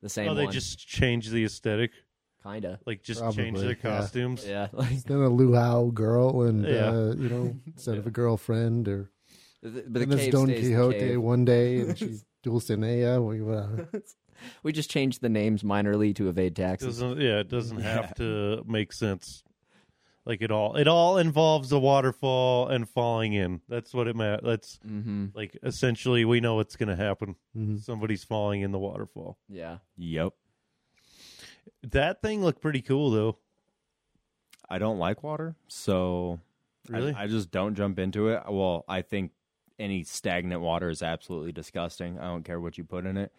[SPEAKER 4] the same.
[SPEAKER 2] Oh, they
[SPEAKER 4] one.
[SPEAKER 2] just changed the aesthetic,
[SPEAKER 4] kinda.
[SPEAKER 2] like just change
[SPEAKER 3] Probably,
[SPEAKER 2] their
[SPEAKER 3] yeah.
[SPEAKER 2] costumes.
[SPEAKER 4] Yeah, <laughs> like,
[SPEAKER 3] Then a luau girl, and
[SPEAKER 2] Yeah.
[SPEAKER 3] uh, you know, instead
[SPEAKER 2] <laughs>
[SPEAKER 3] of a girlfriend, or
[SPEAKER 4] th- but the
[SPEAKER 3] then there's
[SPEAKER 4] cave
[SPEAKER 3] Don
[SPEAKER 4] stays the
[SPEAKER 3] Quixote
[SPEAKER 4] cave.
[SPEAKER 3] one day,
[SPEAKER 4] <laughs>
[SPEAKER 3] and she's Dulcinea. we- uh, well,
[SPEAKER 4] We just changed the names minorly to evade taxes.
[SPEAKER 2] doesn't yeah it
[SPEAKER 5] <laughs>
[SPEAKER 2] doesn't
[SPEAKER 5] Yeah.
[SPEAKER 2] have to make sense like it all it all involves a waterfall and falling in that's what it meant that's
[SPEAKER 4] Mm-hmm.
[SPEAKER 2] like essentially we know what's going to happen
[SPEAKER 3] mhm.
[SPEAKER 2] somebody's falling in the waterfall
[SPEAKER 4] Yeah,
[SPEAKER 5] Yep.
[SPEAKER 2] that thing looked pretty cool though
[SPEAKER 5] I don't like water, so I-
[SPEAKER 2] Really?
[SPEAKER 5] I, just don't jump into it. Well, I think any stagnant water is absolutely disgusting. I don't care what you put in it.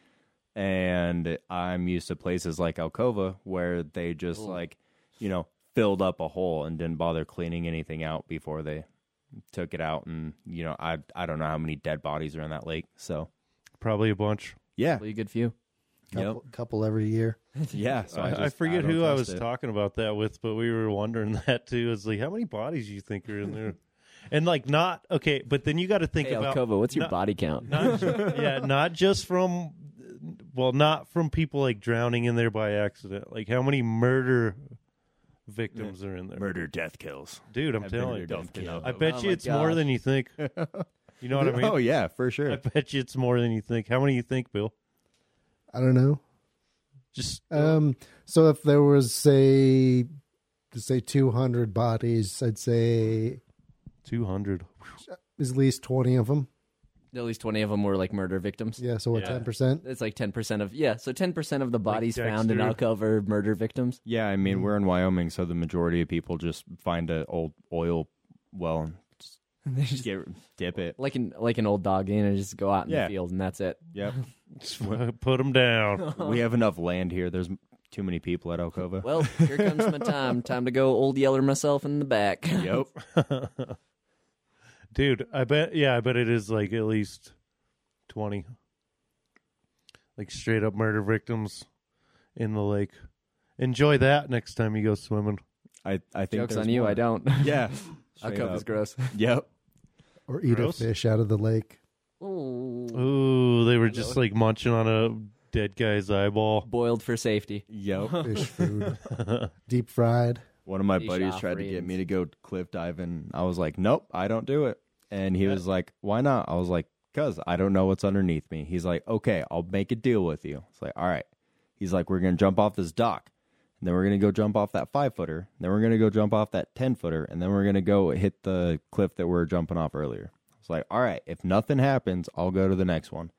[SPEAKER 5] And I'm used to places like Alcova where they just
[SPEAKER 4] Ooh.
[SPEAKER 5] like, you know, filled up a hole and didn't bother cleaning anything out before they took it out. And you know, I I don't know how many dead bodies are in that lake. So
[SPEAKER 2] Probably a bunch.
[SPEAKER 5] yeah,
[SPEAKER 4] Well, you good few.
[SPEAKER 5] yep,
[SPEAKER 3] couple, couple every year.
[SPEAKER 5] yeah. So I,
[SPEAKER 2] I, I
[SPEAKER 5] just-
[SPEAKER 2] forget
[SPEAKER 5] don't
[SPEAKER 2] who I
[SPEAKER 5] trust
[SPEAKER 2] was
[SPEAKER 5] it.
[SPEAKER 2] talking about that with, but we were wondering <laughs> that too. It's like how many bodies you think are in there, and like not okay, but then you got to think
[SPEAKER 4] Hey,
[SPEAKER 2] about
[SPEAKER 4] Alcova, what's your
[SPEAKER 2] not-
[SPEAKER 4] body count?
[SPEAKER 2] not ju- yeah, not just from well, not from people like drowning in there by accident. Like how many murder victims are in there?
[SPEAKER 5] Murder, death, kills.
[SPEAKER 2] Dude, I'm
[SPEAKER 5] I've been
[SPEAKER 2] telling
[SPEAKER 5] here,
[SPEAKER 2] you.
[SPEAKER 5] done kills.
[SPEAKER 2] I bet
[SPEAKER 4] Oh
[SPEAKER 2] you
[SPEAKER 4] my
[SPEAKER 2] it's more
[SPEAKER 4] gosh.
[SPEAKER 2] than you
[SPEAKER 5] <laughs>
[SPEAKER 2] think. You know what I mean?
[SPEAKER 5] oh yeah, for
[SPEAKER 2] I
[SPEAKER 5] sure.
[SPEAKER 2] bet you it's more than you think. How many you think, Bill?
[SPEAKER 3] I don't know.
[SPEAKER 2] Just
[SPEAKER 5] Uh,
[SPEAKER 3] Um, so if there was say, just say two hundred bodies, I'd say
[SPEAKER 2] two
[SPEAKER 5] <laughs>
[SPEAKER 2] hundred.
[SPEAKER 3] at least twenty of them.
[SPEAKER 4] At least 20 of them were like murder victims.
[SPEAKER 3] Yeah, so what
[SPEAKER 2] Yeah.
[SPEAKER 3] ten percent?
[SPEAKER 4] It's like 10% of, yeah, so 10% of the bodies found in
[SPEAKER 2] Dexter.
[SPEAKER 4] Alcova are murder victims.
[SPEAKER 5] Yeah, I mean we're in Wyoming, so the majority of people just find an old oil well and just, just get dip it.
[SPEAKER 4] Like an like an old dog, you know, just go out in
[SPEAKER 5] Yeah.
[SPEAKER 4] the field and that's <laughs> it.
[SPEAKER 5] Yep,
[SPEAKER 2] Put them down.
[SPEAKER 5] we have enough land here. There's too many people at Alcova.
[SPEAKER 4] Well, here comes my time. Time to go old yeller myself in the back.
[SPEAKER 5] yep.
[SPEAKER 2] <laughs> Dude, I bet yeah, I bet it is like at least twenty. Like straight up murder victims in the lake. Enjoy that next time you go swimming.
[SPEAKER 5] I I think
[SPEAKER 4] Joke's
[SPEAKER 5] there's
[SPEAKER 4] on you,
[SPEAKER 5] more.
[SPEAKER 4] I don't. <laughs>
[SPEAKER 5] Yeah. straight
[SPEAKER 4] Alcova's
[SPEAKER 5] up.
[SPEAKER 4] gross.
[SPEAKER 5] Yep.
[SPEAKER 3] Or eat
[SPEAKER 2] Gross.
[SPEAKER 3] a fish out of the lake.
[SPEAKER 4] Ooh.
[SPEAKER 2] Ooh, they were just like munching on a dead guy's eyeball.
[SPEAKER 4] Boiled for safety.
[SPEAKER 5] Yep.
[SPEAKER 2] <laughs>
[SPEAKER 3] Fish food, deep fried.
[SPEAKER 5] One of my
[SPEAKER 4] Fish
[SPEAKER 5] buddies
[SPEAKER 4] off
[SPEAKER 5] tried to get
[SPEAKER 4] reins.
[SPEAKER 5] me to go cliff diving. I was like, "Nope, I don't do it." And he was like, "Why not?" I was like, "Cuz I don't know what's underneath me." He's like, "Okay, I'll make a deal with you." It's like, "All right." He's like, "We're going to jump off this dock." And then we're going to go jump off that 5-footer. Then we're going to go jump off that 10-footer, and then we're going to go hit the cliff that we are jumping off earlier. I was like, "All right, if nothing happens, I'll go to the next one."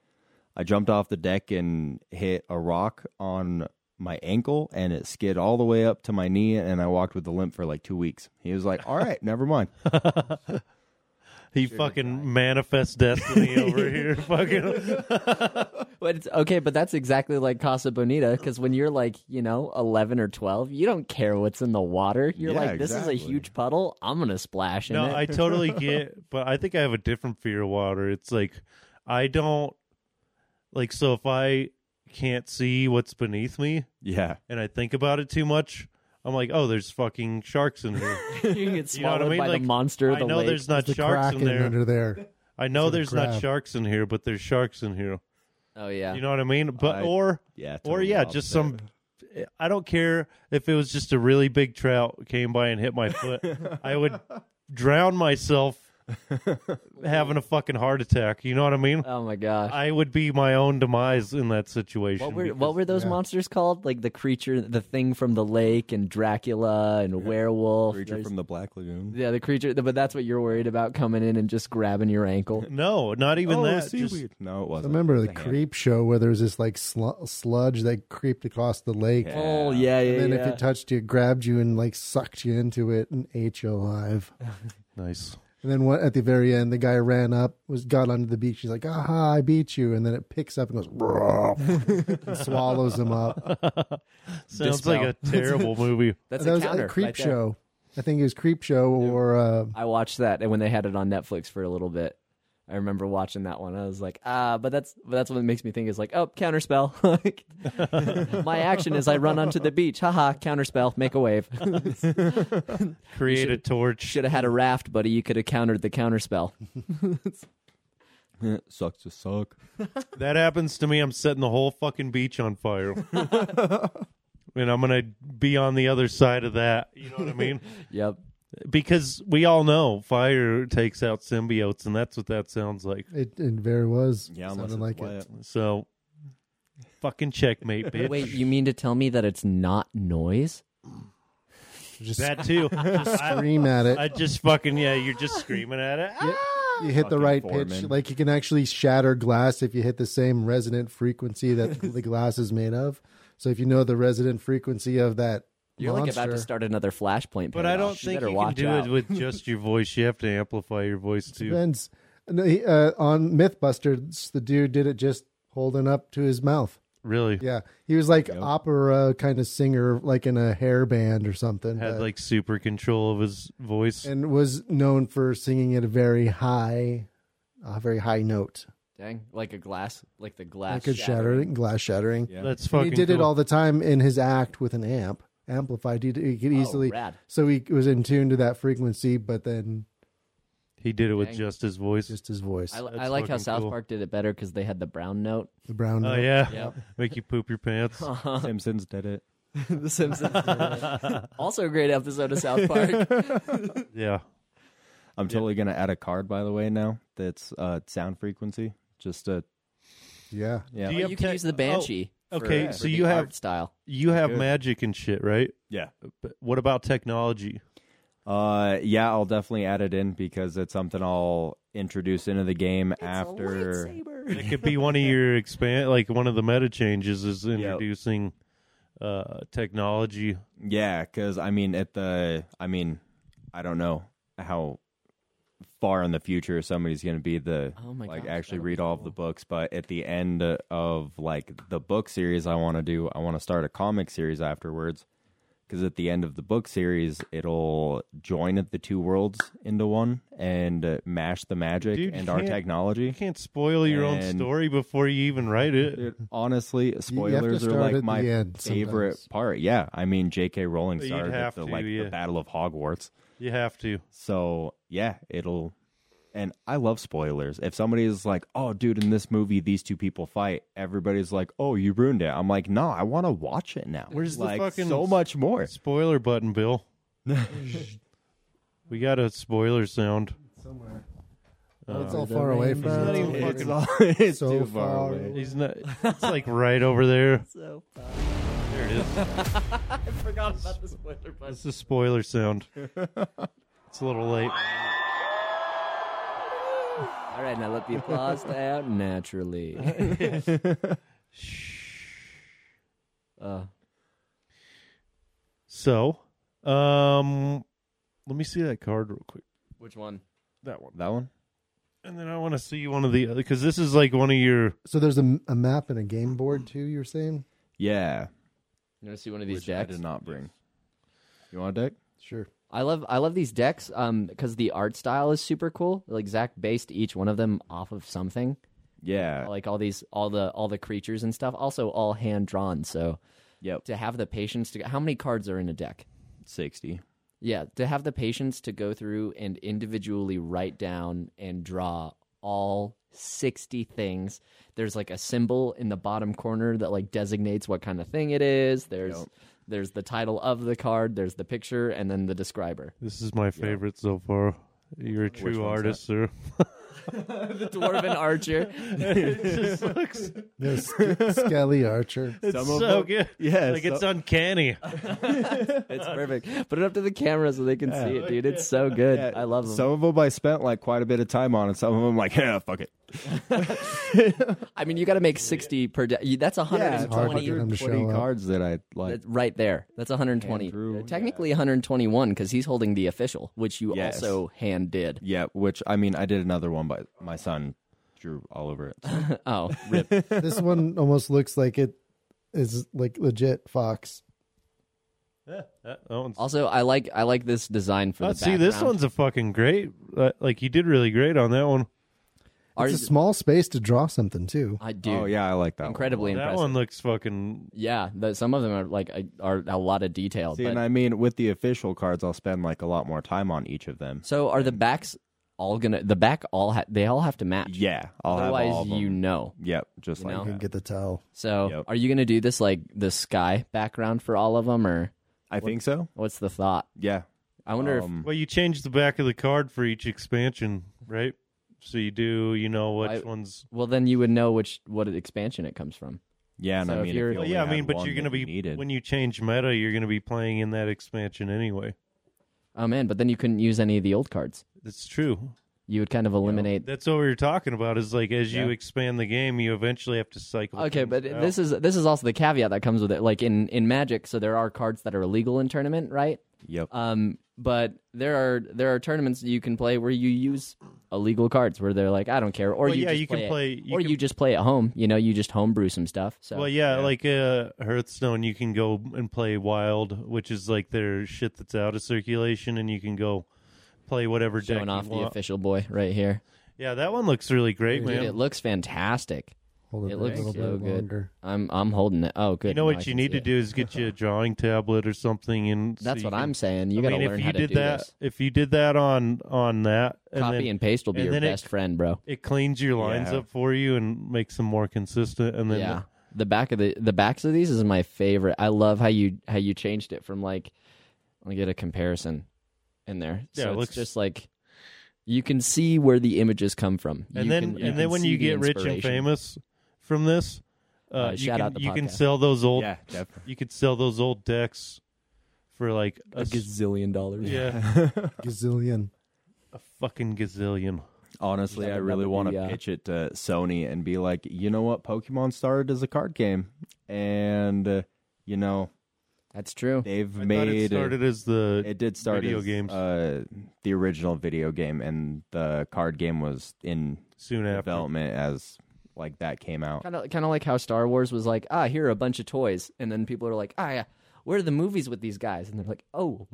[SPEAKER 5] I jumped off the deck and hit a rock on my ankle and it skid all the way up to my knee and I walked with a limp for like two weeks. He was like, All right, never <laughs> mind.
[SPEAKER 2] He fucking manifests destiny over here. Fucking
[SPEAKER 4] But it's, okay, but that's exactly like Casa Bonita because when you're like, you know, 11 or 12, you don't care what's in the water. You're
[SPEAKER 5] Yeah,
[SPEAKER 4] like, this
[SPEAKER 5] exactly.
[SPEAKER 4] is a huge puddle. I'm going to splash in
[SPEAKER 2] No,
[SPEAKER 4] it.
[SPEAKER 2] I <laughs> totally get, but I think I have a different fear of water. It's like I don't like so if I can't see what's beneath me
[SPEAKER 5] Yeah.
[SPEAKER 2] and I think about it too much, I'm like, oh, there's fucking sharks in here.
[SPEAKER 4] <laughs>
[SPEAKER 2] <laughs>
[SPEAKER 4] you get
[SPEAKER 2] You know
[SPEAKER 4] swallowed
[SPEAKER 2] what I mean?
[SPEAKER 4] by
[SPEAKER 2] Like
[SPEAKER 4] the monster of
[SPEAKER 2] I
[SPEAKER 4] the
[SPEAKER 2] know
[SPEAKER 4] lake.
[SPEAKER 2] there's
[SPEAKER 3] There's
[SPEAKER 2] not
[SPEAKER 3] the
[SPEAKER 2] sharks in
[SPEAKER 3] kraken
[SPEAKER 2] there.
[SPEAKER 3] under there.
[SPEAKER 2] I know
[SPEAKER 3] the
[SPEAKER 2] there's not
[SPEAKER 3] crab.
[SPEAKER 2] sharks in here, but there's sharks in here.
[SPEAKER 4] Oh, yeah.
[SPEAKER 2] You know what I mean? But
[SPEAKER 5] I-
[SPEAKER 2] or
[SPEAKER 5] Yeah.
[SPEAKER 2] or
[SPEAKER 5] totally
[SPEAKER 2] yeah, just
[SPEAKER 5] opposite.
[SPEAKER 2] some. I don't care if it was just a really big trout came by and hit my
[SPEAKER 4] <laughs>
[SPEAKER 2] foot. I would drown myself having a fucking heart attack. You know what I mean?
[SPEAKER 4] oh, my gosh.
[SPEAKER 2] I would be my own demise in that situation.
[SPEAKER 4] What were
[SPEAKER 2] because-
[SPEAKER 4] what were those
[SPEAKER 3] yeah.
[SPEAKER 4] monsters called? Like the creature, the thing from the lake, and Dracula and werewolf.
[SPEAKER 5] creature
[SPEAKER 4] There's-
[SPEAKER 5] from the Black Lagoon.
[SPEAKER 4] yeah, the creature. But that's what you're worried about coming in and just grabbing your ankle.
[SPEAKER 2] no, not even
[SPEAKER 5] Oh,
[SPEAKER 2] that.
[SPEAKER 5] seaweed.
[SPEAKER 2] Just,
[SPEAKER 5] no, it
[SPEAKER 3] I
[SPEAKER 5] wasn't.
[SPEAKER 3] remember the
[SPEAKER 5] Dang it.
[SPEAKER 3] creep show where there was this like slu- sludge that creeped across the lake.
[SPEAKER 5] Yeah.
[SPEAKER 4] Oh yeah, yeah,
[SPEAKER 3] And then
[SPEAKER 4] yeah.
[SPEAKER 3] if it touched you, it grabbed you and like sucked you into it and ate you alive.
[SPEAKER 2] nice.
[SPEAKER 3] And then one, at the very end, the guy ran up, was got onto the beach. He's like, "Aha, I beat you!" And then it picks up and
[SPEAKER 2] <laughs>
[SPEAKER 3] goes, "Rawr," and swallows him up.
[SPEAKER 2] Sounds like a terrible movie.
[SPEAKER 4] that's
[SPEAKER 3] that
[SPEAKER 4] a
[SPEAKER 3] was
[SPEAKER 4] counter
[SPEAKER 3] a creep
[SPEAKER 4] right there.
[SPEAKER 3] show. I think it was creep show or uh,
[SPEAKER 4] I watched that and when they had it on Netflix for a little bit. I remember watching that one. I was like, ah, but that's but that's what makes me think is like, oh, counterspell. <laughs> Like, My action is I run onto the beach. Haha, counterspell, make a wave. <laughs>
[SPEAKER 2] Create a torch.
[SPEAKER 4] Should have had a raft, buddy. You could have countered the counterspell.
[SPEAKER 5] Sucks to suck.
[SPEAKER 2] That happens to me. I'm setting the whole fucking beach on fire. and I'm gonna be on the other side of that. You know what I mean?
[SPEAKER 4] Yep.
[SPEAKER 2] because we all know fire takes out symbiotes, and that's what that sounds like.
[SPEAKER 3] it, it very was.
[SPEAKER 5] Yeah, unless
[SPEAKER 3] sounded
[SPEAKER 5] it's
[SPEAKER 3] like
[SPEAKER 5] wet.
[SPEAKER 3] it.
[SPEAKER 2] So, fucking checkmate, bitch.
[SPEAKER 4] Wait, you mean to tell me that it's not noise?
[SPEAKER 3] Just
[SPEAKER 2] that
[SPEAKER 4] <laughs>
[SPEAKER 2] too. I,
[SPEAKER 3] scream at it.
[SPEAKER 2] I just fucking yeah. You're just screaming at it. Ah!
[SPEAKER 3] you hit the
[SPEAKER 5] Fucking
[SPEAKER 3] right pitch.
[SPEAKER 5] Foreman.
[SPEAKER 3] Like you can actually shatter glass if you hit the same resonant frequency
[SPEAKER 5] <laughs>
[SPEAKER 3] that the glass is made of. So if you know the resonant frequency of that
[SPEAKER 4] You're
[SPEAKER 3] monster,
[SPEAKER 4] like about to start another flashpoint.
[SPEAKER 2] But I
[SPEAKER 4] paradox.
[SPEAKER 2] don't
[SPEAKER 4] You
[SPEAKER 2] think
[SPEAKER 4] better
[SPEAKER 2] you can
[SPEAKER 4] watch
[SPEAKER 2] do
[SPEAKER 4] out.
[SPEAKER 2] it with just your voice. You have to amplify your voice
[SPEAKER 4] <laughs>
[SPEAKER 2] too.
[SPEAKER 3] depends. No, he, uh, on MythBusters, the dude did it just holding up to his mouth.
[SPEAKER 2] Really
[SPEAKER 3] Yeah, he was like
[SPEAKER 5] Yep.
[SPEAKER 3] opera kind of singer, like in a hair band or something.
[SPEAKER 2] had
[SPEAKER 3] but-
[SPEAKER 2] like super control of his voice.
[SPEAKER 3] Uh, and was known for singing at a very high, a very high note,
[SPEAKER 4] Dang, like a glass, like the glass.
[SPEAKER 3] like a
[SPEAKER 4] shattering.
[SPEAKER 3] shattering, glass shattering.
[SPEAKER 5] Yeah.
[SPEAKER 2] That's
[SPEAKER 3] And
[SPEAKER 2] fucking.
[SPEAKER 3] he did it
[SPEAKER 2] cool.
[SPEAKER 3] all the time in his act with an amp, amplified. He, he could
[SPEAKER 4] Oh,
[SPEAKER 3] easily,
[SPEAKER 4] rad.
[SPEAKER 3] so he was in tune to that frequency, but then
[SPEAKER 2] He did it with
[SPEAKER 4] Dang.
[SPEAKER 2] just his voice.
[SPEAKER 3] just his voice,
[SPEAKER 4] I, I
[SPEAKER 2] That's
[SPEAKER 4] like how
[SPEAKER 2] fucking
[SPEAKER 4] South
[SPEAKER 2] cool.
[SPEAKER 4] Park did it better because they had the brown note.
[SPEAKER 3] the brown.
[SPEAKER 2] oh
[SPEAKER 3] note.
[SPEAKER 2] yeah,
[SPEAKER 4] Yep.
[SPEAKER 2] <laughs> make you poop your pants.
[SPEAKER 5] Simpsons did it.
[SPEAKER 4] the Simpsons.
[SPEAKER 2] <laughs>
[SPEAKER 4] did it. also a great episode of South Park.
[SPEAKER 2] yeah,
[SPEAKER 5] I'm totally gonna add a card by the way now. That's uh sound frequency. Just a
[SPEAKER 3] yeah.
[SPEAKER 5] yeah
[SPEAKER 2] Do you-
[SPEAKER 4] you
[SPEAKER 2] have
[SPEAKER 4] can
[SPEAKER 2] tech-
[SPEAKER 4] use the Banshee.
[SPEAKER 2] oh,
[SPEAKER 4] for-
[SPEAKER 2] okay,
[SPEAKER 4] for
[SPEAKER 2] so
[SPEAKER 4] the
[SPEAKER 2] you have-
[SPEAKER 4] art style.
[SPEAKER 2] you have
[SPEAKER 5] Good.
[SPEAKER 2] magic and shit, right?
[SPEAKER 5] yeah.
[SPEAKER 2] But what about technology?
[SPEAKER 5] Uh, yeah, I'll definitely add it in because it's something I'll introduce into the game after.
[SPEAKER 2] It could be one of your expand, like one of the meta changes is introducing uh, technology.
[SPEAKER 5] Yeah, because I mean, at the, I mean, I don't know how far in the future somebody's going to be the
[SPEAKER 4] Oh my
[SPEAKER 5] like
[SPEAKER 4] gosh,
[SPEAKER 5] actually
[SPEAKER 4] that'll be
[SPEAKER 5] read all of
[SPEAKER 4] cool.
[SPEAKER 5] the books, but at the end of like the book series, I want to do, I want to start a comic series afterwards. Because at the end of the book series, it'll join the two worlds into one and uh, mash the magic
[SPEAKER 2] Dude, you
[SPEAKER 5] and our
[SPEAKER 2] can't-
[SPEAKER 5] technology.
[SPEAKER 2] You can't spoil your own
[SPEAKER 5] And-
[SPEAKER 2] story before you even write it.
[SPEAKER 5] Dude, honestly, spoilers are
[SPEAKER 3] start at
[SPEAKER 5] like
[SPEAKER 3] the
[SPEAKER 5] my
[SPEAKER 3] end
[SPEAKER 5] favorite
[SPEAKER 3] sometimes.
[SPEAKER 5] part. Yeah, I mean, J.K. Rowling
[SPEAKER 2] You'd
[SPEAKER 5] started
[SPEAKER 2] have
[SPEAKER 5] at the
[SPEAKER 2] to,
[SPEAKER 5] like
[SPEAKER 2] yeah.
[SPEAKER 5] the Battle of Hogwarts,
[SPEAKER 2] You have to.
[SPEAKER 5] so yeah, it'll. And I love spoilers. If somebody is like, "Oh, dude, in this movie, these two people fight," everybody's like, "Oh, you ruined it." I'm like, "No, I want to watch it now."
[SPEAKER 2] Where's the
[SPEAKER 5] like,
[SPEAKER 2] fucking-
[SPEAKER 5] so much more?
[SPEAKER 2] Spoiler button,
[SPEAKER 3] <laughs>
[SPEAKER 2] Bill. we got a spoiler sound.
[SPEAKER 3] somewhere. it's all far away from.
[SPEAKER 2] Oh, not
[SPEAKER 3] you.
[SPEAKER 2] even
[SPEAKER 3] It's
[SPEAKER 2] fucking- <laughs>
[SPEAKER 5] all- <laughs> it's
[SPEAKER 3] So
[SPEAKER 5] too far,
[SPEAKER 3] far
[SPEAKER 5] away.
[SPEAKER 3] away.
[SPEAKER 2] He's not. It's like right over there.
[SPEAKER 4] So
[SPEAKER 2] There it is.
[SPEAKER 4] I <laughs> forgot about the spoiler button.
[SPEAKER 2] It's a spoiler sound. It's a little late.
[SPEAKER 4] <laughs> All right, now let the applause die
[SPEAKER 2] <laughs>
[SPEAKER 4] out naturally. uh,
[SPEAKER 2] So, um, let me see that card real quick.
[SPEAKER 4] which one?
[SPEAKER 2] That one,
[SPEAKER 5] that one.
[SPEAKER 2] and then I want to see one of the other because this is like one of your.
[SPEAKER 3] So there's a, a map and a game board too. You're saying
[SPEAKER 5] Yeah,
[SPEAKER 4] You want to see one of these
[SPEAKER 5] which I
[SPEAKER 4] decks?
[SPEAKER 5] did not bring. You want a deck?
[SPEAKER 3] sure.
[SPEAKER 4] I love I love these decks um because the art style is super cool. Like Zach based each one of them off of something.
[SPEAKER 5] Yeah.
[SPEAKER 4] Like all these all the all the creatures and stuff. Also all hand drawn. So
[SPEAKER 5] yep.
[SPEAKER 4] to have the patience to how many cards are in a deck?
[SPEAKER 5] Sixty.
[SPEAKER 4] Yeah, to have the patience to go through and individually write down and draw all 60 things. There's like a symbol in the bottom corner that like designates what kind of thing it is. There's
[SPEAKER 5] Yep.
[SPEAKER 4] there's the title of the card, there's the picture and then the describer.
[SPEAKER 5] <laughs>
[SPEAKER 2] This is my favorite so far. You're a true
[SPEAKER 5] one's
[SPEAKER 2] artist, sir.
[SPEAKER 4] the dwarven archer.
[SPEAKER 2] it just looks
[SPEAKER 3] Yeah, Ske-
[SPEAKER 2] <laughs>
[SPEAKER 3] Skelly Archer.
[SPEAKER 5] Some of
[SPEAKER 2] so
[SPEAKER 5] them-
[SPEAKER 2] good.
[SPEAKER 5] Yeah,
[SPEAKER 2] like it's
[SPEAKER 5] so- <laughs>
[SPEAKER 2] uncanny.
[SPEAKER 4] It's perfect. Put it up to the camera so they can see it, dude. It's so good.
[SPEAKER 5] Yeah,
[SPEAKER 4] I love them.
[SPEAKER 5] Some of them I spent like quite a bit of time on, and some of them like, <laughs> yeah, fuck it.
[SPEAKER 4] I mean, you got to make 60 per day. That's 120
[SPEAKER 3] hard to- to show
[SPEAKER 5] 20
[SPEAKER 3] up.
[SPEAKER 5] cards that I like.
[SPEAKER 4] That's right there. That's 120.
[SPEAKER 5] Hand drew,
[SPEAKER 4] uh, Technically 121 because he's holding the official, which you
[SPEAKER 5] Yes.
[SPEAKER 4] also hand did.
[SPEAKER 5] Yeah, which I mean, I did another one, but my son drew all over it. So,
[SPEAKER 4] <laughs> Oh, rip.
[SPEAKER 3] This one almost looks like it is like legit Fox.
[SPEAKER 2] That one's-
[SPEAKER 4] also, I like I like this design for
[SPEAKER 2] Oh,
[SPEAKER 4] the
[SPEAKER 2] see, this
[SPEAKER 4] background.
[SPEAKER 2] one's a fucking great. Uh, like you did really great on that one.
[SPEAKER 4] Are
[SPEAKER 3] It's a
[SPEAKER 4] you-
[SPEAKER 3] small space to draw something too.
[SPEAKER 4] I do.
[SPEAKER 5] oh yeah, I like that. one.
[SPEAKER 4] Incredibly
[SPEAKER 2] that
[SPEAKER 4] impressive.
[SPEAKER 2] one looks fucking.
[SPEAKER 4] Yeah, the, some of them are like a- are a lot of detail.
[SPEAKER 5] See,
[SPEAKER 4] but-
[SPEAKER 5] and I mean, with the official cards, I'll spend like a lot more time on each of them.
[SPEAKER 4] so are the backs all gonna the back all ha- they all have to match.
[SPEAKER 5] Yeah, I'll
[SPEAKER 4] Otherwise,
[SPEAKER 5] have all of them.
[SPEAKER 4] you know.
[SPEAKER 5] Yep, just
[SPEAKER 4] you
[SPEAKER 5] like
[SPEAKER 4] know?
[SPEAKER 3] You can
[SPEAKER 5] that.
[SPEAKER 3] get the towel.
[SPEAKER 4] So,
[SPEAKER 5] Yep.
[SPEAKER 4] are you going to do this like the sky background for all of them, or
[SPEAKER 5] I think so.
[SPEAKER 4] what's the thought?
[SPEAKER 5] Yeah.
[SPEAKER 4] I wonder
[SPEAKER 5] Um,
[SPEAKER 2] Well, you changed the back of the card for each expansion, right? So you do. You know which
[SPEAKER 4] I-
[SPEAKER 2] ones.
[SPEAKER 4] if well then you would know which what expansion it comes from.
[SPEAKER 5] yeah, and
[SPEAKER 4] so
[SPEAKER 5] I
[SPEAKER 4] if
[SPEAKER 5] mean, if
[SPEAKER 4] you're-
[SPEAKER 5] you
[SPEAKER 2] Well,
[SPEAKER 5] only
[SPEAKER 2] yeah, I
[SPEAKER 5] had
[SPEAKER 2] mean, but
[SPEAKER 5] one
[SPEAKER 2] you're gonna
[SPEAKER 5] that you
[SPEAKER 2] be
[SPEAKER 5] needed.
[SPEAKER 2] when you change meta, you're gonna be playing in that expansion anyway.
[SPEAKER 4] Oh man, but then you couldn't use any of the old cards.
[SPEAKER 2] That's true.
[SPEAKER 4] You would kind of eliminate.
[SPEAKER 2] That's what we were talking about. Is like as you
[SPEAKER 5] Yeah.
[SPEAKER 2] expand the game, you eventually have to cycle.
[SPEAKER 4] Okay,
[SPEAKER 2] things
[SPEAKER 4] but
[SPEAKER 2] out.
[SPEAKER 4] this is this is also the caveat that comes with it. Like in in Magic, so there are cards that are illegal in tournament, right?
[SPEAKER 5] Yep.
[SPEAKER 4] Um, but there are there are tournaments that you can play where you use illegal cards where they're like, I don't care, or
[SPEAKER 2] Well,
[SPEAKER 4] you
[SPEAKER 2] yeah,
[SPEAKER 4] just
[SPEAKER 2] you can
[SPEAKER 4] play it-
[SPEAKER 2] play- you
[SPEAKER 4] or
[SPEAKER 2] can-
[SPEAKER 4] you just play at home. You know, you just homebrew some stuff. So
[SPEAKER 2] Well, yeah, like uh, Hearthstone, you can go and play Wild, which is like their shit that's out of circulation, and you can go play whatever deck
[SPEAKER 4] showing
[SPEAKER 2] you
[SPEAKER 4] off the
[SPEAKER 2] want.
[SPEAKER 4] official boy right here.
[SPEAKER 2] Yeah, that one looks really great,
[SPEAKER 4] Dude,
[SPEAKER 2] man.
[SPEAKER 4] it looks fantastic.
[SPEAKER 3] Hold
[SPEAKER 4] It
[SPEAKER 3] there
[SPEAKER 4] looks
[SPEAKER 3] a little
[SPEAKER 4] so
[SPEAKER 3] bit
[SPEAKER 4] good.
[SPEAKER 3] longer.
[SPEAKER 4] I'm I'm holding it. Oh, good.
[SPEAKER 2] you know
[SPEAKER 4] Now I
[SPEAKER 2] what you
[SPEAKER 4] can
[SPEAKER 2] need
[SPEAKER 4] see
[SPEAKER 2] to
[SPEAKER 4] it.
[SPEAKER 2] do is get
[SPEAKER 4] <laughs>
[SPEAKER 2] you a drawing tablet or something, and so
[SPEAKER 4] That's
[SPEAKER 2] you
[SPEAKER 4] what
[SPEAKER 2] can-
[SPEAKER 4] I'm saying. You
[SPEAKER 2] I
[SPEAKER 4] gotta
[SPEAKER 2] mean,
[SPEAKER 4] learn
[SPEAKER 2] if you
[SPEAKER 4] how to
[SPEAKER 2] did
[SPEAKER 4] do
[SPEAKER 2] that,
[SPEAKER 4] this.
[SPEAKER 2] if you did that on on that, and
[SPEAKER 4] Copy
[SPEAKER 2] then
[SPEAKER 4] and paste will be
[SPEAKER 2] and
[SPEAKER 4] your
[SPEAKER 2] then it-
[SPEAKER 4] best friend, bro.
[SPEAKER 2] it cleans your lines
[SPEAKER 5] Yeah.
[SPEAKER 2] up for you and makes them more consistent, and then
[SPEAKER 4] yeah. The back of the the backs of these is my favorite. I love how you how you changed it from like let me get a comparison in there.
[SPEAKER 2] Yeah, it
[SPEAKER 4] so it's
[SPEAKER 2] looks-
[SPEAKER 4] just like you can see where the images come from.
[SPEAKER 2] and
[SPEAKER 4] You
[SPEAKER 2] then
[SPEAKER 4] can- you
[SPEAKER 2] and then
[SPEAKER 4] can
[SPEAKER 2] when
[SPEAKER 4] see
[SPEAKER 2] you
[SPEAKER 4] the
[SPEAKER 2] get rich and
[SPEAKER 4] inspiration.
[SPEAKER 2] famous from this, uh,
[SPEAKER 4] Uh,
[SPEAKER 2] you
[SPEAKER 4] shout
[SPEAKER 2] can
[SPEAKER 4] out the
[SPEAKER 2] you can
[SPEAKER 4] podcast.
[SPEAKER 2] sell those old
[SPEAKER 5] Yeah, definitely.
[SPEAKER 2] you could sell those old decks for like a,
[SPEAKER 4] a
[SPEAKER 2] s-
[SPEAKER 4] gazillion
[SPEAKER 2] <laughs>
[SPEAKER 4] dollars.
[SPEAKER 2] yeah
[SPEAKER 3] Gazillion.
[SPEAKER 2] a fucking gazillion.
[SPEAKER 5] Honestly,
[SPEAKER 4] That
[SPEAKER 5] I
[SPEAKER 4] would
[SPEAKER 5] really
[SPEAKER 4] never
[SPEAKER 5] want
[SPEAKER 4] be,
[SPEAKER 5] to
[SPEAKER 4] uh,
[SPEAKER 5] pitch it to Sony and be like, you know what? Pokemon started as a card game, and uh, you know
[SPEAKER 4] That's true.
[SPEAKER 5] they've
[SPEAKER 2] I thought it
[SPEAKER 5] <laughs> made uh,
[SPEAKER 2] started as the
[SPEAKER 5] it did start
[SPEAKER 2] video
[SPEAKER 5] as,
[SPEAKER 2] games.
[SPEAKER 5] uh, the original video game, and the card game was in
[SPEAKER 2] soon after.
[SPEAKER 5] development as like that came out. <laughs>
[SPEAKER 4] Kind of kind of like how Star Wars was like, ah, here are a bunch of toys, and then people are like, ah, yeah, where are the movies with these guys? And they're like, oh,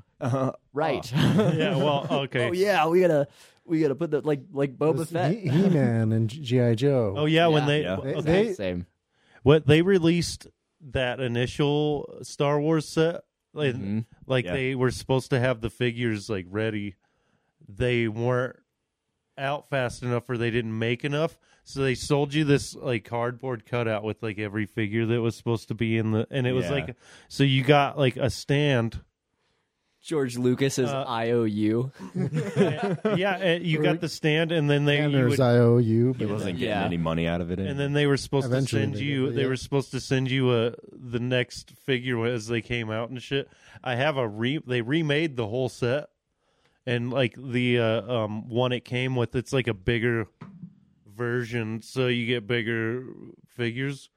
[SPEAKER 4] right. <laughs>
[SPEAKER 2] yeah, well, okay.
[SPEAKER 4] oh yeah, we gotta we gotta put the like like Boba Fett.
[SPEAKER 3] He Man and G.I. Joe.
[SPEAKER 2] Oh yeah, when
[SPEAKER 4] Yeah.
[SPEAKER 2] they
[SPEAKER 5] Yeah.
[SPEAKER 2] w-
[SPEAKER 3] They-
[SPEAKER 2] okay.
[SPEAKER 3] they-
[SPEAKER 4] Same.
[SPEAKER 2] what they released that initial Star Wars set, like, like
[SPEAKER 5] Mm-hmm. Yeah.
[SPEAKER 2] they were supposed to have the figures like ready. They weren't out fast enough, or they didn't make enough, so they sold you this like cardboard cutout with like every figure that was supposed to be in the, and it was
[SPEAKER 5] Yeah.
[SPEAKER 2] like, so you got like a stand.
[SPEAKER 4] George Lucas's
[SPEAKER 2] Uh,
[SPEAKER 4] IOU.
[SPEAKER 2] yeah, and you got the stand, and then they you
[SPEAKER 3] Manners,
[SPEAKER 2] would,
[SPEAKER 3] I owe you.
[SPEAKER 5] He
[SPEAKER 3] but-
[SPEAKER 5] wasn't getting
[SPEAKER 4] Yeah.
[SPEAKER 5] any money out of it,
[SPEAKER 2] and then they were supposed
[SPEAKER 3] Eventually
[SPEAKER 2] to send
[SPEAKER 3] they
[SPEAKER 2] you.
[SPEAKER 3] did,
[SPEAKER 2] They
[SPEAKER 3] yeah.
[SPEAKER 2] were supposed to send you a the next figure as they came out and shit. I have a re. They remade the whole set, and like the uh, um one it came with, it's like a bigger version, so you get bigger figures.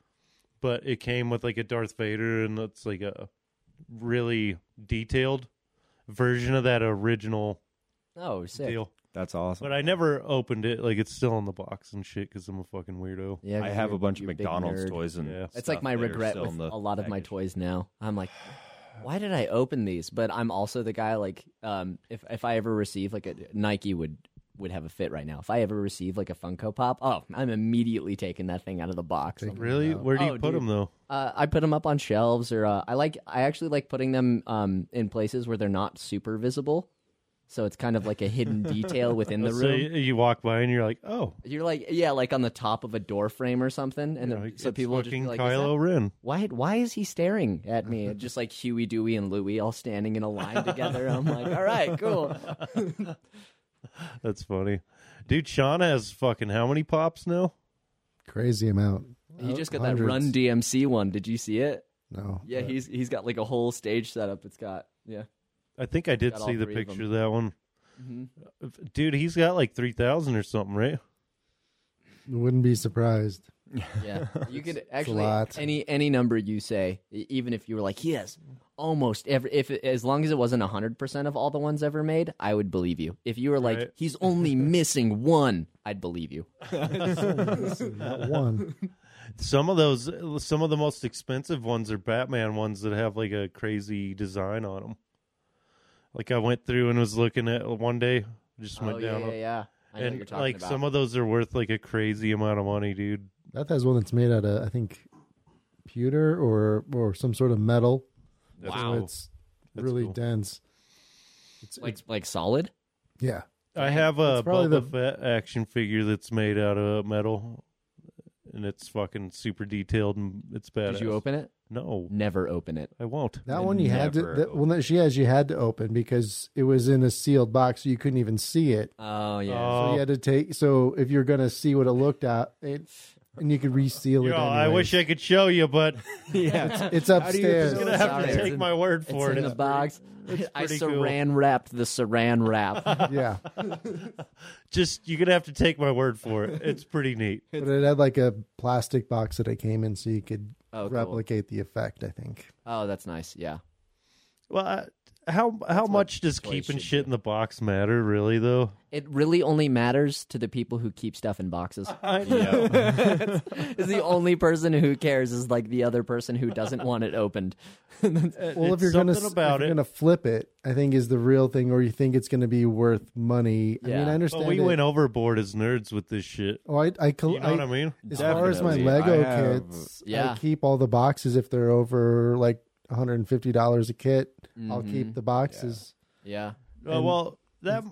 [SPEAKER 2] But it came with like a Darth Vader, and it's like a really detailed version of that original
[SPEAKER 4] Oh, sick.
[SPEAKER 2] deal.
[SPEAKER 5] that's awesome.
[SPEAKER 2] But I never opened it. Like it's still in the box and shit because I'm a fucking weirdo.
[SPEAKER 4] Yeah, 'cause
[SPEAKER 5] I have
[SPEAKER 4] you're-
[SPEAKER 5] a bunch of
[SPEAKER 4] you're a big
[SPEAKER 5] McDonald's
[SPEAKER 4] nerd.
[SPEAKER 5] toys and
[SPEAKER 2] Yeah.
[SPEAKER 4] It's like my regret with a lot of my
[SPEAKER 5] toys.
[SPEAKER 4] toys now.
[SPEAKER 5] <sighs>
[SPEAKER 4] I'm like, why did I open these? But I'm also the guy like, um, if if I ever receive like a Nike would would have a fit right now. If I ever receive like a Funko Pop, oh, I'm immediately taking that thing out of the box. I'm
[SPEAKER 2] Really? Where do you
[SPEAKER 4] Oh,
[SPEAKER 2] put
[SPEAKER 4] dude.
[SPEAKER 2] them though?
[SPEAKER 4] Uh, I put them up on shelves, or uh, I like I actually like putting them um, in places where they're not super visible, so it's kind of like a hidden detail within
[SPEAKER 2] <laughs>
[SPEAKER 4] the
[SPEAKER 2] So
[SPEAKER 4] room.
[SPEAKER 2] you, you walk by and you're like, oh,
[SPEAKER 4] You're like yeah, like on the top of a door frame or something, and then,
[SPEAKER 2] like,
[SPEAKER 4] so
[SPEAKER 2] it's
[SPEAKER 4] people just be
[SPEAKER 2] fucking
[SPEAKER 4] like, "Is
[SPEAKER 2] Kylo
[SPEAKER 4] that-
[SPEAKER 2] Ren.
[SPEAKER 4] why why is he staring at me? And just like Huey, Dewey, and Louie all standing in a line together. I'm like, all right, cool.
[SPEAKER 2] That's funny, dude. Sean has fucking how many pops now?
[SPEAKER 3] Crazy amount.
[SPEAKER 4] He just got that
[SPEAKER 3] Hundreds.
[SPEAKER 4] Run DMC one. Did you see it?
[SPEAKER 3] No.
[SPEAKER 4] Yeah, he's he's got like a whole stage setup. It's got yeah.
[SPEAKER 2] I think I did
[SPEAKER 4] Got all
[SPEAKER 2] see the
[SPEAKER 4] three of Mm-hmm. 'em.
[SPEAKER 2] picture of that one. Dude, he's got like three thousand or something, right?
[SPEAKER 3] Wouldn't be surprised.
[SPEAKER 4] Yeah, you could actually
[SPEAKER 3] lot.
[SPEAKER 4] any any number you say, e- even if you were like he has almost every if as long as it wasn't hundred percent of all the ones ever made, I would believe you. If you were like
[SPEAKER 2] Right.
[SPEAKER 4] he's only missing one, I'd believe you.
[SPEAKER 3] Not one.
[SPEAKER 2] Some of those, some of the most expensive ones are Batman ones that have like a crazy design on them. Like I went through and was looking at one day, just went
[SPEAKER 4] oh
[SPEAKER 2] down,
[SPEAKER 4] yeah, yeah, yeah. I know what
[SPEAKER 2] and
[SPEAKER 4] you're talking
[SPEAKER 2] like
[SPEAKER 4] about.
[SPEAKER 2] some of those are worth like a crazy amount of money, dude.
[SPEAKER 3] That has one that's made out of, I think, pewter or or some sort of metal.
[SPEAKER 2] That's
[SPEAKER 3] So
[SPEAKER 2] cool.
[SPEAKER 3] it's really
[SPEAKER 2] cool.
[SPEAKER 3] dense. It's,
[SPEAKER 4] like
[SPEAKER 3] it's
[SPEAKER 4] like solid.
[SPEAKER 3] yeah.
[SPEAKER 2] I have a
[SPEAKER 3] It's probably
[SPEAKER 2] Boba
[SPEAKER 3] the-
[SPEAKER 2] Fett action figure that's made out of metal, and it's fucking super detailed and it's badass.
[SPEAKER 4] Did you open it?
[SPEAKER 2] No,
[SPEAKER 4] Never open it.
[SPEAKER 2] I won't.
[SPEAKER 3] That one you had to.
[SPEAKER 5] never
[SPEAKER 3] That, well, that she has you had to open because it was in a sealed box, so you couldn't even see it.
[SPEAKER 4] Oh yeah.
[SPEAKER 5] Uh,
[SPEAKER 2] Oh,
[SPEAKER 3] So you had to take. So if you're gonna see what it looked at, it, and you could reseal it.
[SPEAKER 2] Yo, I wish I could show you,
[SPEAKER 3] <laughs>
[SPEAKER 2] but
[SPEAKER 5] Yeah,
[SPEAKER 3] It's
[SPEAKER 5] do you
[SPEAKER 3] upstairs.
[SPEAKER 2] you're gonna have
[SPEAKER 4] Sorry,
[SPEAKER 2] to
[SPEAKER 4] it's
[SPEAKER 2] take
[SPEAKER 4] in-
[SPEAKER 2] my word
[SPEAKER 4] it's
[SPEAKER 2] for
[SPEAKER 4] in
[SPEAKER 2] it.
[SPEAKER 4] the box. <laughs> I
[SPEAKER 2] pretty cool.
[SPEAKER 4] saran wrapped the
[SPEAKER 5] <laughs>
[SPEAKER 4] saran wrap. Oh,
[SPEAKER 3] yeah,
[SPEAKER 2] Just you're gonna have to take my word for it. It's pretty neat.
[SPEAKER 3] but it had like a plastic box that it came in, so you could
[SPEAKER 4] Oh, cool.
[SPEAKER 3] replicate the effect. I think.
[SPEAKER 4] oh, that's nice. Yeah.
[SPEAKER 2] Well, I, how how much does
[SPEAKER 5] that's what you
[SPEAKER 2] keeping
[SPEAKER 5] should
[SPEAKER 2] shit in the box matter, really? Though
[SPEAKER 4] It really only matters to the people who keep stuff in
[SPEAKER 5] <laughs>
[SPEAKER 4] boxes.
[SPEAKER 2] I
[SPEAKER 4] <laughs> is the only person who cares is like the other person who doesn't want it opened.
[SPEAKER 3] Well, if
[SPEAKER 2] It's
[SPEAKER 3] you're gonna
[SPEAKER 2] something
[SPEAKER 3] s-
[SPEAKER 2] about
[SPEAKER 3] if you're
[SPEAKER 2] it.
[SPEAKER 3] gonna flip it, I think is the real thing, or you think it's gonna be worth money. I
[SPEAKER 4] Yeah.
[SPEAKER 3] mean, I
[SPEAKER 4] But
[SPEAKER 3] understand.
[SPEAKER 2] But we
[SPEAKER 3] it.
[SPEAKER 2] went overboard as nerds with this shit.
[SPEAKER 3] Oh, I, I, col-
[SPEAKER 2] You know what I mean?
[SPEAKER 3] As far as my
[SPEAKER 5] Definitely.
[SPEAKER 3] Lego
[SPEAKER 5] I have-
[SPEAKER 3] kits,
[SPEAKER 4] Yeah.
[SPEAKER 3] I keep all the boxes if they're over like $150 a kit. I'll
[SPEAKER 4] Mhm.
[SPEAKER 2] Mm-hmm.
[SPEAKER 3] keep the boxes.
[SPEAKER 4] Yeah.
[SPEAKER 2] Uh,
[SPEAKER 3] And-
[SPEAKER 2] well, that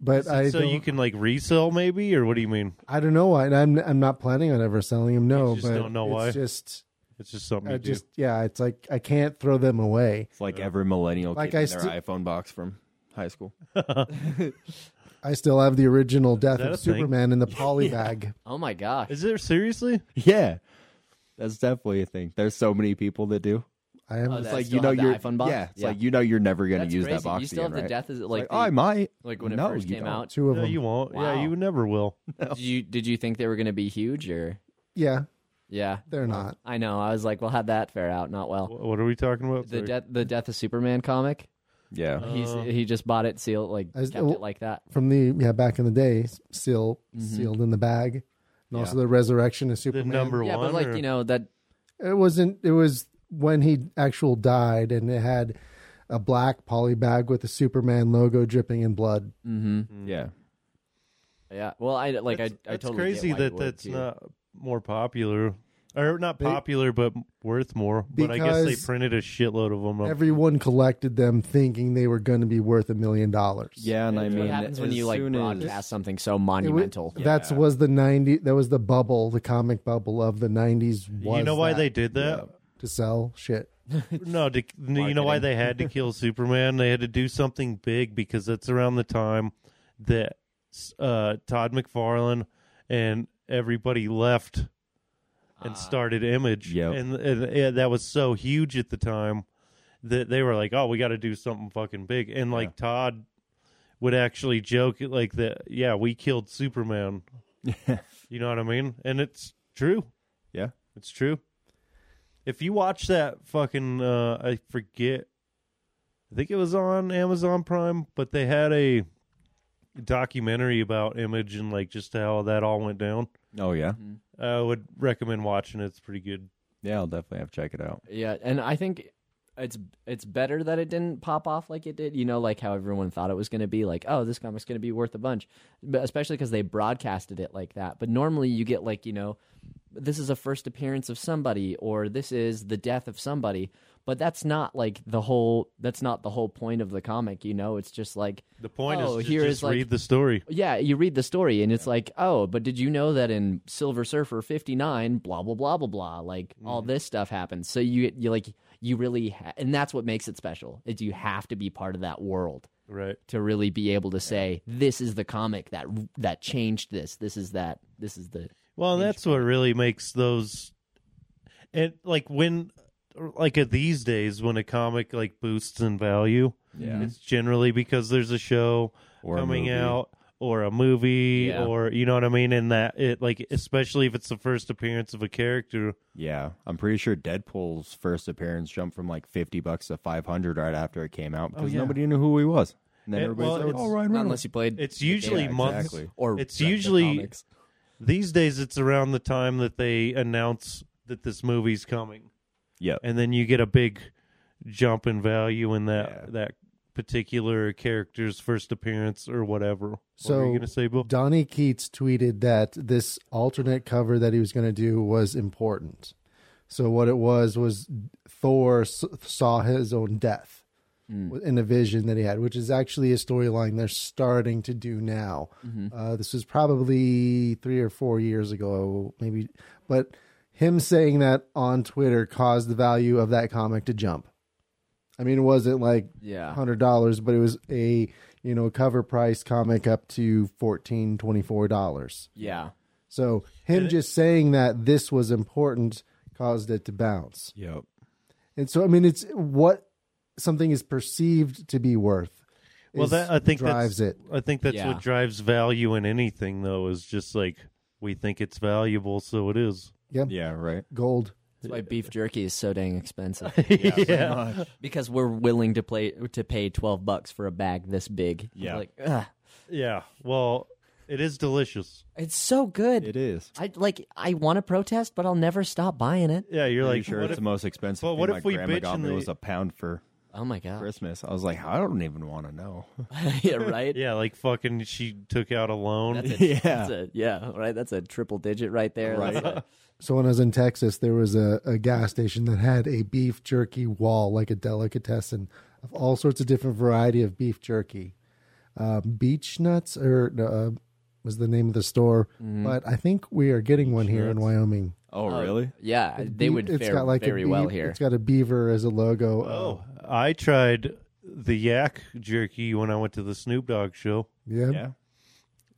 [SPEAKER 3] But I
[SPEAKER 2] so you
[SPEAKER 3] don't,
[SPEAKER 2] can like resell maybe, or what do you mean?
[SPEAKER 3] I don't know why, and I'm I'm not planning on ever selling them. No,
[SPEAKER 2] You just
[SPEAKER 3] but
[SPEAKER 2] don't know
[SPEAKER 3] it's
[SPEAKER 2] why.
[SPEAKER 3] Just
[SPEAKER 2] It's just something
[SPEAKER 3] I
[SPEAKER 2] you
[SPEAKER 3] just yeah, it's like I can't throw them away.
[SPEAKER 5] It's like every millennial
[SPEAKER 3] Like
[SPEAKER 5] keeping
[SPEAKER 3] I
[SPEAKER 5] their
[SPEAKER 3] st-
[SPEAKER 5] iPhone box from high school.
[SPEAKER 3] I still have the original Death
[SPEAKER 2] that
[SPEAKER 3] of
[SPEAKER 2] a thing? <laughs>
[SPEAKER 3] Superman in the poly bag.
[SPEAKER 4] Oh my gosh.
[SPEAKER 2] do. <laughs> Is there <laughs> seriously?
[SPEAKER 5] Yeah, that's definitely a thing. There's so many people that do.
[SPEAKER 3] I have
[SPEAKER 4] Oh,
[SPEAKER 5] It's
[SPEAKER 4] that
[SPEAKER 5] like
[SPEAKER 4] still
[SPEAKER 5] you know
[SPEAKER 4] have the
[SPEAKER 5] you're
[SPEAKER 4] iPhone box?
[SPEAKER 5] yeah. It's
[SPEAKER 4] Yeah.
[SPEAKER 5] like you know you're never gonna
[SPEAKER 4] That's
[SPEAKER 5] use
[SPEAKER 4] crazy.
[SPEAKER 5] that box.
[SPEAKER 4] You still
[SPEAKER 5] again,
[SPEAKER 4] have the
[SPEAKER 5] right?
[SPEAKER 4] death is
[SPEAKER 5] Like,
[SPEAKER 4] like
[SPEAKER 5] oh, I
[SPEAKER 4] the,
[SPEAKER 5] might.
[SPEAKER 4] like when it
[SPEAKER 5] No,
[SPEAKER 4] first
[SPEAKER 5] you
[SPEAKER 4] came
[SPEAKER 5] don't.
[SPEAKER 4] out.
[SPEAKER 3] two of
[SPEAKER 2] No,
[SPEAKER 3] them.
[SPEAKER 2] you won't.
[SPEAKER 4] Wow.
[SPEAKER 2] Yeah, you never
[SPEAKER 4] <laughs>
[SPEAKER 2] will. <laughs>
[SPEAKER 4] Did you did you think they were going to be huge or
[SPEAKER 3] yeah,
[SPEAKER 4] Yeah.
[SPEAKER 3] they're not.
[SPEAKER 4] I know. I was like, well, how'd that fare out? Not well.
[SPEAKER 2] Wh- What are we talking about?
[SPEAKER 4] The
[SPEAKER 2] Sorry.
[SPEAKER 4] death the death of Superman comic.
[SPEAKER 5] Yeah,
[SPEAKER 4] <laughs> He's
[SPEAKER 2] Uh.
[SPEAKER 4] he just bought it sealed like
[SPEAKER 3] I was-
[SPEAKER 4] kept it like that.
[SPEAKER 3] From the yeah back in the day, s- still
[SPEAKER 4] Mm-hmm.
[SPEAKER 3] sealed in the bag, and also the resurrection of
[SPEAKER 2] the
[SPEAKER 3] Superman.
[SPEAKER 2] number
[SPEAKER 4] Yeah,
[SPEAKER 2] one.
[SPEAKER 4] but like,
[SPEAKER 2] or-
[SPEAKER 4] you know, that
[SPEAKER 3] It wasn't. It was when he actual died, and it had a black poly bag with the Superman logo dripping in blood.
[SPEAKER 4] mhm.
[SPEAKER 5] yeah.
[SPEAKER 4] Yeah. Well, I like
[SPEAKER 2] that's,
[SPEAKER 4] I I
[SPEAKER 2] that's
[SPEAKER 4] totally get
[SPEAKER 2] crazy
[SPEAKER 4] why you
[SPEAKER 2] that
[SPEAKER 4] would,
[SPEAKER 2] that's
[SPEAKER 4] too.
[SPEAKER 2] not more popular, or not
[SPEAKER 3] Be-
[SPEAKER 2] popular, but worth more. But I guess they
[SPEAKER 3] Because
[SPEAKER 2] printed a shitload of them. Up.
[SPEAKER 3] Everyone collected them, thinking they were going to be worth a million dollars.
[SPEAKER 5] Yeah, and I mean,
[SPEAKER 4] what happens when
[SPEAKER 5] as
[SPEAKER 4] you like
[SPEAKER 5] soon as-
[SPEAKER 4] broadcast something so
[SPEAKER 3] It wa-
[SPEAKER 4] monumental.
[SPEAKER 3] That's was the ninety. That was the bubble, the comic bubble of the nineties.
[SPEAKER 2] you know why they did that?
[SPEAKER 3] to sell shit.
[SPEAKER 2] <laughs> No, to, you know why they had to kill Superman? They had to do something big because that's around the time that uh, Todd McFarlane and everybody left and started Image,
[SPEAKER 5] Ah. Yep.
[SPEAKER 2] and, and, and that was so huge at the time that they were like, "Oh, we got to do something fucking big," and like Todd would actually joke like that. Yeah, we killed
[SPEAKER 5] <laughs>
[SPEAKER 2] Superman. you know what I mean? And it's true.
[SPEAKER 5] Yeah.
[SPEAKER 2] It's true. If you watch that fucking, uh, I forget, I think it was on Amazon Prime, but they had a documentary about Image and like just how that all went down.
[SPEAKER 5] Oh yeah,
[SPEAKER 4] Mm-hmm.
[SPEAKER 2] I would recommend watching it. It's pretty good.
[SPEAKER 5] yeah. I'll definitely have to check it out.
[SPEAKER 4] Yeah, and I think it's it's better that it didn't pop off like it did. You know, like how everyone thought it was going to be. Like, oh, this comic's going to be worth a bunch, but especially because they broadcasted it like that. But normally, you get like you know, this is a first appearance of somebody, or this is the death of somebody. But that's not like the whole. That's not the whole point of the comic. You know, it's just like
[SPEAKER 2] The point
[SPEAKER 4] Oh,
[SPEAKER 2] is to
[SPEAKER 4] here
[SPEAKER 2] just
[SPEAKER 4] is, like-
[SPEAKER 2] read the story.
[SPEAKER 4] yeah, you read the story and it's like, oh, but did you know that in Silver Surfer 59, blah blah blah blah blah, like all this stuff happens. So you you like you really ha- and that's what makes it special. Is you have to be part of that world
[SPEAKER 2] Right.
[SPEAKER 4] to really be able to say this is the comic that that changed this. This is that. This is the
[SPEAKER 2] Well, that's what really makes those, and like when, like at these days when a comic like boosts in value,
[SPEAKER 5] Yeah.
[SPEAKER 2] it's generally because there's a show
[SPEAKER 5] Or a
[SPEAKER 2] coming
[SPEAKER 5] movie.
[SPEAKER 2] out or a movie
[SPEAKER 4] Yeah.
[SPEAKER 2] or you know what I mean, and that it like especially if it's the first appearance of a character.
[SPEAKER 5] Yeah, I'm pretty sure Deadpool's first appearance jumped from like 50 bucks to 500 right after it came out because
[SPEAKER 2] Oh, yeah.
[SPEAKER 5] nobody knew who he was. And then
[SPEAKER 2] It-
[SPEAKER 5] everybody's
[SPEAKER 2] well,
[SPEAKER 5] like,
[SPEAKER 2] it's-
[SPEAKER 5] "Oh, Ryan Reynolds."
[SPEAKER 4] unless you played
[SPEAKER 2] It's usually months
[SPEAKER 5] exactly.
[SPEAKER 4] or
[SPEAKER 2] it's
[SPEAKER 4] read the
[SPEAKER 2] usually-
[SPEAKER 4] comics.
[SPEAKER 2] These days, it's around the time that they announce that this movie's coming.
[SPEAKER 5] Yep.
[SPEAKER 2] and then you get a big jump in value in that
[SPEAKER 5] Yeah.
[SPEAKER 2] that particular character's first appearance or whatever. what are
[SPEAKER 3] So-
[SPEAKER 2] you gonna say, Bill?
[SPEAKER 3] Donnie Keats tweeted that this alternate cover that he was going to do was important. So what it was was Thor s- saw his own death in a vision that he had, which is actually a storyline they're starting to do now. Uh, this was probably three or four years ago, maybe. But him saying that on Twitter caused the value of that comic to jump. I mean, it wasn't like
[SPEAKER 4] Yeah.
[SPEAKER 3] hundred dollars, but it was a you know cover price comic up to fourteen twenty four dollars.
[SPEAKER 4] Yeah.
[SPEAKER 3] So him just saying that this was important caused it to bounce.
[SPEAKER 5] Yep.
[SPEAKER 3] And so I mean, it's what something is perceived to be worth.
[SPEAKER 2] Well,
[SPEAKER 3] is-
[SPEAKER 2] that I think
[SPEAKER 3] drives
[SPEAKER 2] that's,
[SPEAKER 3] it.
[SPEAKER 2] I think that's
[SPEAKER 4] Yeah.
[SPEAKER 2] what drives value in anything, though, is just like we think it's valuable, so it is.
[SPEAKER 3] Yep,
[SPEAKER 5] Yeah. Right.
[SPEAKER 3] gold.
[SPEAKER 4] That's why beef jerky is so dang expensive.
[SPEAKER 5] <laughs>
[SPEAKER 2] yeah.
[SPEAKER 4] because we're willing to play to pay 12 bucks for a bag this big. I'm
[SPEAKER 5] Yeah.
[SPEAKER 4] like, ugh.
[SPEAKER 2] Yeah. Well, it is delicious.
[SPEAKER 4] it's so good.
[SPEAKER 5] It is.
[SPEAKER 4] I like I want to protest, but I'll never stop buying it.
[SPEAKER 2] Yeah, you're
[SPEAKER 5] Pretty
[SPEAKER 2] like
[SPEAKER 5] sure
[SPEAKER 2] what
[SPEAKER 5] it's
[SPEAKER 2] if-
[SPEAKER 5] the most expensive.
[SPEAKER 2] but
[SPEAKER 5] thing
[SPEAKER 2] what
[SPEAKER 5] my
[SPEAKER 2] if we
[SPEAKER 5] grandma
[SPEAKER 2] bitch
[SPEAKER 5] got
[SPEAKER 2] and
[SPEAKER 5] me
[SPEAKER 2] they-
[SPEAKER 5] was a pound for
[SPEAKER 4] Oh my god.
[SPEAKER 5] Christmas? I was like, I don't even want to know.
[SPEAKER 4] <laughs> yeah, right?
[SPEAKER 2] yeah, like fucking she took out a loan.
[SPEAKER 4] That's
[SPEAKER 5] <laughs>
[SPEAKER 4] a,
[SPEAKER 5] Yeah.
[SPEAKER 4] That's a, yeah, right. That's a triple digit right there. That's
[SPEAKER 5] Right.
[SPEAKER 4] a-
[SPEAKER 3] So when I was in Texas, there was a, a gas station that had a beef jerky wall, like a delicatessen of all sorts of different variety of beef jerky. Uh, beach nuts, or no, uh, was the name of the store,
[SPEAKER 4] Mm-hmm.
[SPEAKER 3] but I think we are getting one here in Wyoming.
[SPEAKER 5] <laughs> Oh, really?
[SPEAKER 4] yeah, Uh, they
[SPEAKER 3] Be-
[SPEAKER 4] would
[SPEAKER 3] it's
[SPEAKER 4] fare
[SPEAKER 3] got like a
[SPEAKER 4] very well
[SPEAKER 3] beav-
[SPEAKER 4] here.
[SPEAKER 3] It's got a beaver as a logo. Um,
[SPEAKER 2] oh, I tried the yak jerky when I went to the Snoop Dogg show.
[SPEAKER 3] yeah.
[SPEAKER 5] Yeah. I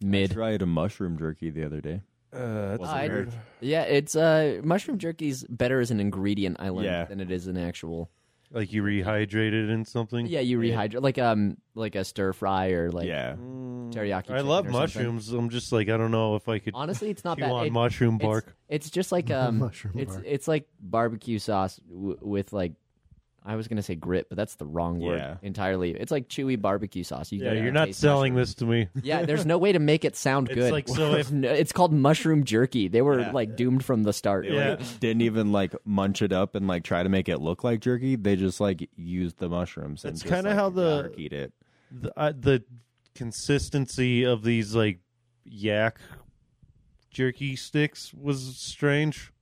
[SPEAKER 4] Mid.
[SPEAKER 5] tried a mushroom jerky the other day.
[SPEAKER 2] Uh,
[SPEAKER 5] Wasn't
[SPEAKER 4] I-
[SPEAKER 5] very-
[SPEAKER 4] Yeah, it's uh mushroom jerky's better as an ingredient I learned
[SPEAKER 5] Yeah.
[SPEAKER 4] than it is an actual.
[SPEAKER 2] like you rehydrated in something.
[SPEAKER 4] Yeah, you rehydrate like um like a stir fry or like
[SPEAKER 5] yeah.
[SPEAKER 4] teriyaki.
[SPEAKER 2] I
[SPEAKER 4] chicken
[SPEAKER 2] love
[SPEAKER 4] or something.
[SPEAKER 2] mushrooms. I'm just like I don't know if I could
[SPEAKER 4] Honestly, it's not
[SPEAKER 2] chew
[SPEAKER 4] bad.
[SPEAKER 2] on
[SPEAKER 4] It-
[SPEAKER 2] mushroom
[SPEAKER 4] it's-
[SPEAKER 2] bark.
[SPEAKER 4] It's,
[SPEAKER 3] <laughs>
[SPEAKER 4] just like um,
[SPEAKER 3] Mushroom
[SPEAKER 4] it's
[SPEAKER 3] bark.
[SPEAKER 4] it's like barbecue sauce w- with like I was gonna say grit, but that's the wrong word
[SPEAKER 5] Yeah.
[SPEAKER 4] entirely. It's like chewy barbecue sauce. You
[SPEAKER 2] Yeah,
[SPEAKER 4] can
[SPEAKER 2] you're not
[SPEAKER 4] taste
[SPEAKER 2] selling
[SPEAKER 4] mushroom.
[SPEAKER 2] this to
[SPEAKER 4] <laughs>
[SPEAKER 2] me.
[SPEAKER 4] Yeah,
[SPEAKER 2] <laughs>
[SPEAKER 4] there's no way to make it sound
[SPEAKER 2] It's
[SPEAKER 4] good.
[SPEAKER 2] like,
[SPEAKER 4] <laughs>
[SPEAKER 2] so if-
[SPEAKER 4] No, it's called mushroom jerky. They were
[SPEAKER 5] Yeah.
[SPEAKER 4] like doomed from the start.
[SPEAKER 2] <laughs>
[SPEAKER 5] They, like, didn't even like munch it up and like try to make it look like jerky. They just like used the mushrooms. and
[SPEAKER 2] That's
[SPEAKER 5] just,
[SPEAKER 2] kinda
[SPEAKER 5] like,
[SPEAKER 2] how the-
[SPEAKER 5] jerkied it. <laughs>
[SPEAKER 2] The, I the consistency of these like yak jerky sticks was strange.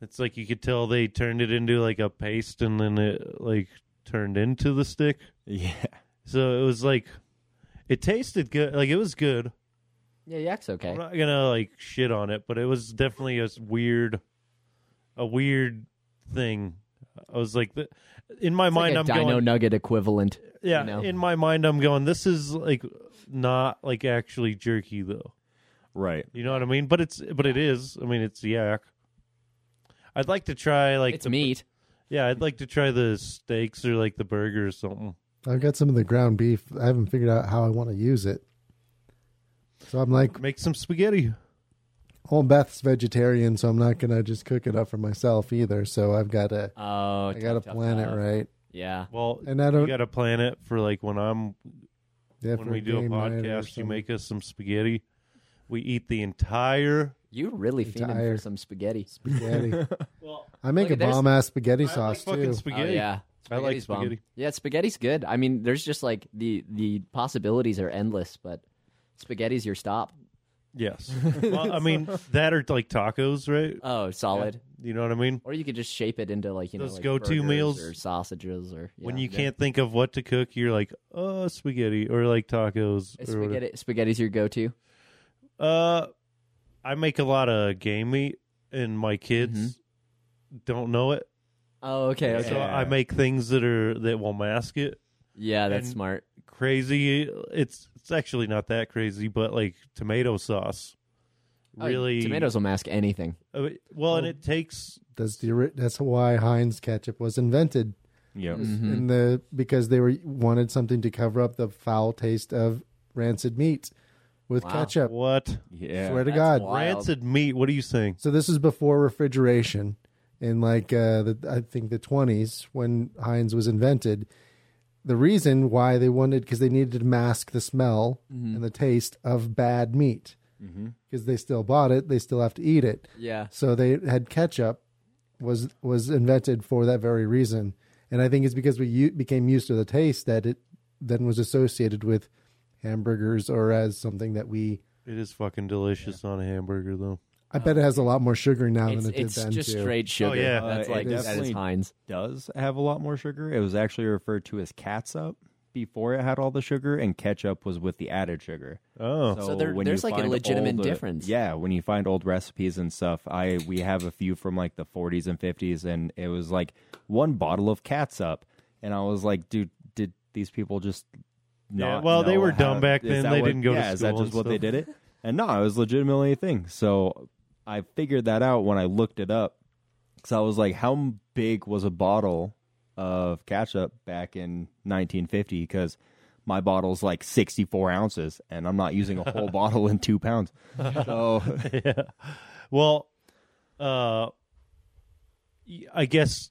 [SPEAKER 2] It's like you could tell they turned it into like a paste and then it like turned into the stick.
[SPEAKER 5] Yeah.
[SPEAKER 2] So it was like it tasted good. Like it was good.
[SPEAKER 4] Yeah, yak's okay.
[SPEAKER 2] I'm not gonna like shit on it, but it was definitely a s- weird, a weird thing. I was like, th- in my
[SPEAKER 4] It's like
[SPEAKER 2] mind,
[SPEAKER 4] a
[SPEAKER 2] I'm
[SPEAKER 4] dino
[SPEAKER 2] going,
[SPEAKER 4] nugget equivalent.
[SPEAKER 2] yeah.
[SPEAKER 4] know.
[SPEAKER 2] In my mind, I'm going. This is like not like actually jerky though.
[SPEAKER 5] Right.
[SPEAKER 2] You know what I mean? But it's but it is. I mean, it's yak. I'd like to try like
[SPEAKER 4] It's
[SPEAKER 2] the,
[SPEAKER 4] meat.
[SPEAKER 2] Yeah, I'd like to try the steaks or like the burger or something.
[SPEAKER 3] I've got some of the ground beef. I haven't figured out how I want to use it. So I'm like,
[SPEAKER 2] Make some spaghetti.
[SPEAKER 3] well, Beth's vegetarian, so I'm not gonna just cook it up for myself either. So I've got to,
[SPEAKER 4] Oh,
[SPEAKER 3] I got to plan it right.
[SPEAKER 4] Yeah.
[SPEAKER 2] Well,
[SPEAKER 3] And I
[SPEAKER 2] you
[SPEAKER 3] don't.
[SPEAKER 2] got to plan it for like when I'm
[SPEAKER 3] yeah,
[SPEAKER 2] when
[SPEAKER 3] for
[SPEAKER 2] we do a
[SPEAKER 3] game night or
[SPEAKER 2] podcast, you
[SPEAKER 3] something.
[SPEAKER 2] make us some spaghetti. We eat the entire.
[SPEAKER 4] You really
[SPEAKER 3] I'm
[SPEAKER 4] feeding for
[SPEAKER 3] tired.
[SPEAKER 4] some spaghetti.
[SPEAKER 3] spaghetti.
[SPEAKER 2] Well,
[SPEAKER 3] I make a
[SPEAKER 4] Look, there's-
[SPEAKER 3] bomb ass spaghetti
[SPEAKER 2] I like
[SPEAKER 3] sauce
[SPEAKER 2] fucking
[SPEAKER 3] too.
[SPEAKER 2] spaghetti.
[SPEAKER 4] Oh, yeah.
[SPEAKER 2] I like
[SPEAKER 4] Spaghetti's bomb.
[SPEAKER 2] spaghetti.
[SPEAKER 4] Yeah, spaghetti's good. I mean, there's just like the the possibilities are endless, but spaghetti's your stop. <laughs>
[SPEAKER 2] Yes. well, I mean that are like tacos, right?
[SPEAKER 4] Oh, solid.
[SPEAKER 2] You know what I mean?
[SPEAKER 4] Or you could just shape it into like you know
[SPEAKER 2] Those
[SPEAKER 4] like
[SPEAKER 2] go-to
[SPEAKER 4] burgers
[SPEAKER 2] meals.
[SPEAKER 4] or sausages or yeah.
[SPEAKER 2] when you can't think of what to cook, you're like, oh, spaghetti or like tacos.
[SPEAKER 4] Is
[SPEAKER 2] or whatever.
[SPEAKER 4] spaghetti spaghetti's your go-to.
[SPEAKER 2] Uh, I make a lot of game meat, and my kids don't know it,
[SPEAKER 4] Oh, okay, okay.
[SPEAKER 2] so
[SPEAKER 4] Mm-hmm. Yeah,
[SPEAKER 5] Yeah.
[SPEAKER 2] I make things that are that will mask it.
[SPEAKER 4] that's
[SPEAKER 2] And-
[SPEAKER 4] smart.
[SPEAKER 2] Crazy. It's it's actually not that crazy, but like tomato sauce.
[SPEAKER 4] Oh,
[SPEAKER 2] Really,
[SPEAKER 4] tomatoes will mask anything.
[SPEAKER 2] Uh, well, and it takes
[SPEAKER 3] That's the ori- that's why Heinz ketchup was invented
[SPEAKER 5] Yep. Mm-hmm.
[SPEAKER 2] Mm-hmm.
[SPEAKER 3] in the because they were wanted something to cover up the foul taste of rancid meat with
[SPEAKER 4] Wow.
[SPEAKER 3] ketchup.
[SPEAKER 2] what
[SPEAKER 5] Yeah.
[SPEAKER 3] Swear to
[SPEAKER 4] That's
[SPEAKER 3] God.
[SPEAKER 4] wild.
[SPEAKER 2] rancid meat? What are you saying?
[SPEAKER 3] So this is before refrigeration, in like uh, the, I think the twenties when Heinz was invented. The reason why they wanted because they needed to mask the smell
[SPEAKER 4] Mm-hmm.
[SPEAKER 3] and the taste of bad meat because they still bought it, they still have to eat it.
[SPEAKER 4] Yeah.
[SPEAKER 3] So they had ketchup was was invented for that very reason, and I think it's because we u- became used to the taste that it then was associated with hamburgers or as something that we.
[SPEAKER 2] It is fucking delicious on a hamburger, though.
[SPEAKER 3] I bet it has a lot more sugar now
[SPEAKER 4] Oh, It's,
[SPEAKER 3] than it did
[SPEAKER 4] it's
[SPEAKER 3] then.
[SPEAKER 4] just
[SPEAKER 3] too.
[SPEAKER 4] straight sugar.
[SPEAKER 2] Oh, yeah.
[SPEAKER 4] that's
[SPEAKER 5] Uh, it
[SPEAKER 4] like that is
[SPEAKER 5] definitely-
[SPEAKER 4] Heinz.
[SPEAKER 5] Does have a lot more sugar. It was actually referred to as catsup before it had all the sugar, and ketchup was with the added sugar.
[SPEAKER 2] Oh,
[SPEAKER 5] So,
[SPEAKER 4] there-
[SPEAKER 5] when
[SPEAKER 4] there's
[SPEAKER 5] you
[SPEAKER 4] like a
[SPEAKER 5] find
[SPEAKER 4] legitimate
[SPEAKER 5] old, uh,
[SPEAKER 4] difference.
[SPEAKER 5] Yeah, when you find old recipes and stuff, I we have a few from like the 40s and 50s, and it was like one bottle of catsup, and I was like, dude, did these people just not?
[SPEAKER 2] Yeah, well, they
[SPEAKER 5] know
[SPEAKER 2] were
[SPEAKER 5] how-
[SPEAKER 2] dumb back
[SPEAKER 5] is
[SPEAKER 2] then.
[SPEAKER 5] that
[SPEAKER 2] They
[SPEAKER 5] what-
[SPEAKER 2] didn't go to
[SPEAKER 5] yeah, Is that
[SPEAKER 2] school
[SPEAKER 5] just
[SPEAKER 2] and
[SPEAKER 5] what they
[SPEAKER 2] stuff.
[SPEAKER 5] did it? And no, it was legitimately a thing. So I figured that out when I looked it up, because I was like, how m- big was a bottle of ketchup back in 1950? Because my bottle's like 64 ounces, and I'm not using a
[SPEAKER 2] <laughs>
[SPEAKER 5] whole bottle in two pounds. So
[SPEAKER 2] Well, uh, I guess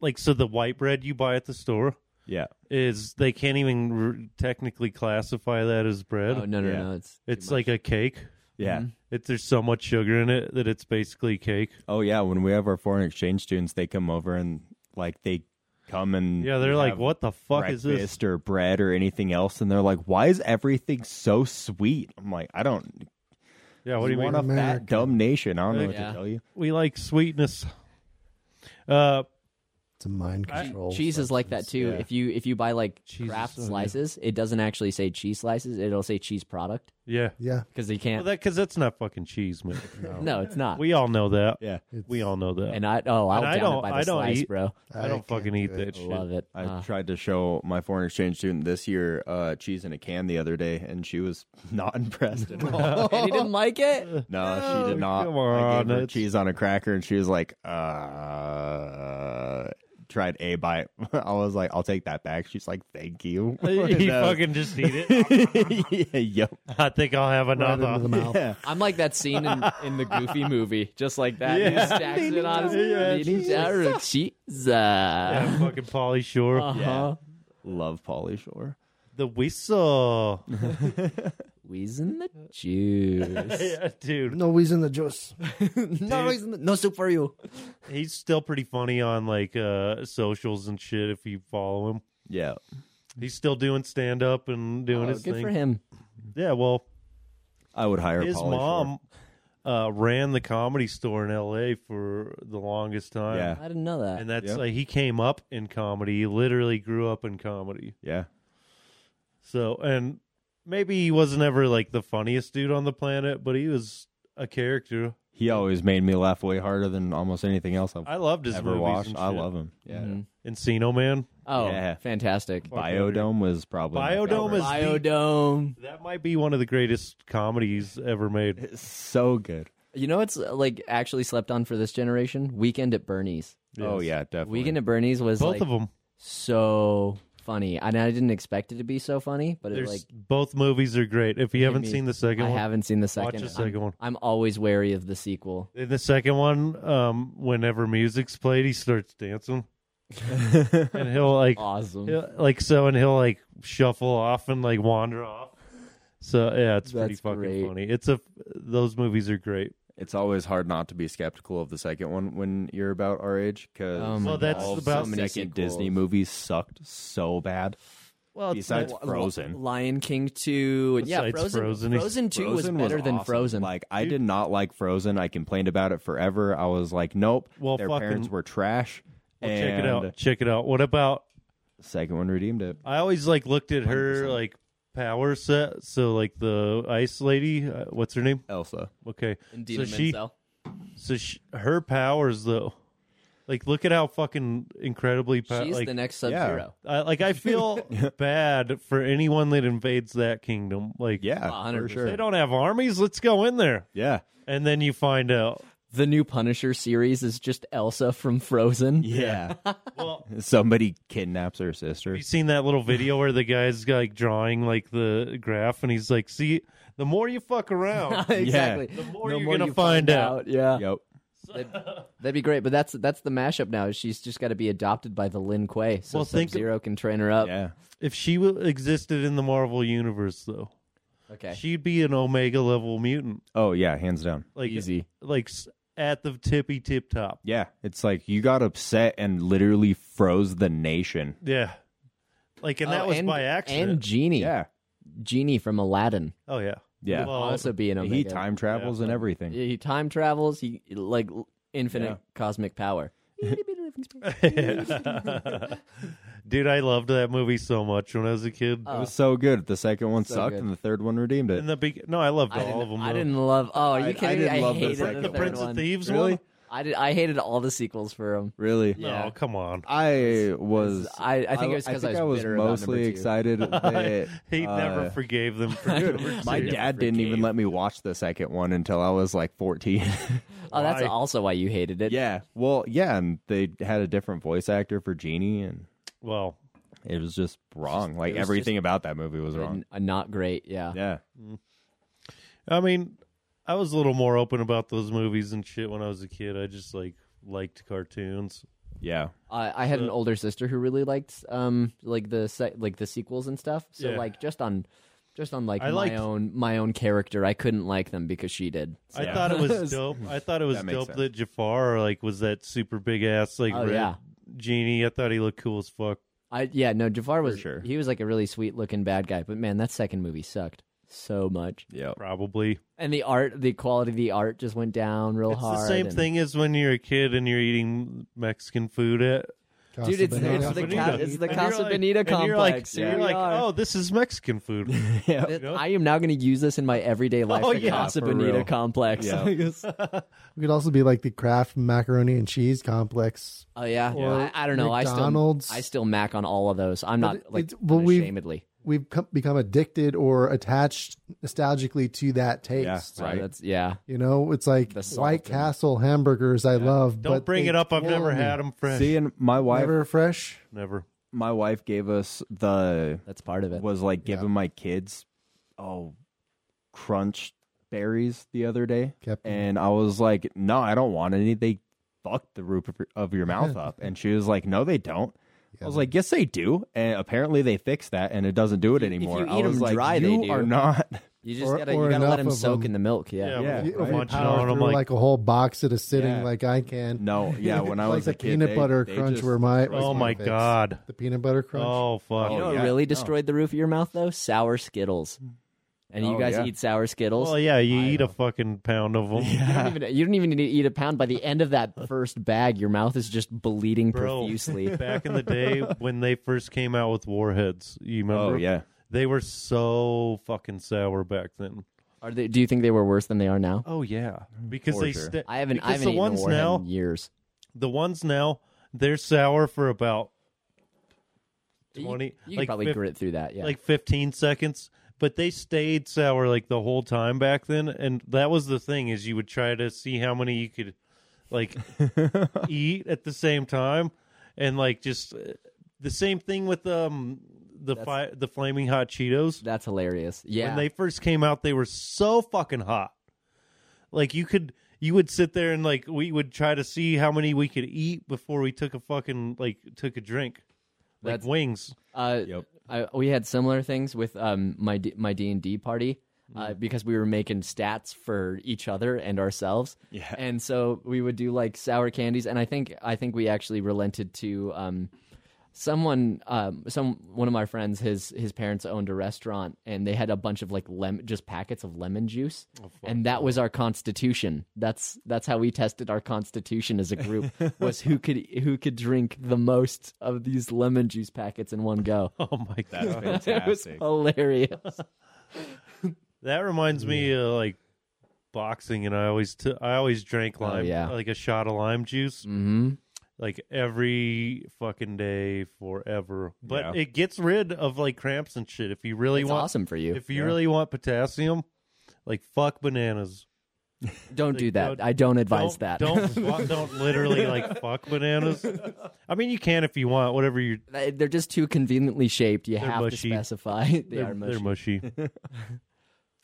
[SPEAKER 2] like so the white bread you buy at the store
[SPEAKER 5] <laughs> Yeah.
[SPEAKER 2] is they can't even re- technically classify that as bread.
[SPEAKER 4] Oh no, no,
[SPEAKER 5] Yeah.
[SPEAKER 4] no! It's
[SPEAKER 2] it's like a cake.
[SPEAKER 5] Yeah.
[SPEAKER 2] It, there's so much sugar in it that it's basically cake.
[SPEAKER 5] Oh yeah, when we have our foreign exchange students, they come over and like they come and
[SPEAKER 2] Yeah, they're
[SPEAKER 5] we
[SPEAKER 2] like,
[SPEAKER 5] have
[SPEAKER 2] "What the fuck is this?"
[SPEAKER 5] breakfast or bread or anything else, and they're like, "Why is everything so sweet?" I'm like, "I don't.
[SPEAKER 2] Yeah, what do you
[SPEAKER 5] want
[SPEAKER 2] mean?
[SPEAKER 5] a
[SPEAKER 3] America.
[SPEAKER 5] fat dumb nation? I don't know what
[SPEAKER 4] Yeah.
[SPEAKER 5] to tell you."
[SPEAKER 2] we like sweetness. Uh,
[SPEAKER 3] It's a mind control.
[SPEAKER 4] cheese is like that
[SPEAKER 3] substance.
[SPEAKER 4] too.
[SPEAKER 5] yeah.
[SPEAKER 4] If you if you buy like
[SPEAKER 2] Cheese is
[SPEAKER 4] craft
[SPEAKER 2] so good.
[SPEAKER 4] slices, it doesn't actually say cheese slices. It'll say cheese product
[SPEAKER 2] yeah.
[SPEAKER 5] <laughs>
[SPEAKER 3] Yeah,
[SPEAKER 4] because they can't.
[SPEAKER 2] Well, that because that's not fucking cheese, man.
[SPEAKER 4] no, it's not.
[SPEAKER 2] We all know that.
[SPEAKER 5] Yeah,
[SPEAKER 2] We all know that.
[SPEAKER 4] and I oh, I'll
[SPEAKER 2] And I
[SPEAKER 4] down
[SPEAKER 2] don't-
[SPEAKER 4] it by the
[SPEAKER 2] I don't
[SPEAKER 4] slice,
[SPEAKER 2] eat-
[SPEAKER 4] bro.
[SPEAKER 2] I don't
[SPEAKER 3] can't
[SPEAKER 2] fucking
[SPEAKER 3] do
[SPEAKER 2] eat
[SPEAKER 3] it.
[SPEAKER 2] that shit. <laughs>
[SPEAKER 4] Love it.
[SPEAKER 5] I
[SPEAKER 4] Ah.
[SPEAKER 5] tried to show my foreign exchange student this year uh, cheese in a can the other day, and she was <laughs> not impressed at
[SPEAKER 2] <laughs>
[SPEAKER 5] all.
[SPEAKER 4] and he didn't like it.
[SPEAKER 5] no, she
[SPEAKER 2] No,
[SPEAKER 5] did not.
[SPEAKER 2] Oh, come
[SPEAKER 5] I
[SPEAKER 2] on,
[SPEAKER 5] gave her
[SPEAKER 2] that's-
[SPEAKER 5] cheese on a cracker, and she was like, uh. Tried a bite. <laughs> I was like, I'll take that back. She's like,
[SPEAKER 2] <laughs>
[SPEAKER 5] thank you.
[SPEAKER 2] He
[SPEAKER 5] <laughs> No.
[SPEAKER 2] fucking just eat it.
[SPEAKER 5] yeah, yep.
[SPEAKER 2] <laughs> I think I'll have
[SPEAKER 3] Right
[SPEAKER 2] another.
[SPEAKER 3] into the mouth.
[SPEAKER 5] Yeah.
[SPEAKER 4] I'm like that scene in, in the Goofy movie, just like that. He
[SPEAKER 2] Yeah.
[SPEAKER 4] stacks it on his
[SPEAKER 2] Yeah,
[SPEAKER 4] Leaning tower of cheese. Uh,
[SPEAKER 2] yeah, fucking Polly Shore.
[SPEAKER 4] Uh-huh.
[SPEAKER 5] Yeah. Love Polly Shore.
[SPEAKER 2] The whistle.
[SPEAKER 4] <laughs> Wheezing the juice.
[SPEAKER 2] yeah, dude.
[SPEAKER 3] No reason to juice.
[SPEAKER 4] <laughs> no reason, no soup for you.
[SPEAKER 2] He's still pretty funny on like uh socials and shit if you follow him.
[SPEAKER 5] Yeah.
[SPEAKER 2] He's still doing stand up and doing
[SPEAKER 4] Oh,
[SPEAKER 2] his
[SPEAKER 4] good
[SPEAKER 2] thing.
[SPEAKER 4] for him.
[SPEAKER 2] Yeah, well,
[SPEAKER 5] I would hire
[SPEAKER 2] his
[SPEAKER 5] Pauly
[SPEAKER 2] mom uh ran the comedy store in LA for the longest time.
[SPEAKER 5] Yeah.
[SPEAKER 4] I didn't know that.
[SPEAKER 2] And that's
[SPEAKER 5] Yep.
[SPEAKER 2] like he came up in comedy, he literally grew up in comedy.
[SPEAKER 5] Shore.
[SPEAKER 2] So, and maybe he wasn't ever like the funniest dude on the planet, but he was a character.
[SPEAKER 5] Yeah. He always made me laugh way harder than almost anything else I've
[SPEAKER 2] I loved his
[SPEAKER 5] ever
[SPEAKER 2] movies
[SPEAKER 5] watched.
[SPEAKER 2] and
[SPEAKER 5] I
[SPEAKER 2] shit.
[SPEAKER 5] love him. Yeah.
[SPEAKER 4] Mhm.
[SPEAKER 2] Encino Man.
[SPEAKER 4] Oh,
[SPEAKER 5] Yeah.
[SPEAKER 4] fantastic.
[SPEAKER 2] Fuck
[SPEAKER 5] Biodome was probably my
[SPEAKER 2] Biodome
[SPEAKER 5] favorite.
[SPEAKER 2] is-
[SPEAKER 4] Biodome.
[SPEAKER 2] That might be one of the greatest comedies ever made.
[SPEAKER 5] It's so good.
[SPEAKER 4] You know what's uh, like actually slept on for this generation? Weekend at Bernie's.
[SPEAKER 5] Oh yeah, definitely.
[SPEAKER 4] Weekend at Bernie's was
[SPEAKER 2] Both
[SPEAKER 4] like
[SPEAKER 2] of them.
[SPEAKER 4] so funny. And I didn't expect it to be so funny, but it
[SPEAKER 2] There's
[SPEAKER 4] like
[SPEAKER 2] both movies are great. If you haven't
[SPEAKER 4] me.
[SPEAKER 2] seen the second
[SPEAKER 4] I
[SPEAKER 2] one,
[SPEAKER 4] haven't seen the second.
[SPEAKER 2] watch the
[SPEAKER 4] I'm-
[SPEAKER 2] second one.
[SPEAKER 4] I'm always wary of the sequel.
[SPEAKER 2] In the second one, um, whenever music's played, he starts dancing,
[SPEAKER 4] <laughs>
[SPEAKER 2] and he'll like,
[SPEAKER 4] Awesome.
[SPEAKER 2] he'll- like so, and he'll like shuffle off and like wander off. So yeah, it's pretty
[SPEAKER 4] That's
[SPEAKER 2] fucking
[SPEAKER 4] great.
[SPEAKER 2] funny. It's a those movies are great.
[SPEAKER 5] it's always hard not to be skeptical of the second one when you're about our age because
[SPEAKER 4] Oh my
[SPEAKER 2] Well, that's
[SPEAKER 5] all
[SPEAKER 2] about-
[SPEAKER 5] so many
[SPEAKER 4] Second
[SPEAKER 5] Disney
[SPEAKER 4] sequels.
[SPEAKER 5] movies sucked so bad.
[SPEAKER 2] Well,
[SPEAKER 5] Besides
[SPEAKER 4] Li-
[SPEAKER 5] Frozen.
[SPEAKER 4] Lion King 2, and yeah,
[SPEAKER 2] Besides
[SPEAKER 4] Frozen,
[SPEAKER 2] Frozen,
[SPEAKER 4] Frozen,
[SPEAKER 2] he's-
[SPEAKER 4] 2 was better than
[SPEAKER 5] awesome.
[SPEAKER 4] Frozen.
[SPEAKER 5] Like I did not like Frozen. I complained about it forever. I was like, nope.
[SPEAKER 2] Well,
[SPEAKER 5] their
[SPEAKER 2] fucking-
[SPEAKER 5] parents were trash.
[SPEAKER 2] well,
[SPEAKER 5] and
[SPEAKER 2] check it out. Check it out. What about?
[SPEAKER 5] Second one redeemed it.
[SPEAKER 2] I always like looked at her like power set. So like the ice lady, uh, what's her name?
[SPEAKER 5] Elsa.
[SPEAKER 2] Okay,
[SPEAKER 4] Indeed,
[SPEAKER 2] so
[SPEAKER 4] a
[SPEAKER 2] she,
[SPEAKER 4] Menzel.
[SPEAKER 2] so she, her powers though, like look at how fucking incredibly pow-
[SPEAKER 4] she's
[SPEAKER 2] uh, like
[SPEAKER 4] the next Sub Zero.
[SPEAKER 2] I, like I
[SPEAKER 4] <laughs>
[SPEAKER 2] feel bad for anyone that invades that kingdom. Like,
[SPEAKER 5] Yeah,
[SPEAKER 4] Oh, 100%.
[SPEAKER 5] for sure.
[SPEAKER 2] they don't have armies. Let's go in there,
[SPEAKER 5] Yeah,
[SPEAKER 2] and then you find out.
[SPEAKER 4] The new Punisher series is just Elsa from Frozen.
[SPEAKER 5] yeah.
[SPEAKER 2] <laughs> Well,
[SPEAKER 5] Somebody kidnaps her
[SPEAKER 2] have
[SPEAKER 5] sister.
[SPEAKER 2] you seen that little video where the guy's like drawing like the graph, and he's like, "See, the more you fuck
[SPEAKER 4] <laughs>
[SPEAKER 2] around,
[SPEAKER 4] <laughs> exactly.
[SPEAKER 2] The more you're gonna find out.
[SPEAKER 4] Yeah.
[SPEAKER 5] Yep.
[SPEAKER 4] That'd be great, but that's that's the mashup now. She's just got to be adopted by the Lin Kuei, so
[SPEAKER 2] Well, think-
[SPEAKER 4] Sub-Zero can train her up.
[SPEAKER 5] Yeah.
[SPEAKER 2] if she w- existed in the Marvel universe, though,
[SPEAKER 4] Okay,
[SPEAKER 2] she'd be an Omega level mutant,
[SPEAKER 5] Oh yeah, hands down.
[SPEAKER 2] like
[SPEAKER 4] easy.
[SPEAKER 2] like s- at the tippy tip top."
[SPEAKER 5] Yeah, it's like you got upset and literally froze the nation.
[SPEAKER 2] Yeah, like, and that
[SPEAKER 4] Oh,
[SPEAKER 2] was by accident.
[SPEAKER 4] And Genie,
[SPEAKER 5] Yeah.
[SPEAKER 4] Genie from Aladdin,
[SPEAKER 2] oh yeah,
[SPEAKER 5] Yeah.
[SPEAKER 2] Well,
[SPEAKER 4] will
[SPEAKER 2] <laughs>
[SPEAKER 4] also be an Omega.
[SPEAKER 5] he time travels and everything.
[SPEAKER 4] He time travels. He like l- infinite
[SPEAKER 5] Yeah.
[SPEAKER 4] cosmic power.
[SPEAKER 2] Dude, I loved that movie so much when I was a kid.
[SPEAKER 4] Oh.
[SPEAKER 5] It was so good. The second one sucked
[SPEAKER 4] good.
[SPEAKER 5] and the third one redeemed it.
[SPEAKER 2] In the be- no, I loved
[SPEAKER 4] I
[SPEAKER 2] all of
[SPEAKER 4] didn't,
[SPEAKER 2] them.
[SPEAKER 4] I
[SPEAKER 2] though.
[SPEAKER 4] didn't love. Oh, are
[SPEAKER 5] I-
[SPEAKER 4] you
[SPEAKER 5] I
[SPEAKER 4] kidding me?
[SPEAKER 5] didn't
[SPEAKER 4] I
[SPEAKER 5] love the
[SPEAKER 4] hated
[SPEAKER 5] second
[SPEAKER 4] the
[SPEAKER 2] the
[SPEAKER 5] one.
[SPEAKER 4] third
[SPEAKER 2] Prince of
[SPEAKER 4] one.
[SPEAKER 2] Thieves
[SPEAKER 5] Really?
[SPEAKER 2] one.
[SPEAKER 4] I did. I hated all the sequels for him.
[SPEAKER 5] really?
[SPEAKER 2] No,
[SPEAKER 4] Yeah.
[SPEAKER 2] come on.
[SPEAKER 5] I was
[SPEAKER 4] I, I think it was because I,
[SPEAKER 5] think I
[SPEAKER 4] was
[SPEAKER 5] was
[SPEAKER 4] bitter about number
[SPEAKER 5] mostly
[SPEAKER 4] two.
[SPEAKER 2] <laughs>
[SPEAKER 5] excited that
[SPEAKER 2] he
[SPEAKER 5] uh,
[SPEAKER 2] never forgave them.
[SPEAKER 4] <laughs>
[SPEAKER 2] For
[SPEAKER 5] Dude, my
[SPEAKER 4] Never
[SPEAKER 5] dad didn't even
[SPEAKER 4] forgave.
[SPEAKER 5] let me watch the second one until I was like 14. <laughs>
[SPEAKER 4] Oh, that's
[SPEAKER 2] Why?
[SPEAKER 4] also why you hated it.
[SPEAKER 5] yeah. Well, yeah, and they had a different voice actor for Genie and
[SPEAKER 2] well,
[SPEAKER 5] it was just wrong. like
[SPEAKER 4] was
[SPEAKER 5] everything about that movie was wrong.
[SPEAKER 4] N- uh, not great. Yeah.
[SPEAKER 5] Yeah.
[SPEAKER 2] I mean, I was a little more open about those movies and shit when I was a kid. I just like liked cartoons.
[SPEAKER 5] Yeah.
[SPEAKER 4] I, I had an
[SPEAKER 2] So-
[SPEAKER 4] older sister who really liked um like the se- like the sequels and stuff. So
[SPEAKER 2] Yeah.
[SPEAKER 4] like just on just on like
[SPEAKER 2] I
[SPEAKER 4] my
[SPEAKER 2] liked-
[SPEAKER 4] own my own character, I couldn't like them because she did. So.
[SPEAKER 2] I thought it
[SPEAKER 4] <laughs>
[SPEAKER 2] was dope. I thought it was
[SPEAKER 5] That makes
[SPEAKER 2] dope
[SPEAKER 5] sense.
[SPEAKER 2] that Jafar like was that super big ass like
[SPEAKER 4] Oh,
[SPEAKER 2] red
[SPEAKER 4] yeah.
[SPEAKER 2] genie. I thought he looked cool as fuck.
[SPEAKER 4] I yeah no Jafar was
[SPEAKER 5] sure.
[SPEAKER 4] he was like a really sweet looking bad guy, but man that second movie sucked so much.
[SPEAKER 5] Yeah.
[SPEAKER 2] Probably.
[SPEAKER 4] And the art, the quality of the art just went down real
[SPEAKER 2] It's
[SPEAKER 4] hard.
[SPEAKER 2] the same
[SPEAKER 4] and- <laughs>
[SPEAKER 2] thing as when you're a kid and you're eating Mexican food at
[SPEAKER 4] Dude, it's,
[SPEAKER 3] Casa
[SPEAKER 4] it's
[SPEAKER 2] Casa
[SPEAKER 4] the
[SPEAKER 3] Bonita.
[SPEAKER 4] ca-
[SPEAKER 2] Bonita.
[SPEAKER 4] it's the
[SPEAKER 2] And you're
[SPEAKER 4] Casa
[SPEAKER 2] like-
[SPEAKER 4] Bonita
[SPEAKER 2] and you're like-
[SPEAKER 4] complex. Here
[SPEAKER 2] you're
[SPEAKER 4] we
[SPEAKER 2] like,
[SPEAKER 4] are.
[SPEAKER 2] oh, this is Mexican
[SPEAKER 4] <laughs>
[SPEAKER 2] food.
[SPEAKER 4] That- I am now going to use this in my everyday life.
[SPEAKER 2] Oh,
[SPEAKER 4] the
[SPEAKER 2] yeah,
[SPEAKER 4] Casa
[SPEAKER 5] for
[SPEAKER 4] Bonita
[SPEAKER 5] real.
[SPEAKER 4] complex.
[SPEAKER 5] Yeah.
[SPEAKER 3] We could also be like the Kraft macaroni and cheese complex.
[SPEAKER 4] <laughs> Oh yeah,
[SPEAKER 3] Or
[SPEAKER 4] I, I don't know.
[SPEAKER 3] McDonald's.
[SPEAKER 4] I still I still mac on all of those. I'm not
[SPEAKER 3] it-
[SPEAKER 4] like
[SPEAKER 3] it's- well, we've-
[SPEAKER 4] unashamedly.
[SPEAKER 3] We've come, become addicted or attached nostalgically to that taste.
[SPEAKER 5] Yeah.
[SPEAKER 4] So
[SPEAKER 5] Right.
[SPEAKER 4] that's yeah.
[SPEAKER 3] You know, it's like
[SPEAKER 4] The salt
[SPEAKER 3] White
[SPEAKER 4] and-
[SPEAKER 3] Castle hamburgers. I love.
[SPEAKER 2] Don't
[SPEAKER 3] but
[SPEAKER 2] bring
[SPEAKER 3] they
[SPEAKER 2] it up. I've never
[SPEAKER 3] bore me.
[SPEAKER 2] had them, friend.
[SPEAKER 5] See, and my wife,
[SPEAKER 3] Never fresh.
[SPEAKER 2] Never.
[SPEAKER 5] my wife gave us the
[SPEAKER 4] That's part of it.
[SPEAKER 5] was like giving my kids oh crunch berries the other day
[SPEAKER 3] Kept them.
[SPEAKER 5] and i was like no i don't want any they fucked the roof of your, of
[SPEAKER 3] <laughs>
[SPEAKER 5] your mouth up and she was like no they don't I was like, yes, they do, and apparently they fixed that, and it doesn't do it anymore.
[SPEAKER 4] you eat
[SPEAKER 5] I was
[SPEAKER 4] 'em
[SPEAKER 5] like,
[SPEAKER 4] dry, they
[SPEAKER 5] you
[SPEAKER 4] do."
[SPEAKER 5] are not.
[SPEAKER 4] You just
[SPEAKER 3] or-
[SPEAKER 4] gotta you
[SPEAKER 3] or
[SPEAKER 4] gotta
[SPEAKER 3] enough
[SPEAKER 4] let them
[SPEAKER 3] of
[SPEAKER 4] soak
[SPEAKER 3] them.
[SPEAKER 4] in the milk.
[SPEAKER 5] Yeah,
[SPEAKER 4] Yeah.
[SPEAKER 2] we-
[SPEAKER 5] right.
[SPEAKER 2] I'm
[SPEAKER 3] If you
[SPEAKER 2] munching
[SPEAKER 3] power
[SPEAKER 2] on 'em
[SPEAKER 3] through,
[SPEAKER 2] like,
[SPEAKER 3] a whole box at a sitting,
[SPEAKER 5] Yeah.
[SPEAKER 3] like I can. <laughs>
[SPEAKER 5] No, yeah. When I
[SPEAKER 3] like
[SPEAKER 5] was
[SPEAKER 3] the
[SPEAKER 5] a kid,
[SPEAKER 3] peanut
[SPEAKER 5] they-
[SPEAKER 3] butter
[SPEAKER 5] they
[SPEAKER 3] crunch
[SPEAKER 5] just-
[SPEAKER 3] were my. was
[SPEAKER 2] oh
[SPEAKER 3] my
[SPEAKER 2] my
[SPEAKER 3] fix.
[SPEAKER 2] god.
[SPEAKER 3] The peanut butter crunch.
[SPEAKER 2] Oh fuck.
[SPEAKER 4] You know
[SPEAKER 5] Oh,
[SPEAKER 4] what
[SPEAKER 5] yeah.
[SPEAKER 4] really
[SPEAKER 5] No.
[SPEAKER 4] destroyed the roof of your mouth though? Sour Skittles.
[SPEAKER 3] Hmm.
[SPEAKER 4] And you
[SPEAKER 5] Oh,
[SPEAKER 4] guys
[SPEAKER 5] yeah.
[SPEAKER 4] eat sour Skittles.
[SPEAKER 2] Well, yeah, you eat a fucking pound
[SPEAKER 4] <laughs>
[SPEAKER 2] of them. <laughs>
[SPEAKER 4] You don't even you don't even need to eat a pound. By the end of that first bag, your mouth is just bleeding
[SPEAKER 2] Bro. <laughs>
[SPEAKER 4] profusely.
[SPEAKER 2] Back in the
[SPEAKER 5] <laughs>
[SPEAKER 2] day when they first came out with warheads, you remember?
[SPEAKER 5] Oh yeah,
[SPEAKER 2] They were so fucking sour back then.
[SPEAKER 4] Are they, do you think they were worse than they are now?
[SPEAKER 2] Oh yeah, because
[SPEAKER 5] For
[SPEAKER 2] they
[SPEAKER 5] sure.
[SPEAKER 2] sta-
[SPEAKER 4] I haven't.
[SPEAKER 2] because
[SPEAKER 4] I haven't
[SPEAKER 2] the
[SPEAKER 4] eaten
[SPEAKER 2] ones
[SPEAKER 4] a warhead
[SPEAKER 2] now.
[SPEAKER 4] in years.
[SPEAKER 2] The ones now, they're sour for about
[SPEAKER 4] You-
[SPEAKER 2] 20
[SPEAKER 4] You, could
[SPEAKER 2] like
[SPEAKER 4] probably
[SPEAKER 2] fif-
[SPEAKER 4] grit through that. Yeah.
[SPEAKER 2] like 15 seconds but they stayed sour like the whole time back then and that was the thing is you would try to see how many you could
[SPEAKER 5] <laughs>
[SPEAKER 2] like eat at the same time and like just uh, the same thing with um the fi- the flaming hot cheetos
[SPEAKER 4] That's hilarious. Yeah.
[SPEAKER 2] when they first came out they were so fucking hot like you could you would sit there and like we would try to see how many we could eat before we took a fucking like took a drink like
[SPEAKER 4] That's-
[SPEAKER 2] wings <laughs>
[SPEAKER 4] Uh,
[SPEAKER 5] <laughs> Yep.
[SPEAKER 4] I, we had similar things with um, my D, my D and D party uh, because we were making stats for each other and ourselves.
[SPEAKER 5] Yeah.
[SPEAKER 4] And so we would do like sour candies, and I think I think we actually relented to um, someone um, some one of my friends his his parents owned a restaurant and they had a bunch of like lemon just packets of lemon juice, and that was our constitution. That's that's how we tested our constitution as a group was who could who could drink the most of these lemon juice packets in one go.
[SPEAKER 2] oh my god
[SPEAKER 5] that's
[SPEAKER 4] It was
[SPEAKER 5] fantastic.
[SPEAKER 4] hilarious.
[SPEAKER 2] That reminds me of like boxing, and I always t- I always drank lime,
[SPEAKER 4] Oh, yeah.
[SPEAKER 2] like a shot of lime juice,
[SPEAKER 4] Mm-hmm.
[SPEAKER 2] like every fucking day forever. But
[SPEAKER 5] Yeah.
[SPEAKER 2] it gets rid of like cramps and shit. If you really
[SPEAKER 4] It's
[SPEAKER 2] want,
[SPEAKER 4] awesome for you.
[SPEAKER 2] if you really want potassium, like fuck bananas.
[SPEAKER 4] Don't do that.
[SPEAKER 2] don't-
[SPEAKER 4] I don't advise
[SPEAKER 2] don't,
[SPEAKER 4] that.
[SPEAKER 2] Don't
[SPEAKER 4] <laughs>
[SPEAKER 2] fu- don't literally like fuck bananas. I mean, you can if you want. Whatever you
[SPEAKER 4] <laughs> They're just too conveniently shaped. You have
[SPEAKER 2] mushy.
[SPEAKER 4] to specify. <laughs> they
[SPEAKER 2] they're,
[SPEAKER 4] are mushy.
[SPEAKER 2] they're mushy.
[SPEAKER 4] <laughs>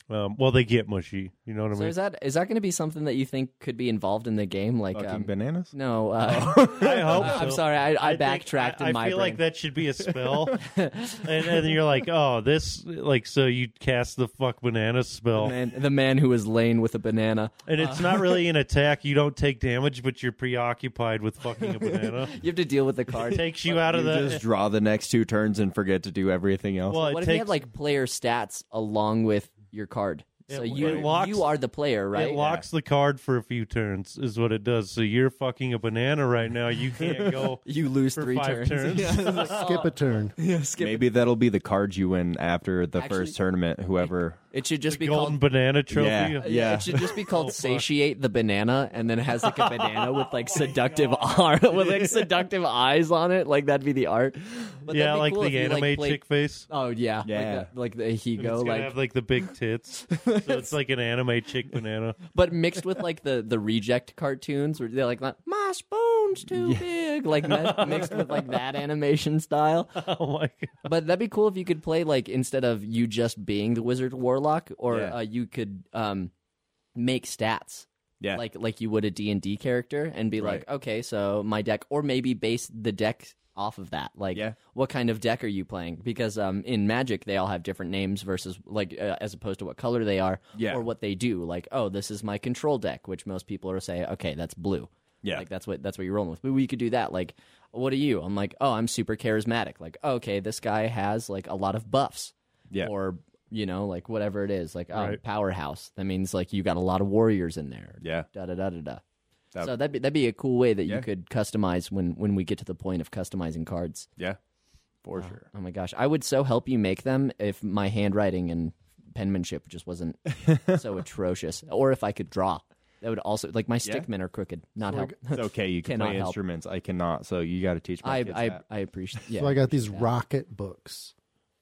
[SPEAKER 2] um, well, they get mushy. You know what I
[SPEAKER 4] So
[SPEAKER 2] mean?
[SPEAKER 4] is that is that going to be something that you think could be involved in the game? Like,
[SPEAKER 5] Fucking
[SPEAKER 4] um,
[SPEAKER 5] bananas.
[SPEAKER 4] no. Uh,
[SPEAKER 2] I hope.
[SPEAKER 4] <laughs> I'm
[SPEAKER 2] Oh. so.
[SPEAKER 4] sorry, I, I,
[SPEAKER 2] think-
[SPEAKER 4] backtracked
[SPEAKER 2] I,
[SPEAKER 4] in my
[SPEAKER 2] I feel
[SPEAKER 4] brain.
[SPEAKER 2] like that should be a
[SPEAKER 4] <laughs>
[SPEAKER 2] spell, and, and then you're like, oh, this like so you cast the fuck banana spell,
[SPEAKER 4] Man, the man who was laying with a banana.
[SPEAKER 2] and it's not really an attack. You don't take damage, but you're preoccupied with fucking a
[SPEAKER 4] <laughs>
[SPEAKER 2] banana.
[SPEAKER 4] You have to deal with the card.
[SPEAKER 2] takes you out
[SPEAKER 5] You
[SPEAKER 2] of the.
[SPEAKER 5] just draw the next two turns and forget to do everything else.
[SPEAKER 2] well, it
[SPEAKER 4] what if
[SPEAKER 2] takes,
[SPEAKER 4] you had like player stats along with your card? so
[SPEAKER 2] It-
[SPEAKER 4] you
[SPEAKER 2] it locks-
[SPEAKER 4] you are the player, right?
[SPEAKER 2] It locks the card for a few turns, is what it does. So you're fucking a banana right now. You
[SPEAKER 4] <laughs>
[SPEAKER 2] can't go
[SPEAKER 4] you lose
[SPEAKER 2] for
[SPEAKER 4] three
[SPEAKER 2] five turns.
[SPEAKER 3] Skip a turn.
[SPEAKER 5] Maybe that'll be the card you win after the
[SPEAKER 4] Actually-
[SPEAKER 5] first tournament. Whoever.
[SPEAKER 4] It should just <laughs> be
[SPEAKER 2] Golden
[SPEAKER 4] called
[SPEAKER 2] banana trophy.
[SPEAKER 5] Yeah.
[SPEAKER 4] It should just be called "Satiate the Banana," and then it has like a banana with like seductive <laughs> ar- with like seductive eyes on it. Like that'd be the art. But
[SPEAKER 2] Yeah,
[SPEAKER 4] that'd be
[SPEAKER 2] like
[SPEAKER 4] cool if
[SPEAKER 2] the
[SPEAKER 4] you,
[SPEAKER 2] anime
[SPEAKER 4] played-
[SPEAKER 2] chick face.
[SPEAKER 4] Oh yeah, like
[SPEAKER 5] Yeah.
[SPEAKER 4] the- like the,
[SPEAKER 2] It's
[SPEAKER 4] higo,
[SPEAKER 2] gonna
[SPEAKER 4] like
[SPEAKER 2] have like the big
[SPEAKER 4] <laughs>
[SPEAKER 2] tits, so it's like an anime chick banana.
[SPEAKER 4] but mixed with like the the reject cartoons where they're like, "My spoon's too big," like mi- mixed with like that animation style.
[SPEAKER 2] <laughs> Oh my god.
[SPEAKER 4] But that'd be cool if you could play like instead of you just being the wizard warlock, or
[SPEAKER 5] Yeah.
[SPEAKER 4] uh, you could um, make stats.
[SPEAKER 6] Yeah.
[SPEAKER 4] like like you would a D&D character and be like, "Okay, so my deck or maybe base the deck off of that. Like
[SPEAKER 6] Yeah.
[SPEAKER 4] what kind of deck are you playing? Because um in Magic they all have different names versus like uh, as opposed to what color they are
[SPEAKER 6] Yeah.
[SPEAKER 4] or what they do. Like, "Oh, this is my control deck," which most people are say, "Okay, that's blue."
[SPEAKER 6] Yeah.
[SPEAKER 4] Like that's what that's what you're rolling with. But we could do that. Like, what are you? I'm like, oh, I'm super charismatic. Like, okay, this guy has like a lot of buffs.
[SPEAKER 6] Yeah.
[SPEAKER 4] Or you know, like whatever it is, like oh,
[SPEAKER 2] Right.
[SPEAKER 4] powerhouse. That means like you got a lot of warriors in there.
[SPEAKER 6] Yeah.
[SPEAKER 4] Da da da da da.
[SPEAKER 6] That-
[SPEAKER 4] so that'd be that'd be a cool way that
[SPEAKER 6] Yeah.
[SPEAKER 4] you could customize when when we get to the point of customizing cards.
[SPEAKER 6] Yeah. For
[SPEAKER 4] <laughs>
[SPEAKER 6] sure.
[SPEAKER 4] Oh my gosh, I would so help you make them if my handwriting and penmanship just
[SPEAKER 6] <laughs>
[SPEAKER 4] wasn't so atrocious, or if I could draw. That would also like my
[SPEAKER 6] Yeah.
[SPEAKER 4] stickmen are crooked. Not help.
[SPEAKER 5] It's okay. You can
[SPEAKER 4] Cannot
[SPEAKER 5] play
[SPEAKER 4] help.
[SPEAKER 5] instruments. I cannot. So you got to teach my
[SPEAKER 4] <laughs> I
[SPEAKER 5] kids
[SPEAKER 4] I,
[SPEAKER 5] that.
[SPEAKER 4] I appreciate. Yeah.
[SPEAKER 3] So I got these rocket books.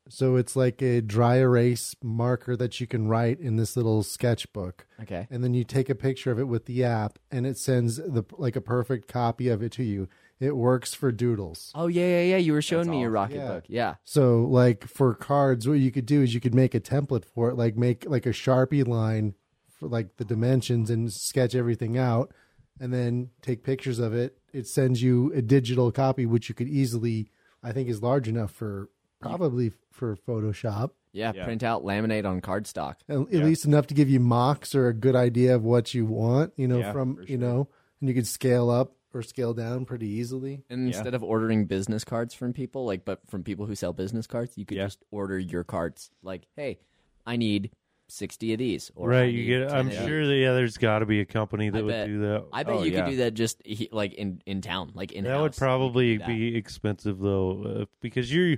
[SPEAKER 3] So it's like a dry erase marker that you can write in this little sketchbook.
[SPEAKER 4] okay.
[SPEAKER 3] and then you take a picture of it with the app and it sends the like a perfect copy of it to you it works for doodles
[SPEAKER 4] Oh yeah, yeah, yeah. You were showing me your rocket
[SPEAKER 3] Yeah.
[SPEAKER 4] book. Yeah.
[SPEAKER 3] so like for cards what you could do is you could make a template for it like make like a sharpie line for like the dimensions and sketch everything out and then take pictures of it it sends you a digital copy which you could easily i think is large enough for probably for photoshop
[SPEAKER 4] yeah, Print out, laminate on cardstock.
[SPEAKER 3] at, at least enough to give you mocks or a good idea of what you want, you know,
[SPEAKER 5] Yeah,
[SPEAKER 3] from,
[SPEAKER 5] for
[SPEAKER 3] you know, and you could scale up or scale down pretty easily.
[SPEAKER 4] And instead of ordering business cards from people, like, but from people who sell business cards, you could
[SPEAKER 6] Yeah.
[SPEAKER 4] just order your cards. Like, hey, I need sixty of these. Or I
[SPEAKER 2] right? You
[SPEAKER 4] need
[SPEAKER 2] get.
[SPEAKER 4] 10
[SPEAKER 2] I'm
[SPEAKER 4] of these.
[SPEAKER 2] sure. That, yeah, there's got to be a company that
[SPEAKER 4] I
[SPEAKER 2] would
[SPEAKER 4] bet.
[SPEAKER 2] do that.
[SPEAKER 4] I bet
[SPEAKER 6] Oh,
[SPEAKER 4] you
[SPEAKER 6] yeah.
[SPEAKER 4] could do that just he, like in in town, like in.
[SPEAKER 2] that would probably be expensive though, uh, because you're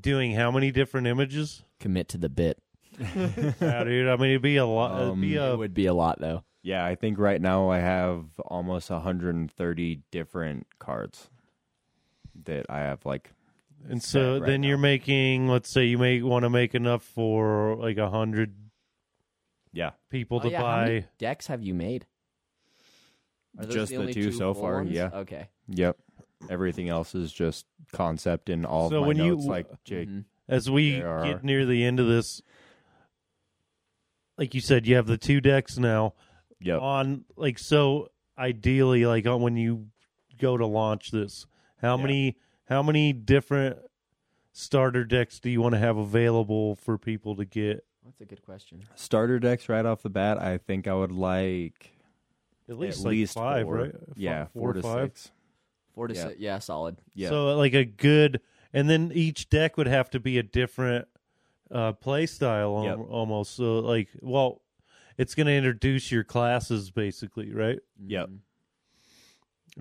[SPEAKER 2] doing how many different images?
[SPEAKER 4] commit to the bit.
[SPEAKER 2] yeah, dude. I mean, it'd be a lot. it'd be
[SPEAKER 5] Um,
[SPEAKER 2] a
[SPEAKER 4] It would be a lot though.
[SPEAKER 5] Yeah, I think right now I have almost 130 different cards that I have like
[SPEAKER 2] And so
[SPEAKER 5] right
[SPEAKER 2] then
[SPEAKER 5] now.
[SPEAKER 2] you're making, let's say you may want to make enough for like a hundred
[SPEAKER 5] yeah,
[SPEAKER 2] people
[SPEAKER 4] Oh,
[SPEAKER 2] to
[SPEAKER 4] yeah, how
[SPEAKER 2] buy.
[SPEAKER 4] many decks have you made? Are those
[SPEAKER 5] Just the
[SPEAKER 4] only
[SPEAKER 5] two so
[SPEAKER 4] full
[SPEAKER 5] far,
[SPEAKER 4] ones?
[SPEAKER 5] yeah.
[SPEAKER 4] Okay.
[SPEAKER 5] yep. Everything else is just concept and all
[SPEAKER 2] So
[SPEAKER 5] of my
[SPEAKER 2] when you-
[SPEAKER 5] notes like Jake.
[SPEAKER 4] Mhm.
[SPEAKER 2] As we
[SPEAKER 5] There are-
[SPEAKER 2] get near the end of this, like you said, you have the two decks now
[SPEAKER 5] Yep.
[SPEAKER 2] on like so ideally like on when you go to launch this, how
[SPEAKER 5] Yeah.
[SPEAKER 2] many how many different starter decks do you want to have available for people to get
[SPEAKER 4] That's a good question.
[SPEAKER 5] Starter decks right off the bat, I think I would like
[SPEAKER 2] at
[SPEAKER 5] at
[SPEAKER 2] least
[SPEAKER 5] least,
[SPEAKER 2] like five,
[SPEAKER 5] four.
[SPEAKER 2] right?
[SPEAKER 5] Yeah,
[SPEAKER 2] F- four,
[SPEAKER 5] to
[SPEAKER 2] or five.
[SPEAKER 5] six.
[SPEAKER 4] Four to
[SPEAKER 5] Yeah.
[SPEAKER 4] six. Yeah, solid.
[SPEAKER 5] Yeah.
[SPEAKER 2] So like a good, and then each deck would have to be a different uh, play style al-
[SPEAKER 5] Yep.
[SPEAKER 2] almost. So like, well, it's going to introduce your classes basically, right?
[SPEAKER 5] Mm-hmm. Yep.
[SPEAKER 4] Mhm.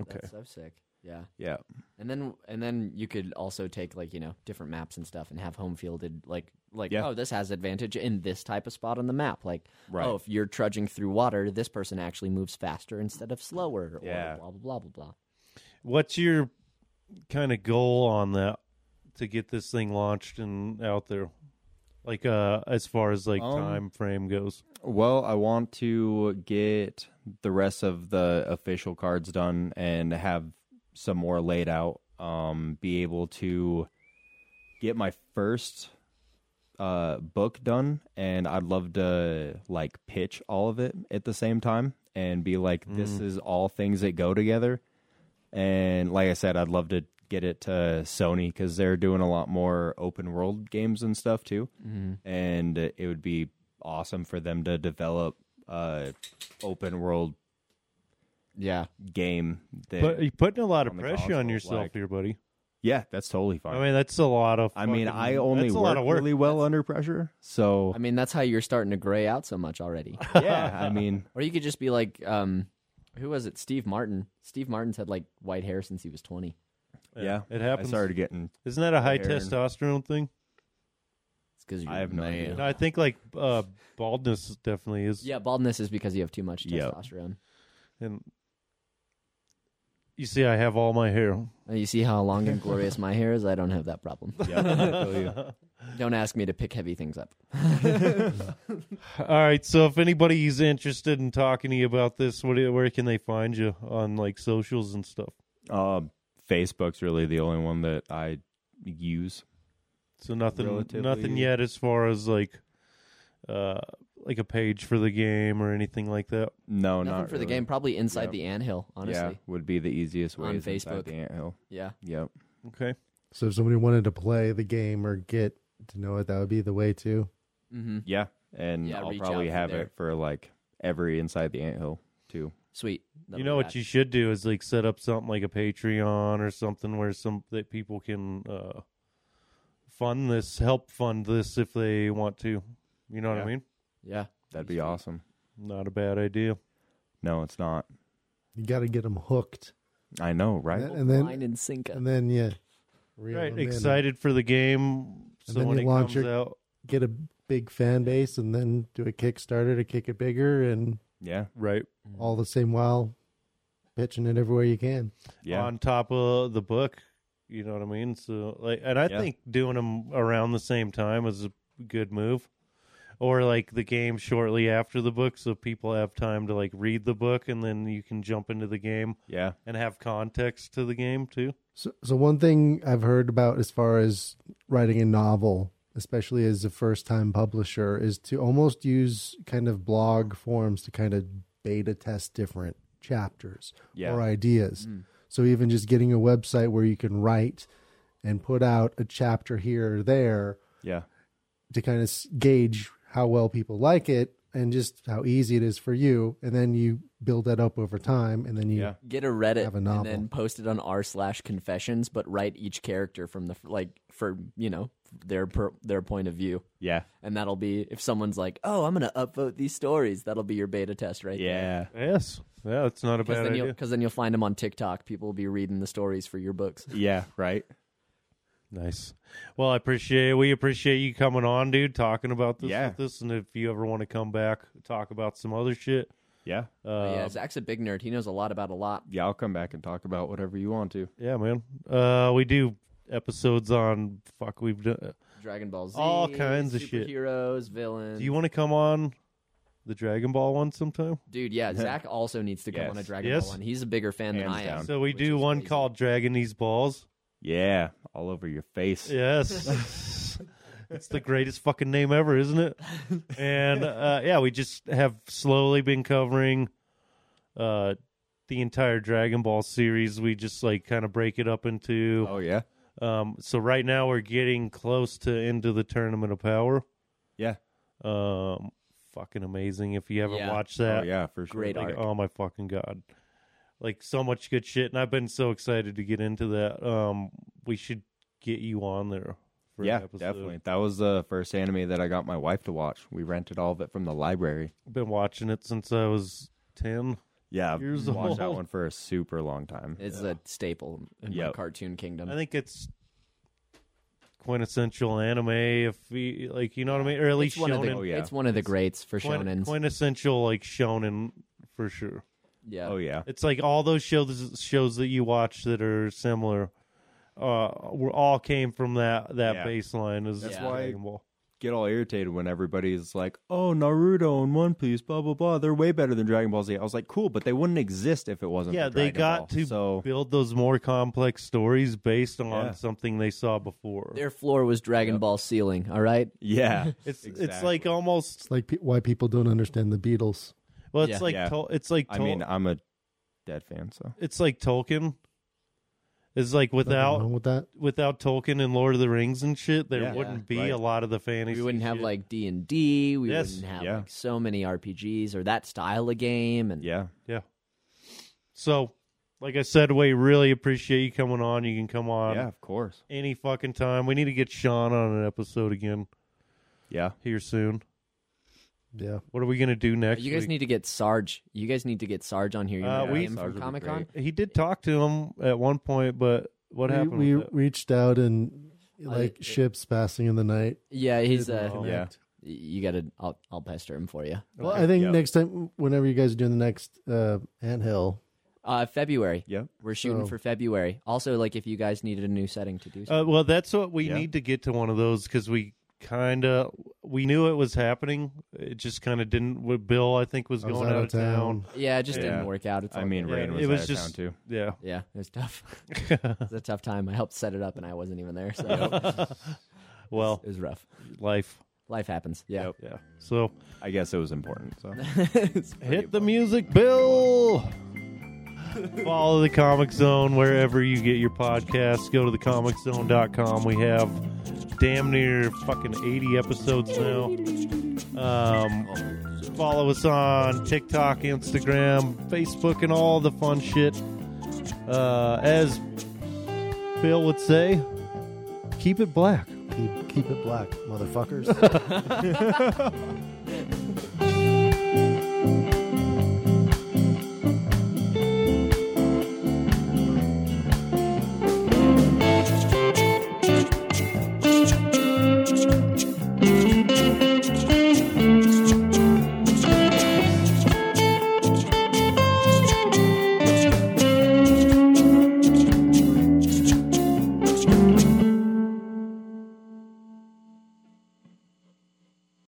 [SPEAKER 2] Okay.
[SPEAKER 4] That's so sick. Yeah.
[SPEAKER 5] yeah.
[SPEAKER 4] And then and then you could also take like, you know, different maps and stuff and have home fielded like like
[SPEAKER 5] Yeah.
[SPEAKER 4] oh, this has advantage in this type of spot on the map. Like
[SPEAKER 5] Right.
[SPEAKER 4] oh, if you're trudging through water, this person actually moves faster instead of slower
[SPEAKER 5] Yeah.
[SPEAKER 4] or blah blah blah blah blah.
[SPEAKER 2] What's your kind of goal on that to get this thing launched and out there? Like uh as far as like
[SPEAKER 5] Um,
[SPEAKER 2] time frame goes.
[SPEAKER 5] Well, I want to get the rest of the official cards done and have some more laid out. Um, be able to get my first uh, book done, and I'd love to like pitch all of it at the same time and be like, this is all things that go together. And like I said, I'd love to get it to Sony because they're doing a lot more open world games and stuff too and it would be awesome for them to develop a open world
[SPEAKER 4] Yeah.
[SPEAKER 5] game that
[SPEAKER 2] But you're putting a lot of
[SPEAKER 5] on the
[SPEAKER 2] pressure on
[SPEAKER 5] console,
[SPEAKER 2] yourself
[SPEAKER 5] like-
[SPEAKER 2] here, buddy.
[SPEAKER 5] yeah that's totally fine
[SPEAKER 2] I mean, that's a lot of.
[SPEAKER 5] i mean
[SPEAKER 2] fucking-
[SPEAKER 5] i only
[SPEAKER 2] that's a
[SPEAKER 5] work,
[SPEAKER 2] lot of work.
[SPEAKER 5] really well under pressure so
[SPEAKER 2] <laughs>
[SPEAKER 4] I mean, that's how you're starting to gray out so much
[SPEAKER 5] <laughs>
[SPEAKER 4] already.
[SPEAKER 5] yeah i mean
[SPEAKER 4] or you could just be like um who was it? Steve Martin. Steve Martin's had like white hair since he was 20.
[SPEAKER 5] yeah
[SPEAKER 2] it happens.
[SPEAKER 5] i
[SPEAKER 2] <laughs>
[SPEAKER 5] started getting
[SPEAKER 2] Isn't that a high
[SPEAKER 5] Aaron.
[SPEAKER 2] testosterone thing?
[SPEAKER 4] It's cuz you're
[SPEAKER 5] I have no
[SPEAKER 4] male.
[SPEAKER 5] idea.
[SPEAKER 2] No, I think like uh, baldness definitely is.
[SPEAKER 4] Yeah, baldness is because you have too much
[SPEAKER 5] Yeah.
[SPEAKER 4] testosterone.
[SPEAKER 2] And you see, I have all my hair.
[SPEAKER 4] Uh, You see how long and glorious my hair is? I don't have
[SPEAKER 5] <laughs>
[SPEAKER 4] that problem.
[SPEAKER 5] yeah, I feel you.
[SPEAKER 4] Don't ask me to pick heavy things up.
[SPEAKER 2] All right. So if anybody's interested in talking to you about this, what, do- where can they find you on like socials and stuff?
[SPEAKER 5] Um, facebook's really the only one that i use
[SPEAKER 2] So nothing,
[SPEAKER 5] Relatively-
[SPEAKER 2] nothing yet as far as like, uh, like a page for the game or anything like that?
[SPEAKER 5] No,
[SPEAKER 4] Nothing
[SPEAKER 5] not
[SPEAKER 4] for the
[SPEAKER 5] really.
[SPEAKER 4] game. Probably inside
[SPEAKER 5] Yeah.
[SPEAKER 4] the anthill,
[SPEAKER 5] Yeah,
[SPEAKER 4] honestly.
[SPEAKER 5] would be the easiest way
[SPEAKER 4] On
[SPEAKER 5] is inside
[SPEAKER 4] Facebook.
[SPEAKER 5] The anthill.
[SPEAKER 4] Yeah.
[SPEAKER 5] Yep.
[SPEAKER 2] Okay.
[SPEAKER 3] So if somebody wanted to play the game or get to know it, that would be the way too.
[SPEAKER 4] Mm-hmm.
[SPEAKER 5] Yeah, and
[SPEAKER 4] Yeah,
[SPEAKER 5] I'll
[SPEAKER 4] reach
[SPEAKER 5] probably
[SPEAKER 4] out from
[SPEAKER 5] have
[SPEAKER 4] there.
[SPEAKER 5] it for like every inside the anthill too.
[SPEAKER 4] Sweet.
[SPEAKER 2] you know what you should do is like set up something like a Patreon or something where some that people can uh fund this, help fund this if they want to. You know what
[SPEAKER 5] Yeah.
[SPEAKER 2] I mean?
[SPEAKER 4] Yeah.
[SPEAKER 5] That'd
[SPEAKER 4] Be
[SPEAKER 5] be
[SPEAKER 4] sweet.
[SPEAKER 5] awesome.
[SPEAKER 2] Not a bad idea.
[SPEAKER 5] No, it's not.
[SPEAKER 3] You got to get them hooked,
[SPEAKER 5] I know, right?
[SPEAKER 3] and then
[SPEAKER 4] Wine and Cinca.
[SPEAKER 3] and then yeah, reel
[SPEAKER 2] Right,
[SPEAKER 3] 'em in.
[SPEAKER 2] excited for the game. So
[SPEAKER 3] then
[SPEAKER 2] when
[SPEAKER 3] you
[SPEAKER 2] it
[SPEAKER 3] launch
[SPEAKER 2] comes
[SPEAKER 3] your-
[SPEAKER 2] out,
[SPEAKER 3] get a big fan base, and then do a Kickstarter to kick it bigger, and
[SPEAKER 5] yeah,
[SPEAKER 2] right
[SPEAKER 3] all the same while pitching it everywhere you can.
[SPEAKER 5] yeah.
[SPEAKER 2] on top of the book, you know what I mean. So like, and I
[SPEAKER 5] Yeah.
[SPEAKER 2] think doing them around the same time is a good move, or like the game shortly after the book, so people have time to like read the book, and then you can jump into the game
[SPEAKER 5] yeah,
[SPEAKER 2] and have context to the game too.
[SPEAKER 3] So, so one thing I've heard about as far as writing a novel, especially as a first-time publisher, is to almost use kind of blog forms to kind of beta test different chapters
[SPEAKER 5] Yeah. Hmm.
[SPEAKER 3] or ideas. So even just getting a website where you can write and put out a chapter here or there
[SPEAKER 5] yeah,
[SPEAKER 3] to kind of gauge how well people like it and just how easy it is for you, and then you build that up over time, and then you
[SPEAKER 5] yeah.
[SPEAKER 4] Get a Reddit
[SPEAKER 3] Have a
[SPEAKER 4] and
[SPEAKER 3] novel.
[SPEAKER 4] then post it on r slash confessions, but write each character from the like for you know their per, their point of view,
[SPEAKER 5] Yeah,
[SPEAKER 4] and that'll be if someone's like, oh, I'm gonna upvote these stories, that'll be your beta test right there.
[SPEAKER 5] yeah,
[SPEAKER 2] Yes, yeah, that's not a
[SPEAKER 4] Because
[SPEAKER 2] bad
[SPEAKER 4] then, you'll-
[SPEAKER 2] idea.
[SPEAKER 4] 'cause then you'll find them on TikTok. People will be reading the stories for your books.
[SPEAKER 5] yeah. Right.
[SPEAKER 2] Nice. Well, I appreciate we appreciate you coming on, dude, talking about this
[SPEAKER 5] Yeah.
[SPEAKER 2] with us, and if you ever want to come back, talk about some other shit.
[SPEAKER 5] Yeah,
[SPEAKER 2] Uh,
[SPEAKER 4] yeah, Zach's a big nerd. He knows a lot about a lot.
[SPEAKER 5] yeah. I'll come back and talk about whatever you want to.
[SPEAKER 2] Yeah, man. Uh, we do episodes on fuck. We've done.
[SPEAKER 4] Dragon Ball Z,
[SPEAKER 2] All kinds of shit.
[SPEAKER 4] Heroes, villains.
[SPEAKER 2] Do you want to come on the Dragon Ball one sometime?
[SPEAKER 5] <laughs>
[SPEAKER 4] Dude, yeah, Zach also needs to come
[SPEAKER 5] Yes.
[SPEAKER 4] on a Dragon
[SPEAKER 2] Yes.
[SPEAKER 4] Ball one. He's a bigger fan than
[SPEAKER 5] Hands
[SPEAKER 4] I am.
[SPEAKER 5] down.
[SPEAKER 2] So we
[SPEAKER 4] which
[SPEAKER 2] do
[SPEAKER 4] is
[SPEAKER 2] one
[SPEAKER 4] crazy.
[SPEAKER 2] called Dragon These Balls.
[SPEAKER 5] Yeah, all over your face.
[SPEAKER 2] Yes.
[SPEAKER 4] <laughs>
[SPEAKER 2] it's the greatest fucking name ever, isn't it? And uh, yeah, we just have slowly been covering uh, the entire Dragon Ball series. We just like kind of break it up into.
[SPEAKER 5] Oh yeah,
[SPEAKER 2] Um, so right now we're getting close to into the Tournament of Power.
[SPEAKER 5] yeah.
[SPEAKER 2] Um, fucking amazing. If you haven't
[SPEAKER 4] Yeah.
[SPEAKER 2] watched that,
[SPEAKER 5] oh yeah, for sure.
[SPEAKER 4] Great
[SPEAKER 2] like,
[SPEAKER 4] arc.
[SPEAKER 2] oh my fucking god, like so much good shit, and I've been so excited to get into that. Um, we should get you on there. For an
[SPEAKER 5] yeah,
[SPEAKER 2] episode.
[SPEAKER 5] definitely. That was the first anime that I got my wife to watch. We rented all of it from the library.
[SPEAKER 2] I've been watching it since I was ten.
[SPEAKER 5] Yeah, I've
[SPEAKER 2] Years
[SPEAKER 5] watched that
[SPEAKER 2] old.
[SPEAKER 5] one for a super long time.
[SPEAKER 4] It's a staple in my
[SPEAKER 5] Yep.
[SPEAKER 4] cartoon kingdom.
[SPEAKER 2] I think it's quintessential anime. If we like, you know what I mean, or at
[SPEAKER 4] it's,
[SPEAKER 2] least
[SPEAKER 4] one of the,
[SPEAKER 2] shonen.
[SPEAKER 5] Oh, yeah.
[SPEAKER 4] it's one of the greats for
[SPEAKER 2] Quin-
[SPEAKER 4] shonens.
[SPEAKER 2] quintessential like shonen for sure.
[SPEAKER 4] yeah.
[SPEAKER 5] Oh yeah,
[SPEAKER 2] It's like all those shows shows that you watch that are similar. Uh, were all came from that that
[SPEAKER 5] Yeah.
[SPEAKER 2] baseline. Is
[SPEAKER 5] That's
[SPEAKER 4] Yeah.
[SPEAKER 5] why-
[SPEAKER 2] Dragon Ball.
[SPEAKER 5] get all irritated when everybody's like, "Oh, Naruto and One Piece, blah blah blah. They're way better than Dragon Ball Z." I was like, "Cool," but they wouldn't exist if it wasn't.
[SPEAKER 2] Yeah,
[SPEAKER 5] for
[SPEAKER 2] they
[SPEAKER 5] Dragon
[SPEAKER 2] got
[SPEAKER 5] Ball.
[SPEAKER 2] to
[SPEAKER 5] so
[SPEAKER 2] build those more complex stories based on
[SPEAKER 5] Yeah.
[SPEAKER 2] something they saw before.
[SPEAKER 4] Their floor was Dragon Ball ceiling, all right?
[SPEAKER 5] yeah,
[SPEAKER 2] <laughs> it's it's
[SPEAKER 5] exactly.
[SPEAKER 2] like almost
[SPEAKER 3] It's like pe- why people don't understand the Beatles.
[SPEAKER 2] well, it's
[SPEAKER 4] Yeah.
[SPEAKER 2] like
[SPEAKER 5] Yeah.
[SPEAKER 2] Tol- it's like
[SPEAKER 5] I
[SPEAKER 2] Tol-
[SPEAKER 5] mean, uh, I'm a dead fan, so
[SPEAKER 2] it's like Tolkien. Is like
[SPEAKER 3] Nothing
[SPEAKER 2] without
[SPEAKER 3] wrong with that.
[SPEAKER 2] without Tolkien and Lord of the Rings and shit, there
[SPEAKER 5] Yeah.
[SPEAKER 2] wouldn't be
[SPEAKER 5] Yeah.
[SPEAKER 2] a
[SPEAKER 5] Right.
[SPEAKER 2] lot of the fantasy.
[SPEAKER 4] We wouldn't have
[SPEAKER 2] shit.
[SPEAKER 4] like D and D. We
[SPEAKER 2] Yes.
[SPEAKER 4] wouldn't have
[SPEAKER 5] Yeah.
[SPEAKER 4] like so many RPGs or that style of game. And
[SPEAKER 5] yeah,
[SPEAKER 2] so. Like I said, we really appreciate you coming on. You can come on
[SPEAKER 5] yeah, of course,
[SPEAKER 2] any fucking time. We need to get Sean on an episode again
[SPEAKER 5] yeah,
[SPEAKER 2] here soon.
[SPEAKER 3] Yeah.
[SPEAKER 2] What are we gonna do next?
[SPEAKER 4] you guys
[SPEAKER 2] week?
[SPEAKER 4] need to get Sarge. You guys need to get Sarge on here. You
[SPEAKER 2] Uh,
[SPEAKER 4] know
[SPEAKER 2] we-
[SPEAKER 4] him
[SPEAKER 5] Sarge would
[SPEAKER 4] from
[SPEAKER 5] be
[SPEAKER 4] Comic Con.
[SPEAKER 5] great.
[SPEAKER 2] He did talk to him at one point, but what
[SPEAKER 3] we,
[SPEAKER 2] happened?
[SPEAKER 3] we
[SPEAKER 2] with that?
[SPEAKER 3] reached out and like
[SPEAKER 4] it-
[SPEAKER 3] ships passing in the night.
[SPEAKER 4] Yeah, he's.
[SPEAKER 3] Didn't
[SPEAKER 4] Uh,
[SPEAKER 2] Oh.
[SPEAKER 5] yeah.
[SPEAKER 3] connect.
[SPEAKER 4] you gotta. I'll, I'll pester him for you.
[SPEAKER 3] Well, I think
[SPEAKER 5] yeah.
[SPEAKER 3] next time, whenever you guys are doing the next uh, anthill,
[SPEAKER 4] Uh, February.
[SPEAKER 5] Yeah.
[SPEAKER 4] We're shooting
[SPEAKER 3] So-
[SPEAKER 4] for February. Also, like if you guys needed a new setting to do,
[SPEAKER 2] Uh,
[SPEAKER 4] something.
[SPEAKER 2] well, that's what we
[SPEAKER 5] Yeah.
[SPEAKER 2] need to get to one of those because we kind of we knew it was happening. It just kind of didn't. with Bill, I think, was
[SPEAKER 3] I was
[SPEAKER 2] going out of town.
[SPEAKER 4] yeah, it just didn't
[SPEAKER 5] Yeah.
[SPEAKER 4] work out. It's
[SPEAKER 5] I
[SPEAKER 4] all
[SPEAKER 5] mean,
[SPEAKER 4] good.
[SPEAKER 2] Yeah,
[SPEAKER 5] Rain was,
[SPEAKER 2] it was
[SPEAKER 5] out
[SPEAKER 2] just-
[SPEAKER 5] of town too.
[SPEAKER 2] Yeah,
[SPEAKER 4] yeah, it was tough. it was a tough time. I helped set it up, and I wasn't even there, so it
[SPEAKER 2] well,
[SPEAKER 4] was rough.
[SPEAKER 2] life.
[SPEAKER 4] Life happens. Yeah.
[SPEAKER 5] Yep.
[SPEAKER 2] Yeah. So
[SPEAKER 5] I guess it was important. So
[SPEAKER 4] <laughs> It's-
[SPEAKER 2] hit the music, Bill. Follow the Comic Zone wherever you get your podcasts. Go to thecomiczone.com. We have damn near fucking 80 episodes now. Um, follow us on TikTok, Instagram, Facebook, and all the fun shit. Uh, as Bill would say, keep it black.
[SPEAKER 3] Keep, keep it black, motherfuckers.